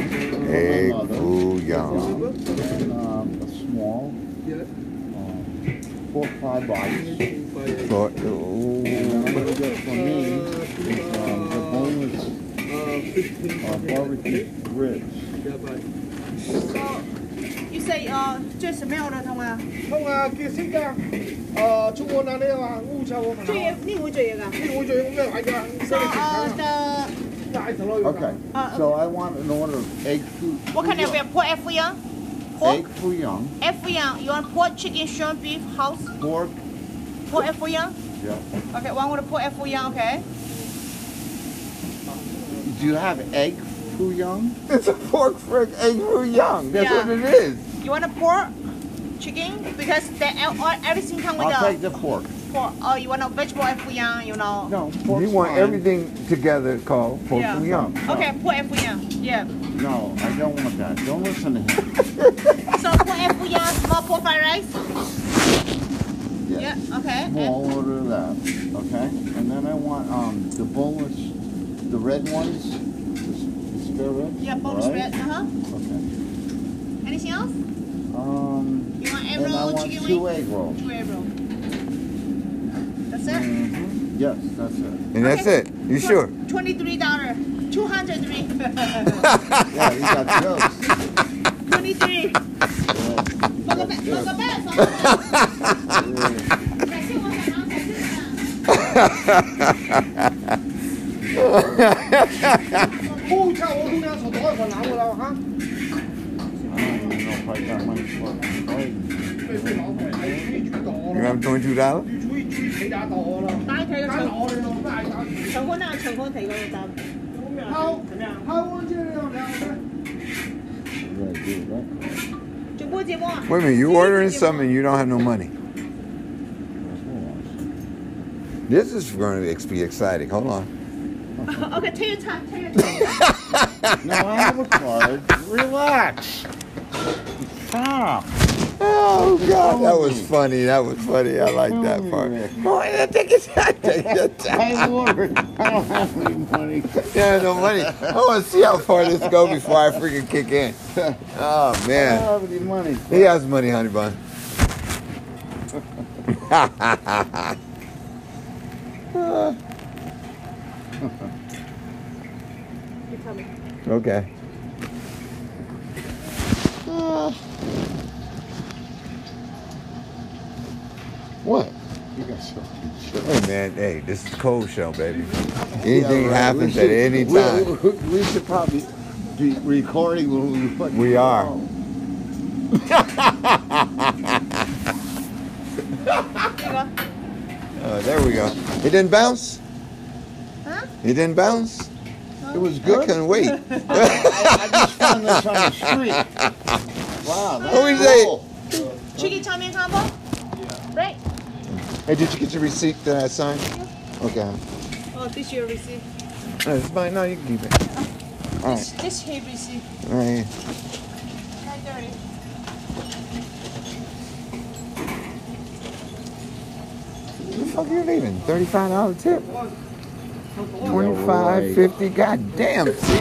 S1: Egg
S2: uh,
S1: bouillon.
S2: and, um, a small
S8: Yeah.
S2: um, pork pie body.
S8: Uh,
S1: For, ooh.
S2: And I'm gonna get for me um, the boneless uh, barbecue ribs.
S7: You say uh, 这什么样的汤啊？
S8: không à kia xích ra ờ trung quốc là đây là ngu chào mà
S7: 这也你会这个？
S8: đi ngồi chơi cũng được anh ra
S7: So uh, the
S8: lại thằng lôi
S2: Okay,
S7: Uh,
S2: so I want an order of egg foo.
S7: what kind of
S2: foo young.
S7: pork F young? Pork
S2: Egg foo young,
S7: F young. You want pork, chicken, shrimp, beef, house?
S2: pork,
S7: Pork F young.
S2: yeah.
S7: Okay, one with a pork F young. Okay.
S2: Do you have egg foo young?
S1: It's a pork frick egg foo young. That's
S7: Yeah.
S1: what it is.
S7: You want a pork, chicken? Because they all everything come with
S2: I'll
S7: a
S2: take the pork.
S7: pork. Oh, you want a vegetable F young? You know.
S2: No,
S1: You
S2: pork's
S1: want
S2: fine.
S1: everything together called pork
S7: Yeah. Oh,
S1: foo young.
S7: Okay, pork F young. Yeah.
S2: No, I don't want that. Don't listen to him.
S7: So pork F young, small pork fried rice. Yeah. Okay. And-
S2: Small order of that, okay? And then I want, um, the boneless, the red ones, the s- the spare ribs.
S7: Yeah, boneless
S2: alright?
S7: red. Uh huh.
S2: Okay.
S7: Anything else?
S2: Um,
S7: You want egg
S2: and I
S7: roll,
S2: want
S7: chicken
S2: two
S7: wing?
S2: egg rolls.
S7: Two egg roll. That's it.
S2: Mhm. Yes, that's it.
S1: And that's
S7: Okay.
S1: it. You sure?
S7: Twenty-three dollar, two hundred three.
S2: Yeah, you got jokes.
S7: Twenty-three.
S2: Yeah, you
S7: Look
S2: got
S7: at that.
S2: jokes.
S7: Look at that.
S2: Yeah.
S7: That's it, what's the answer to that?
S8: ngu chào không ra sổ tối còn lắm rồi đâu
S2: I
S8: hả
S2: don't even know if I got money for it. Right.
S8: Mày phải bảo vệ thấy cái chuyện đó
S1: You
S8: là-
S1: have twenty-two dollars?
S8: Đi chú ý, chú ý thấy đá to là-
S7: Đá thấy là
S8: Đá
S7: sao?
S8: to thì nó cũng lại đá-
S7: 成功那成功才够咱们。
S8: Không, không, chứ đéo- đéo-
S2: Right, dude, right?
S7: 直播节目啊。
S1: Wait a minute, you ordering something you don't have no money. This is going to be exciting. Hold on.
S7: OK，take your time, take your time.
S2: No, I have a card. Relax. Stop.
S1: Oh God, that was funny. That was funny. I like that part. Oh, yeah, take your time. Take your time.
S2: I ordered. I don't have any money.
S1: Yeah, no money. I want to see how far this go before I freaking kick in. Oh
S2: I
S1: man.
S2: don't have any money.
S1: He has money, honey bun.
S7: You tell me.
S1: Okay.
S2: What? You got something.
S1: Hey man, hey, this is the cold show, baby.
S2: Yeah,
S1: Anything
S2: right. We
S1: happens at
S2: should-
S1: any
S2: we-
S1: time.
S2: We, we should probably be recording when we fucking
S1: We
S2: go
S1: are.
S2: home. Oh.
S7: 那个
S1: Oh, there we go. It didn't bounce.
S7: Huh?
S1: It didn't bounce.
S2: It was
S1: I
S2: good.
S1: couldn't wait.
S2: I, I just found this on the street. Wow. That's
S1: What we say?
S2: cool.
S7: chicken 炒面汤包。Right.
S1: Hey, did you get your receipt that I signed? Okay.
S7: Oh, this your receipt.
S1: No, it's fine. No, you can keep it. All
S7: This
S1: right.
S7: this here receipt.
S1: All right.
S7: Nine thirty.
S1: Who the fuck are you leaving? Thirty-five dollar tip.
S2: right.
S1: Twenty-five, fifty. God damn. See,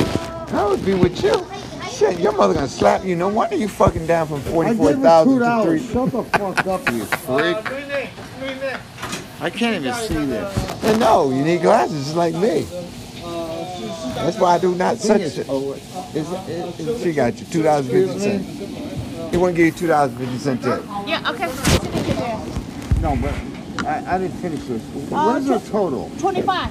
S1: I would be with you. Shit, your mother gonna slap you. No wonder you fucking down from
S2: I
S1: forty-four
S2: gave her
S1: thousand
S2: two
S1: to
S2: dollars.
S1: three.
S2: Shut the fuck up, you freak.
S8: À, đây này, đây này.
S2: I can't even see this.
S1: And no, you need glasses just like me.
S8: Ờ, sư- sư đại
S1: That's why I do not
S2: Thing
S1: such.
S2: is,
S1: Is,
S2: oh, it's, it's,
S1: she got you two dollars fifty cents. He won't give you two dollars fifty cent tip.
S7: Yeah. OK.
S2: no, but I, I didn't finish this. Uh,
S7: Uh,
S2: What is her total?
S7: Twenty-five.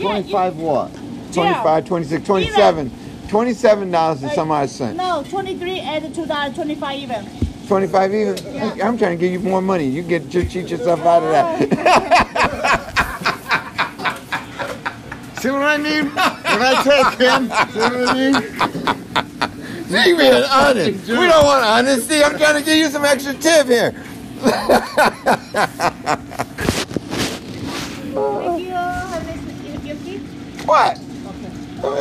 S1: 25 what?
S7: Yeah.
S1: 25, 26, 27. 27 dollars and some odd cents.
S7: No, 23 and two dollar 25 even.
S1: 25 even? I- I'm trying to give you more money. You get just cheat yourself out of that.
S2: See what I mean? When I take him, see what I mean?
S1: See, man, honest. We don't want honesty. I'm trying to give you some extra tip here.
S7: Thank you. Have a nice your gift.
S1: What?
S7: Okay, 10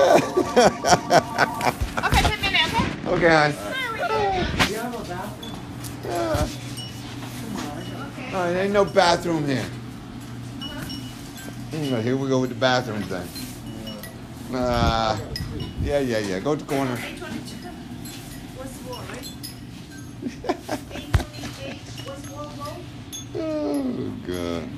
S7: minutes, okay?
S1: Okay, hon. All right, ain't no bathroom here. Anyway, here we go with the bathroom thing. Uh, yeah, yeah, yeah. Go to the corner.
S7: What's more, right?
S1: Oh, good.